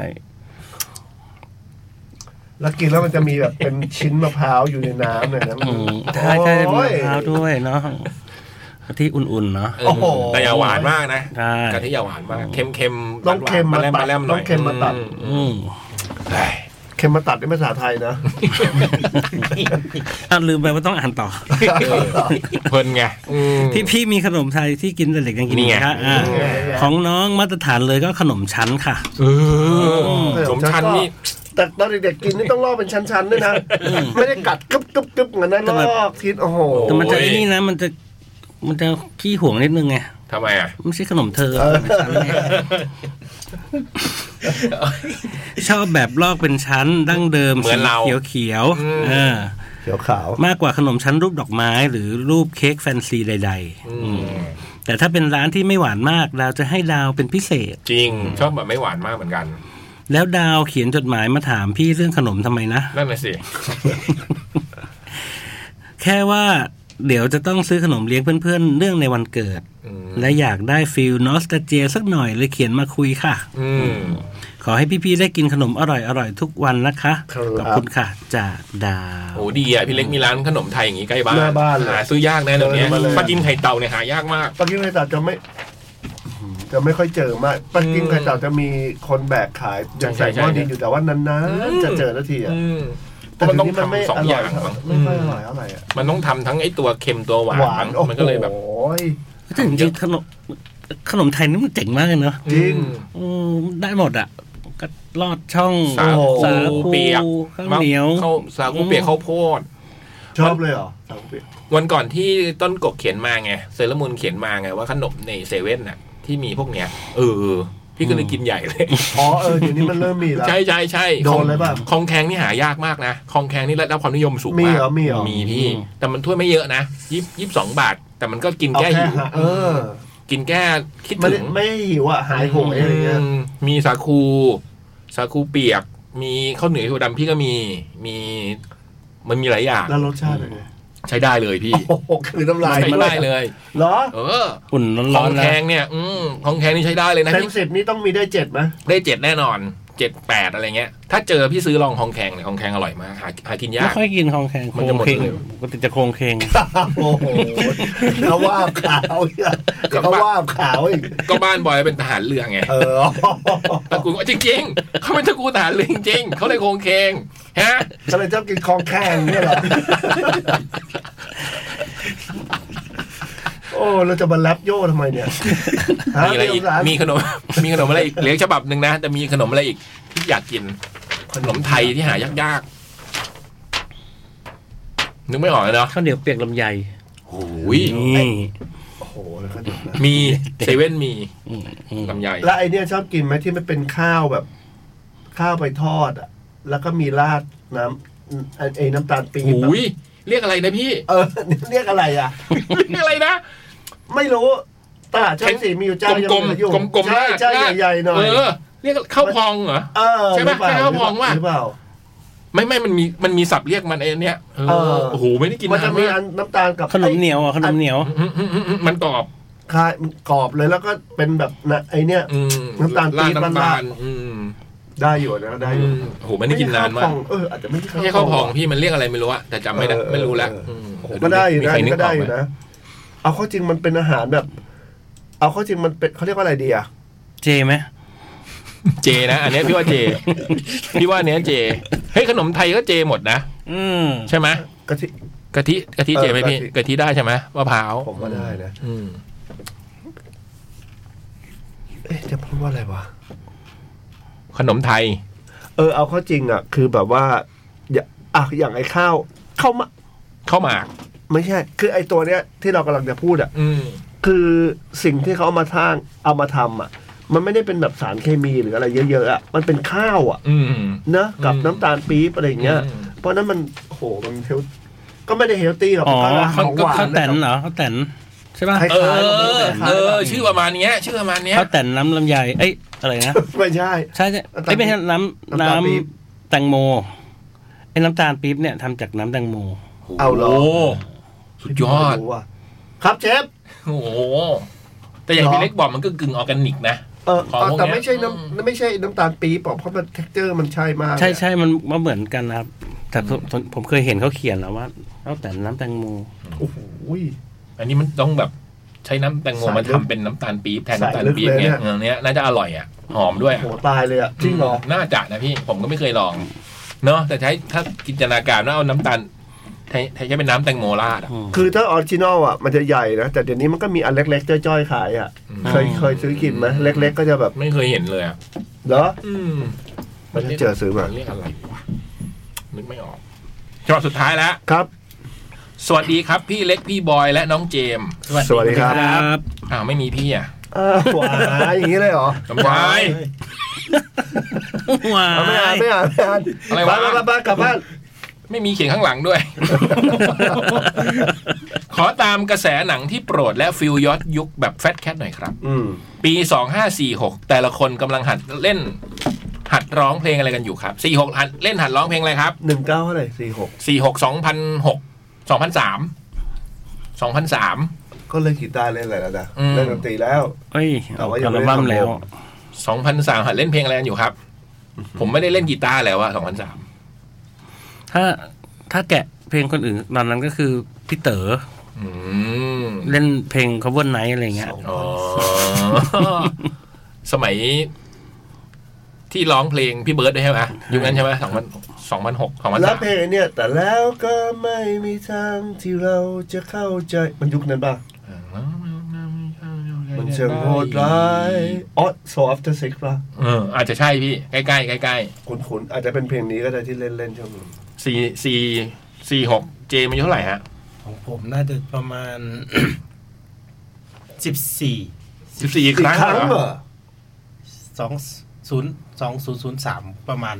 แล้วกินแล้วมันจะมีแบบเป็นชิ้นมะพร้าวอยู่ในน้ำเนี่ยนะ
อืมใช่ใช่มี
โอ้ย
มะพร้าวด้วยเนาะที่อุ่นๆเนาะ
เออ
โอ้โห
แต่อย่าหวานมากนะ
ใช่
กะทิอย่าหวานมากเค็มๆหวานๆ
ต้องเค็มมาตัด
แลมๆหน่
ต้
อ
อย งเค็มมาตัด
อื
อื
ม
ม
เฮ้ย
เค็มมาตัดในภาษาไทย นะ
อ้าวลืมไปว่าต้องอ่านต่อ
เพลินไงอืม
ที่พี่มีขนมไทยที่กินแต่เด็กยังกิน
นี่ไง
ค่ะอ่า
นี่ไง
ของน้องมาตรฐานเลยก็ขนมชั้นค่ะ
เออสมชันนี่
แต่ตอนเด็กๆกินนี่ต้องลอกเป็นชั้นๆด้วยนะ ไม่ได้กัดกึบกึบกึบเหมือนนั้น
แต่แบบ
ลอกคิดโอ้โห
แต่มันจะ
โอ้ย
ไอ้นี่นะ มันจะมันจะขี้ห่วงนิดนึงไง
ทำไมอ่ะ
ไม่ใช่ขนมเธอขนมชั้นไงชอบแบบลอกเป็นชั้นดั้งเดิมสีเขียวเขียวๆเออ
เขียวขาว
มากกว่าขนมชั้นรูปดอกไม้หรือรูปเค้กแฟนซีใด
อืม
ๆ แต่ถ้าเป็นร้านที่ไม่หวานมาก เราจะให้ดาวเป็นพิเศษ
จริง ชอบแบบไม่หวานมากเหมือนกัน
แล้วดาวเขียนจดหมายมาถามพี่เรื่องขนมทำไมนะ
นั่นน่ะสิ
แค่ว่าเดี๋ยวจะต้องซื้อขนมเลี้ยงเพื่อนๆ เรื่องในวันเกิด
อืม
และอยากได้ฟิลนอสตาเจียสักหน่อยเลยเขียนมาคุยค่ะ
อืม
ขอให้พี่ๆ ได้กินขนมอร่อยๆ ทุกวันนะคะ ขอบคุณค่ะ จากดาว
โอ้ดีอ่ะพี่เล็กมีร้านขนมไทยอย่างงี้ใกล้บ้าน
หน้าบ้านเลย
หาซื้อยากแน่เดี๋ยวนี้
เดินมาเลย
ปลากินไข่เต่าเนี่ยหายากมาก
ปักกิ้งไข่เต่าจะไม่ จะไม่ค่อยเจอมากปักกิ้งไข่เต่าจะมีคนแบกขายอย่างใส่หม้อดินอยู่แต่ว่านานๆจะเจอนาทีอะ
อืมเพ
แต่
ราะมัน
ที
ต้อง
นี้มันไม่
ทำสอง
อ
อ
ร่
ย่า
อง ย
มั้ง
ไม่ค่อยอร่อยเท่าไหร่อะ
มันต้องทำทั้งไอ้ตัวเค็มตัวหวาน
หวานโอ้โห
มันก็เลยแบบ
จริงๆขนมขนมไทยนี่มันเจ๋งมากเลยเนอะ
จริง
อืมได้หมดอ่ะก็ลอดช่อง
สา
โอ้
คู
โห
สาคู
เปียก
ข้าวเหนียว
ข้าสาคูเปียกข้าวโพด
ชอบเลยเหรอสาวเปียก
วันก่อนที่ต้นกกเขียนมาไงเซรามูนเขียนมาไงว่าขนมในเซเว่นน่ะ ที่มีพวกเนี้ยเออ พี่ก็เลยกินใหญ่เลย
อ๋อเออเดี๋ยวนี้มันเริ่มมีแล้ว
ใช่ใช่ใช่
โด
ข
น
อง
เลยป่ะ
ของแขงนี่หายากมากนะของแขงนี่ได้รับความนิยมสูง
มี
มาก
เหรอมีเหรอ
มีพี่ แต่มันถ้วยไม่เยอะนะยี่ยี่สิบสองบาท แต่มันก็กิน
เอา
แก้
แค่
หิว
หาเออ
กินแก้คิด
ไม่
ถึ
ได้
ง
ไม่ได้หิวอ่ะหายโหยอะไรเงี้ย
อืมมีสาคู สาคูเปียก มีข้าวเหนียวถั่วดำพี่ก็มี มีมันมีหลายอย่าง
แล้วรสชาติเป็นไง
ใช้ได้เลยพี่
โอ้โหคือน้ำลาย
ใช้
ด้ว
ได้เลย
เหรอ
เออ
อุ่น
ข
ร้
อ
อง นๆ
แข
นะ
งเนี่ย อืมของแขงนี่ใช้ได้เลยนะ
เต็ม
พี่
สิบนี่ต้องมีได้เจ็ดไหม
ได้เจ็ดแน่นอนเจ็ดแปดอะไรเงี้ย ถ้าเจอพี่ซื้อลองของแขงเลยของแขงอร่อยมากหาหากิน
ไม่
ยาก
ค่อยกินของแข็ง
มันจะหมด
โครงเค
เลย
งปกติจะโครงเคง
โอ้โหเขาว่าขาวเนี่ยเขาว่าขาวอีก
ก็บ้านบอยเป็นทหารเรือไง
เออ
ตระกูลจริงๆเขาเป็นตระกูลทหารเรือจริงๆเขาเลยโครงแขงฮะ
ก็เลยชอบกินคองแข้งเนี่ยเหรอ อ้เราจะมาแรปโย่ทำไมเนี่ย
มีอะไรอีก มีขนม มีขนมอะไรอีกเหลี้ยงฉบับหนึ่งนะ แต่มีขนมอะไรอีกที่อยากกิน ขนมไทยที่หายากๆ นึกไม่ออกเลยเนาะ
ข้าวเหนียวเปียกลำไย
โอ้ย
นี่
โอ้โหแล้วก็เดี๋ยวนะ
มีเซเว่นมี
อืมอืม
ลำไย
แล้วไอเนี่ยชอบกินไหมที่มันเป็นข้าวแบบ ข้าวไปทอดอ่ะ แล้วก็มีราดน้ำไอ้ไอ้น้ำตาลปี๊บอะ
โอ้ยเรียกอะไรนะพี่
เออเรียกอะไรอ่ะ
เรียกอะไรนะ
ไม่รู้ตลาดช่างสีมีอยู่เจ้ายัง
กลม
เหลืออยู่
ๆกลมๆ
ใช่
ลาดลา
ใช่
ด
ใหญ่ๆหน่อย
เออ เรียกข้าวพองเหรอ
เออ
ใช่ปะ
หรือเปล่า
ใช่ปะมองว่า
หรือเปล่า
ไม่ไม่มันมีมันมีศัพท์เรียกมันไอ้เนี้ยเอ
เออ
อโอ้โหไม่ได้กิน
มัน
นา
จะ
น
มี
มาก
อันน้ำตาลกับ
ขนมเหนียวอ่ะขนมเหนียว
อืมอืมอืมอืมมันกรอบ
คายมันกรอบเลยแล้วก็เป็นแบบนะไอเนี่ย
อืม
น้ำตาลปี๊
ราด
บ
น้ำตา
รา
ล
ด
อืม
ได้อยู่นะได้อยู่
อืมโอ้โหไม่ได้กินนานมาก
ไใช่ข้วพองเอออาจจะไม่ใช่
ไม่ใช่ข้าวพองพี่มันเรียกอะไรไม่รู้อะแต่จำไม่ได้
เออ
ไม่รู้แล้ว
เออ
อืม
โอ้โหก็ได้อยู่
มี
นะ
ใครนึ
ก็
อ
ได้
อก
อ
ไหม
ยู่นะเอาเข้อจริงมันเป็นอาหารแบบ เอาเข้อจริงมันเป็นเขาเรียกว่าอะไรดีอะ
เจไหม
เจนะ อันเนี้ยพี่ ว่าเจ พี่ว่าอันเนี้ยเจเฮ้ยขนมไทยก็เจหมดนะ
อืม
ใช่ไหม
กะทิ
กะทิกะทิเจไหม
เออ
พี่
กะทิ
กะทิได้ใช่ไหมมะพร้าว
ผมว่าได้นะ
อืม
เอ๊ะจะพูดว่าอะไรวะ
ขนมไทย
เออเอาเข้อจริงอะคือแบบว่าอย่าอ่ะอย่างไอ้ข้าวข้าวมะ
ข้าวหมาก
ไม่ใช่ คือไอ้ตัวเนี้ยที่เรากำลังจะพูดอะ
อืม
คือสิ่งที่เขาเอามาสร้างเอามาทำอ่ะ มันไม่ได้เป็นแบบสารเคมีหรืออะไรเยอะๆอ่ะมันเป็นข้าวอ่ะ
อืม
เนอะกับ
อืม
น้ำตาลปี๊บอะไรอย่างเงี้ย
อืม
เพราะฉะนั้นมันโอ้โหมันเฮลก็ไม่ได้เฮลตี้หรอก
อ๋อ
มันก็
ข้าว
อาหารของหวาน
ข้าวแตนเหร
นะ
อข้าวแตนใช่ป่ะ
ใช่
เออ เออ ชื่อประมาณเนี้ย ชื่อประมาณเนี้ย
ข้าวแตนน้ำลำไยเอ้ยอะไรนะ
ครับไม่ใช่
ใช่ใช่ไอ้ยไม่ใช่น้ำ
น้ำตาลปี๊
น
บ
้ำแตงโมไอ้น้ำตาลปี๊บเนี่ยทำจากน้ำแตงโม
เอาเหรอ
โสุดยอด
ไม่รู้ว่ะครับเชฟ
โอ้โห แต่อย่าง
เหรอ
พี่เล็กบอกมันก็กึ่งออร์แกนิกนะ
เออ
ของพวกเนี้ย
แต่ไม่ใช่น้
อืม
ำไม่ใช่น้ำตาลปี๊บหรอกเพราะมันเท็กเจอร์มันใช่มาก
ใช่ใช่มันมันเหมือนกันนะครับ แต่ผมผมเคยเห็นเขาเขียนแล้วว่าข้าวแตนน้ำแตงโม
โอ้โห
อันนี้มันต้องแบบใช้น้ำแตงโม
สายลึก
มาทำเป็นน้ำตาลปี๊บแทนน้ำตาล
สายลึก
ปี๊บ
เลยเนี่
เนี่ยอ
ย
ย่างเนี้ยน่าจะอร่อยอ่ะ หอมด้วย
โอ้โหตายเลยอ่ะจริงเหรอ
น่าจะนะพี่ ผมก็ไม่เคยลอง เนาะ แต่ใช้ถ้าจินตนาการว่าเอาน้ำตาลใช้ใช้เป็นน้ำแตงโมราดอะ
คือถ้าออริจินอลอ่ะมันจะใหญ่นะแต่เดี๋ยวนี้มันก็มีอันเล็กๆจ้อยๆขายอ่ะ
อืม
เคยเคยซื้อกินไหมเล็ก ๆ ก็จะแบบ
ไม่เคยเห็นเลยอะ
เหรอ
อืม
มันจะเจอซื้อมา
เรียกอะไรวะ นึกไม่ออกฉบับสุดท้ายแล้ว
ครับ
สวัสดีครับ พี่เล็กพี่บอยและน้องเจมส์
สวัสดีครับ
ครับ
อ้าวไม่มีพี่อ่ะ
อ้าวหวานอย่างนี้เลยเหรอ
สบาย
ว้า
เอาไม่อ่าน
ย
ไม่อ่านไม่อ่าน
อะไรวะ
บ้านบ้านบ้านกลับบ้าน
ไม่มีเขียนข้างหลังด้วย ขอตามกระแสหนังที่โปรดและฟิลยอดยุคแบบแฟตแคทหน่อยครับ
อืม
ปี 2546 แต่ละคนกำลังหัดเล่น หัดร้องเพลงอะไรกันอยู่ครับ 46หัดเล่นหัดร้องเพลงอะไรครับ
หนึ่งเก้าเท่าไหร่สี่หก
46 2006 2003 2003
ก็เล่นกีตาร์เล่นอะไรแล้วนะ
อืม
เล่นดนตรีแล้ว
เอ้ย
แต่
ออก
ว่ายั
อั
ง
ล
ไม่ได้
บั้ม
ทำวง
แล้ว
2003 หัดเล่นเพลงอะไรกันอยู่ครับ ผมไม่ได้เล่นกีตาร์แล้วอะ2003
ถ้าถ้าแกะเพลงคนอื่นตอนนั้นก็คือพี่เต๋อ
อืม
เล่นเพลง cover night อะไรเงี้ย
อ๋อ สมัยที่ร้องเพลงพี่เบิร์ดด้วยใช่ไหมยุคนั้นใช่ไหมสองพันสองพันหกสองพัน
แล้
สาว ม
เพลงเนี่ย แต่แล้วก็ไม่มีทางที่เราจะเข้าใจมันยุคนั้นป่ะ มันเชิงโหดร้ายอ๋อ so after six ป่ะ
เอออาจจะใช่พี่ ใกล้ใกล้ใกล้ใกล้
คุ้นๆ อาจจะเป็นเพลงนี้ก็ได้ที่เล่นเล่นๆช่วงนี้
ๆสี่สี่สี่หกเจมันอายุเท่าไหร่ฮะ
ของผมน่าจะประมาณ สิบสี่
สิบสี่
อีก
ครั้ง
ครั้งเห
เหร
ร
อ
อ
สองศูนย์สองศูนย์ศูนย์สามประมาณ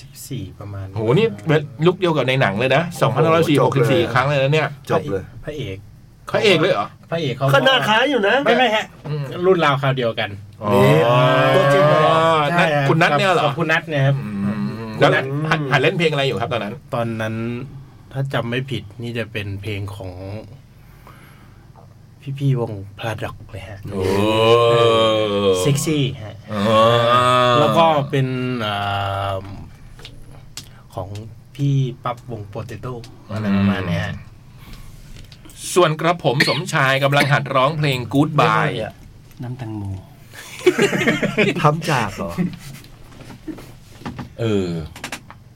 สิบสี่ประมาณ
โหนี่เป็นลุกเดียวกับในหนังเลยนะสองพันร้อยสี่หกสิบสี่ครั้งเลยนะเนี่ย
จบเลย
พระเอก
เขาเอกเลยเหรอ
พระเอกเขา
ก็หน่าคล้ายอยู่นะ
ไม่ไม่ฮะ
อืม
รุ่นราวคราวเดียวกัน
อ๋อ
นี่ตัวจริงเลย
นั
ใช่
ทคุณนัทเนี่ยเหรอ
กับคุณนัทเนี่ยครับ
อืมแล้วหัดหัดเล่นเพลงอะไรอยู่ครับตอนนั้น
ตอนนั้นถ้าจำไม่ผิดนี่จะเป็นเพลงของ พี่ๆวงพลาดอกเลยฮะ
โอ้
ซิกซี่ฮะ
อ๋อ
แล้วก็เป็นอ่าของพี่ปั๊บวงโปเตโต้อะไรประมาณเนี้ยฮะ
ส่วนกระผมสมชายกำลังหัดร้องเพลง Goodbye
น้ำแตงโม
ทำจากเหรอ
เออ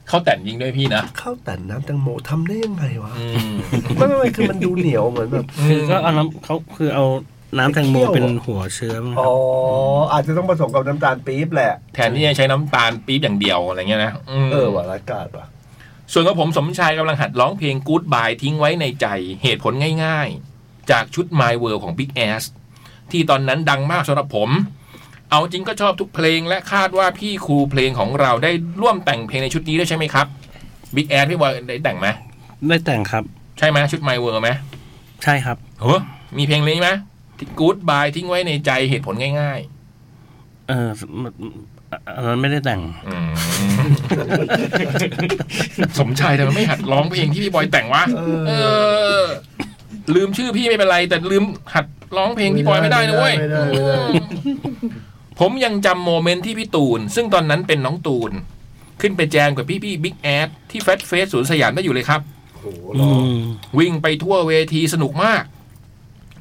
เข้าแต่นยิงด้วยพี่นะ
ข้าวแต่นน้ำแตงโมทำได้ยังไงวะ
อืม
ไม่ไม่ไม่คือมันดูเหนียวเหมือนแบบ
คือก็เอาน้ำเขาคือเอาน้ำแตงโมเป็นหัวเชื้อมั้งค
อ๋
รับ
อ อาจจะต้องผสมกับน้ำตาลปี๊บแหละ
แทนที่จะใช้น้ำตาลปี๊บอย่างเดียวอะไรเงี้ยนะม
เออว่ะรายการว่ะ
ส่วนกับผมสมชายกำลังหัดร้องเพลง Goodbye ทิ้งไว้ในใจเหตุผลง่ายๆ จากชุด My World ของ Big Ass ที่ตอนนั้นดังมากสำหรับผม เอาจริงก็ชอบทุกเพลงและคาดว่าพี่ครูเพลงของเราได้ร่วมแต่งเพลงในชุดนี้ด้วยใช่ไหมครับ Big Ass พี่บอยได้แต่งไหม
ได้แต่งครับ
ใช่ไหมชุด My World ไหม
ใช่ครับ
เฮ้อมีเพลงนี้ไหมที่ Goodbye ทิ้งไว้ในใจเหตุผลง่าย
เออมันอันนั้นไม่ได้แต่ง
ๆอืม สมชายแต่มันไม่หัดร้องเพลงที่พี่บอยแต่งวะ
เอ
เอ
อ
อ ลืมชื่อพี่ไม่เป็นไร แต่ลืมหัดร้องเพลงพี่บอยไม่ได้นะเว้ย
ไม่ได้ไม่ได้
ผมยังจำโมเมนต์ที่พี่ตูน ซึ่งตอนนั้นเป็นน้องตูน ขึ้นไปแจมกับพี่พี่บิ๊กแอดที่แฟตเฟสสวนสยามได้อยู่เลยครับ
โอ้โหร
อื
อ
ม
วิ่งไปทั่วเวทีสนุกมาก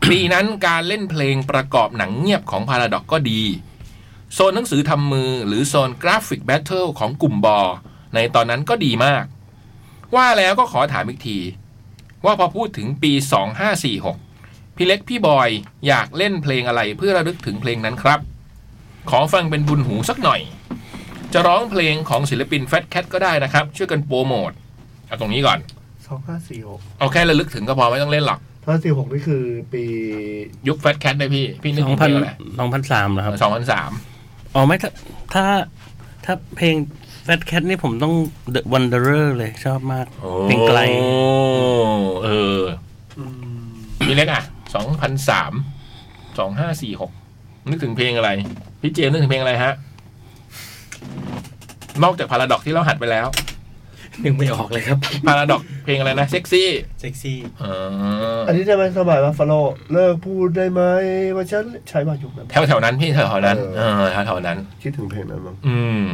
ปีนั้นการเล่นเพลงประกอบหนังเงียบของพาราดอกก็ดี โซนหนังสือทำมือหรือโซนกราฟิกแบทเทิลของกลุ่มบอ ในตอนนั้นก็ดีมาก ว่าแล้วก็ขอถามอีกที ว่าพอพูดถึงปี 2546 พี่เล็กพี่บอยอยากเล่นเพลงอะไรเพื่อระลึกถึงเพลงนั้นครับ ขอฟังเป็นบุญหูสักหน่อย จะร้องเพลงของศิลปินแฟตแคทก็ได้นะครับ ช่วยกันโปรโมทเอาตรงนี้ก่อน
สองห้าสี่หก
เอาแค่ระลึกถึงก็พอไม่ต้องเล่นหรอก
ห้าสี่หกนี่คือปี
ยุคแฟตแคทเลยพี่ พี่นึก
สอ
ถึ
ง
ง
พัน
เรื่องอะไร
สองพันสามเหรอครับ
สองพันสาม
อ๋อไม่ถ้าถ้าถ้าเพลง Fat Cat นี่ผมต้อง The Wanderer เลยชอบมาก เพลงไกล
เออพี่เล็กอ่ะสองพันสามสองห้าสี่หกนึกถึงเพลงอะไร พี่เจนึกถึงเพลงอะไรฮะ นอกจากพาราดอกที่เราหัดไปแล้ว
นึกไม่ออกเลยครับ
พาราดอกเพลงอะไรนะเซ็กซี่
เซ็กซี่
อ่า
อันนี้ได้ไหมสบายว่าฟาโลเลิกพูดได้ไหมว่าฉันใช้มายุคนั้น
แถวแถวๆนั้นพี่แถวแถวๆนั้น
เอ
เอ
อ
อแถวแถวๆนั้น
คิดถึงเพลงนั้นมั้ง
อืม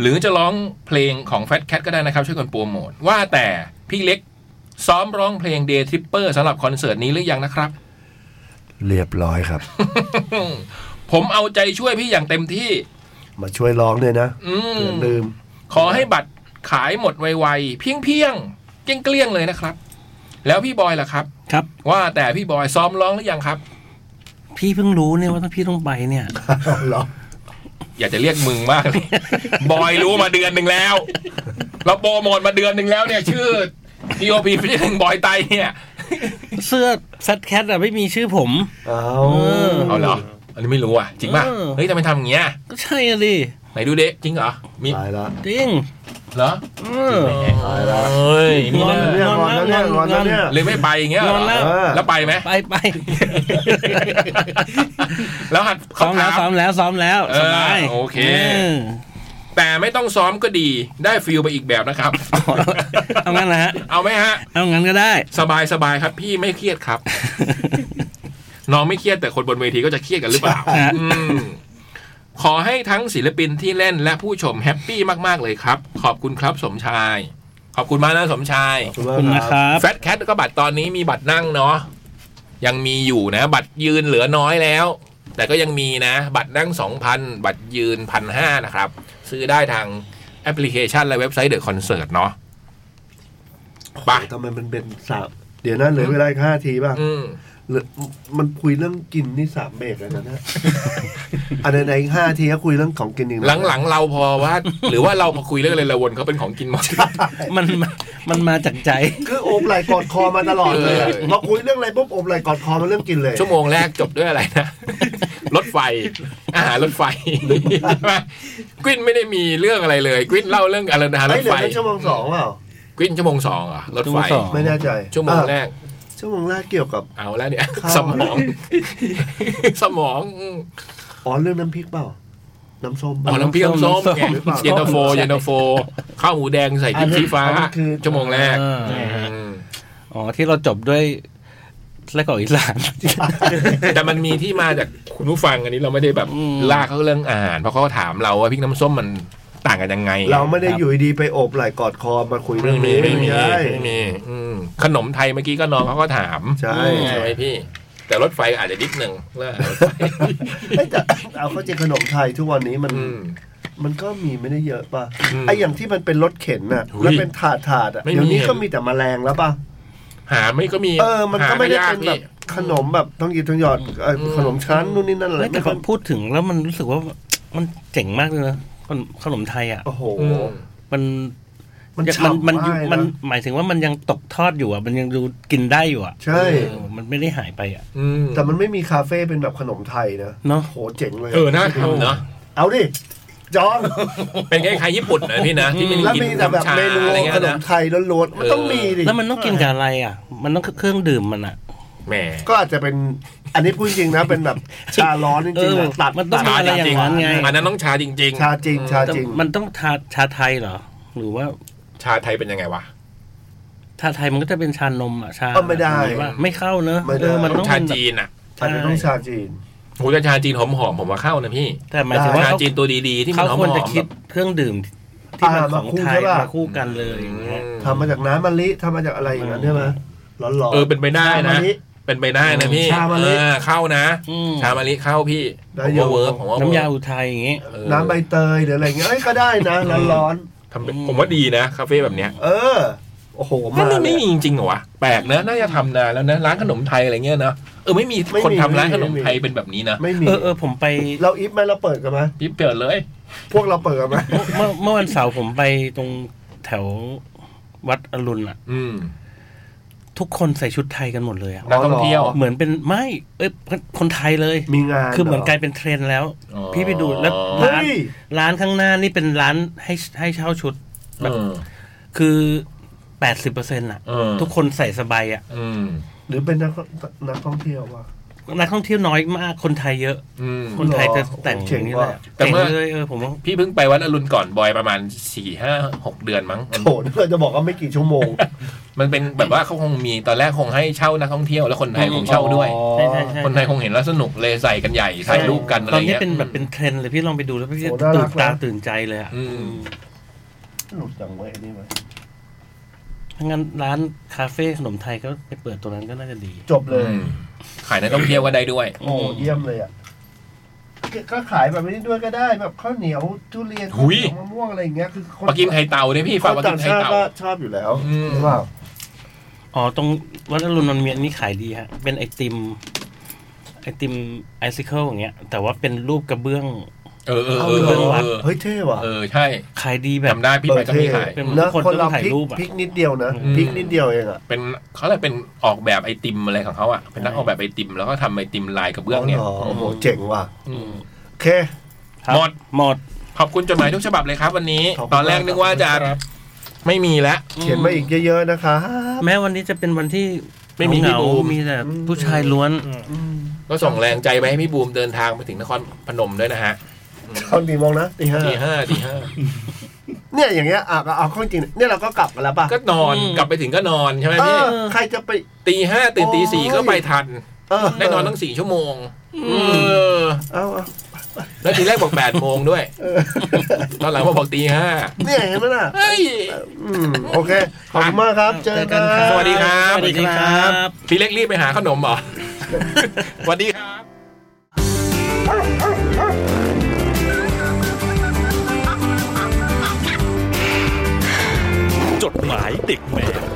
หรือจะร้องเพลงของแฟ t แคทก็ได้นะครับ ช่วยกันโปรโมท ว่าแต่พี่เล็ก ซ้อมร้องเพลง Day Tripper สำหรับคอนเสิร์ตนี้หรือยังนะครับ
เรียบร้อยครับ
ผมเอาใจช่วยพี่อย่างเต็มที่
มาช่วยร้องด้วยนะ
อืม
อย่าลืม
ขอให้บัตรขายหมดไวๆ เพียงเพียงเกลี้ยงเกลี้ยงๆเลยนะครับ แล้วพี่บอยล่ะครับ
ครับ
ว่าแต่พี่บอยซ้อมร้องหรือยังครับ
พี่เพิ่งรู้เนี่ยว่าต้องพี่ต้องไปเนี่ย
เหรอ
อยากจะเรียกมึงมากเลย บอยรู้มาเดือนหนึ่งแล้ว เราโปรโมทมาเดือนหนึ่งแล้วเนี่ย ชื่อ P.O.P. พี่หนึ่งบอยไตเนี่ย
เสื้อ Fat Cat อะไม่มีชื่อผม
เอา
อ
เอาเหรอ อันนี้ไม่รู้อ่ะ จริงป่ะ
เออ
เฮ้ยทำไมทำอย่างเงี้ย
ก็ใช่อะดิ
ไหนดูเด็จริงเหรอ มี
ตายละ
จริง
เหรอ
เออ
ตายละ
เฮ้ยนี่
งอน
นะ
เนี่ยงอนแล้วเนี่ยงอนแล้วเนี่ย
เลยไม่ไปอย่างเงี้ยเหร
นอนแล้ว
เออ
แล้วไปไหม
ไปไป
แล้วหัด
ซ้อม
คำ
แล้
ถาว
ซ้อ
ม
มแล้วซ้อมแล้ว
เออ
สบาย
โอเค
อ
แต่ไม่ต้องซ้อมก็ดี ได้ฟิลไปอีกแบบนะครับ
เอางั้นนะฮะ
เอาไหมฮะ
เอางั้นก็ได้
สบายสบายครับ พี่ไม่เครียดครับ น้องไม่เครียดแต่คนบนเวทีก็จะเครียดกันหรือเปล่า
ใช่
อืมขอให้ทั้งศิลปินที่เล่นและผู้ชมแฮปปี้มากๆเลยครับ ขอบคุณครับสมชาย ขอบคุณมากนะสมชาย
ขอบ
ขอบคุณ
มา
นะ
กรับ
ครับ
แฟตแคทก็บัตรตอนนี้มีบัตรนั่งเนาะยังมีอยู่นะ บัตรยืนเหลือน้อยแล้ว แต่ก็ยังมีนะ บัตรนั่งสองพันบัตรยืนพันห้านะครับ ซื้อได้ทางแอปพลิเคชันและเว็บไซต์เดอะคอนเสิร์ตเนาะไป
ทำไมมันเป็นสามเดี๋ยวนะเหลือเวลาอีกห้าทีป่ะ
อืม
เหลือมันคุยเรื่องกินนี่สามเบรกแล้วนะเนี่ย อันไหนๆอีกห้าทีก็คุยเรื่องของกินอีกนะ
หลังๆเราพอว่า หรือว่าเราพอคุยเรื่องอะไรเราวนเขาเป็นของกินหมด
มันมันมาจากใจ
คือโอบไหลกอดคอมาตลอดเลยอะ
เออ
พอคุยเรื่องอะไรปุ๊บโอบไหลกอดคอมาเรื่องกินเลย
ชั่วโมงแรกจบด้วยอะไรนะ รถไฟ อาหารรถไฟ ใช่ไหมกวินไม่ได้มีเรื่องอะไรเลยกวินเล่าเรื่องอะไรนะรถ
ไอ้เหลือ
ไฟ
แค่ชั่วโมงสองเปล่าก
วินชั่วโมงสองเหรอ่ะรถไฟ
ชั่วโมงสอง
ไม่แน่ใจ
ชั่วโมงแร
อ่ะ
ก
ชั่วโมงแรกเกี่ยวกับ
เอาแล้วเนี่ย
ข้าว
สมอง สมองอืม
อ๋อเรื่องน้ำพริกเปล่า น้ำส้ม
อ๋อ
เปล่า
น้ำพริกน้ำส้มไง
น้ำส้ม
เย็นตาโฟเย็นตาโฟ ข้าวหมูแดงใส่พริกชี้ฟ้า
อันนั้นคือ
ชั่วโมงแรก
อ่า
อืม
อ๋อที่เราจบด้วยไส้กรอกอีสาน
แต่มันมีที่มาจากคุณผู้ฟังอันนี้เราไม่ได้แบบ
อืม
ลากเขาเรื่องอาหารเพราะเขาถามเราว่าพริกน้ำส้มมันต่างกันยังไง
เราไม่ได้อยู่ดีๆไปโอบไหลกอดคอมาคุยเรื่
ไม่
อง
มี
นี้
ไม่มี
ใช่
ไม่มีอืมขนมไทยเมื่อกี้ก็น้องเขาก็ถาม
ใช่
ใช่ไหมพี่ แต่รถไฟอาจจะนิดหนึ่งเรื่องรถไฟ
เอ้ยแต่เอาเข้าจริงขนมไทยทุกวันนี้มัน
อืม
มันก็มีไม่ได้เยอะป่ะ
อืม
ไออย่างที่มันเป็นรถเข็นน่ะ
อุ๊ย
แล้วเป็นถาดถาดๆอ่ะ
ไม่มี
เดี๋ยวนี้ก็มีแต่แมลงแล้วป่ะ
หาไม่ก็มี
เออ มันก็ไม่ได้
หา
เป็นแบ
ยา
บ
พี่
ขนมแบบต้องหยิบต้องหยอดเอ่ออ
ม
ขนมชั้นนู่นนี่นั่นอะไร
ไม่แต่พ
ไม่ค่
อ
อย
พูดถึงแล้วมันรู้สึกว่ามันเจ๋งมากเลยนะขนมขนมไทยอ่ะ
โอ้โห
อืม
มัน
มัน
มัน
ฉ่ำ
มันอยู่
มากเลย
มัน
นะ
หมายถึงว่ามันยังตกทอดอยู่อ่ะ มันยังดูกินได้อยู่อ่ะ
ใช่
เออมันไม่ได้หายไปอ่ะ
อืม
แต่มันไม่มีคาเฟ่เป็นแบบขนมไทยนะ
เนอะ
โหเจ๋งเลย
เออน่าทำเนาะ
เอาดิจ อง
เป็นคล้ายๆญี่ปุ่นนะพี่นะที่เป็น
แล้ว
กิน
มีแต่แบบ
ชา
เมนู
อะไรเงี้
ข
ย
นม
นะ
ไทยล้วนๆมันต้องมีดิ
แล้วมันต้องกินกับอะไรอ่ะ มันต้องเครื่องดื่มมันอ่ะ
แหม
ก็อาจจะเป็นอันนี้พูดจริงนะ เป็นแบบชาร้อนจ
เอ
ริง
อ
ๆอะตัด
มันต้องมี
ตัด
อะไรอย่างนั้นไง
อันนั้นต้องชาจริง
ชาจริงชาจริง
มันต้องชาชาไทยเหรอ หรือว่า
ๆ ชาไทยเป็นยังไงวะ
ชาไทยมันก็จะเป็นชานมอ่ะชา
เออไม่ได้
หรือว่าไม่เข้าเนอะ
ไม่ได้
เออมันต้อง
ชา
เป็นแบบ
จีนอ่ะ
อาจจะต้องชาจีน
โหแต่ชาจีนหอมๆผมว่าเข้านะพี่
แต่หมายถึงว่า
ชา
เขา
จีนตัวดีๆ ที่มั
เขา
นหอมๆ
ควรจะคิด
แบบ
เครื่องดื่มที่มัน
อ่า
ข
มา
อง
คู่
ไทย
ใช่ปะ
มาคู่กันเลยอย่างเงี้ย
ทำมาจากน้ำมะลิทำมาจากอะไรอย่างนั้นใช่ไหมร้อนๆ
เออเป็นไปได้
ชาม
นะ
ลิ
เป็นไปได้นะพี่
ชามะลิ
เออเข้านะ
อืม
ชามะลิเข้าพี่
ได้
ผม
อยู่
ว่าเวิร์กผมว่าเวิร์ก
น้ำยาอุทัยอย่างเงี้ย
เออ
น้ำใบเตยหรืออะไรเงี้ยเอ้ยก็ได้นะร้อน
ทำเป็นผมว่าดีนะคาเฟ่แบบเนี้ย
ๆเออ โอ้โห
มั
มาน เลย
ไม่มีจริงๆเหรอวะแปลกนะน่าจะทำนานแล้วนะร้านขนมไทยอะไรเงี้ยเนาะเออไม่มี
ไม่มี
คนทำร้าน
ไม่มี
ขนมไทยเป็นแบบนี้นะ
ไม่มี
เออเออผมไป
เราอิฟไหมเราเปิดกันไหม
พี่เปิดเลย
พวกเราเปิดกันไหม
เมื่อเมื่อวันเสาร์ผมไปตรงแถววัดอรุณอ่ะ
อืม
ทุกคนใส่ชุดไทยกันหมดเลยอ่ะ
นักท่องเที่ยว
เหมือนเป็นไม่เอ้ยคนไทยเลย
มีงาน
คือเหมือนกลายเป็นเทรนด์แล้ว
อ๋อ
พี่ไปดูแล้ว
เฮ้
ร้าน
ย
ร้านข้างหน้านี่เป็นร้านให้ให้เช่าชุด
เออ
คือแปดสิบเปอร์เซ็นต์อ่ะ
เออ
ทุกคนใส่สบายอ่ะ
อืม
หรือเป็นนักนักท่องเที่ยวว่ะ
นักท่องเที่ยวน้อยมากคนไทยเยอะ
อืม
คนไทยจะ
เหรอ
แต่ง
โอ้โห
อย่างนี้
เจ๋ง
เล
ว่ะ
ยอะ
แต่
เจ๋ง
เมื่อ
เลยเออผมว่า
พี่เพิ่งไปวัดอรุณก่อนบอยประมาณสี่ห้าหกเดือนมั้ง
โถนเราจะบอกว่าไม่กี่ชั่วโมง
มันเป็นแบบว่าเขาคงมีตอนแรกคงให้เช่านักท่องเที่ยวแล้วคนไทยคงเช่าด้วย
ใช่ใช่ใช่
คนไทยคงเห็นแล้วสนุกเลยใส่กันใหญ่ถ่ายรูปกันอะ
ต
ไร
อนนี้
เงี้ย
เป็นแบบเป็นเทรนด์เลยพี่ลองไปดูแล้วพี่จะ
โอ้น่ารั
ตื่น
กนะ
ตาตื่นใจเลยอ่ะ
อืม
หลุดจังเว้ยไอ้นี่มัน
ถ้างั้นร้านคาเฟ่ขนมไทยก็ไปเปิดตัวนั้นก็น่าจะดี
จบเลย
อืมขายนักท่องเที่ยวก็ได้ด้วย
โอ้โหเยี่ยมเลยอ่ะก็ก็ขายแบบนี้ด้วยก็ได้แบบข้าวเหนียวทุเรียน
หุย
ข้าวเหนียวมะม่วงอะไรอย่างเงี้ยคือคน
ปลากิมไข่เต่าเนี่ยพี่
ค
ฝาก
น
ปลากิ
ต่าง
มไข่
ชาติ
เต่า
ก็ชอบอยู่แล้ว
อืม
หรือเปล่า
อ๋อตรงวัดอรุณนนท์มีอันนี้ขายดีฮะ เป็นไอติม ไอติมไอซิเคิลอย่างเงี้ย แต่ว่าเป็นรูปกระเบื้อง
เออเออเออเออเออ
เฮ้ยเท่ว่ะ
เออใช่
ขายดีแบบ
จำได้พี่ไปก็มีขาย
เป็น
เนอะ
คน
คน
ต้
เรา
องถ่าย
พลิก
รูปอะ
พลิกนิดเดียวนะพลิกนิดเดียวเองอ่ะ
เป็นเขาเรียกเป็นออกแบบไอติมอะไรของเขาอ่ะเป็นนักออกแบบไอติมแล้วก็ทำไอติมลายกระเบื้องเนี่ย
อ๋อโอ้โหเจ๋งว่ะ
อืม
โอเค
ครับ
หมด
หมด
ขอบคุณจดหมายทุกฉบับเลยครับ วันนี้
ขอบคุณ
ตอนแรกนึกว่าจะ
ครับ
ไม่มีแล้ว
เขียนมาอีกเยอะๆนะคะ
แม้วันนี้จะเป็นวันที่
ไม่มี
เห
พี่
งา
บูม
ๆมีแต่ผู้ชายล้วน
ก็ส่งแรงใจไปให้พี่บูมเดินทางไปถึงนครพนมด้วยนะฮะ
ตอนกี่โมงนะตีห้า
ตีห้าตีห้า
เนี่ยอย่างเงี้ยอ่ะก็เอาเข้อจริงเนี่ยเราก็กลับกันแล้วป่ะ
ก็นอน
อืม
กลับไปถึงก็นอนใช่ไหม
เอ
พี่
อใครจะไป
ตีห้าตื่นตีสี่
โอ้ย
ก็ไปทัน
เออ
ได้นอนทั้งสี่ชั่วโมงเออ
เอาเอา
แล้วทีแรกบอกแปดโมงด้วย
เออ
ตอนหลังมาบอกตีห้า
เนี่ยเห็นไหมล่ะ
เฮ้ย
อืมโอเค ขอบคุณมากครับ เจอกัน
สวัสดีครับ
สวัสดีครับ
พี่เล็กรีบไปหาขนมเหรอ สวัสดีครับ
จดหมายเด็กแมว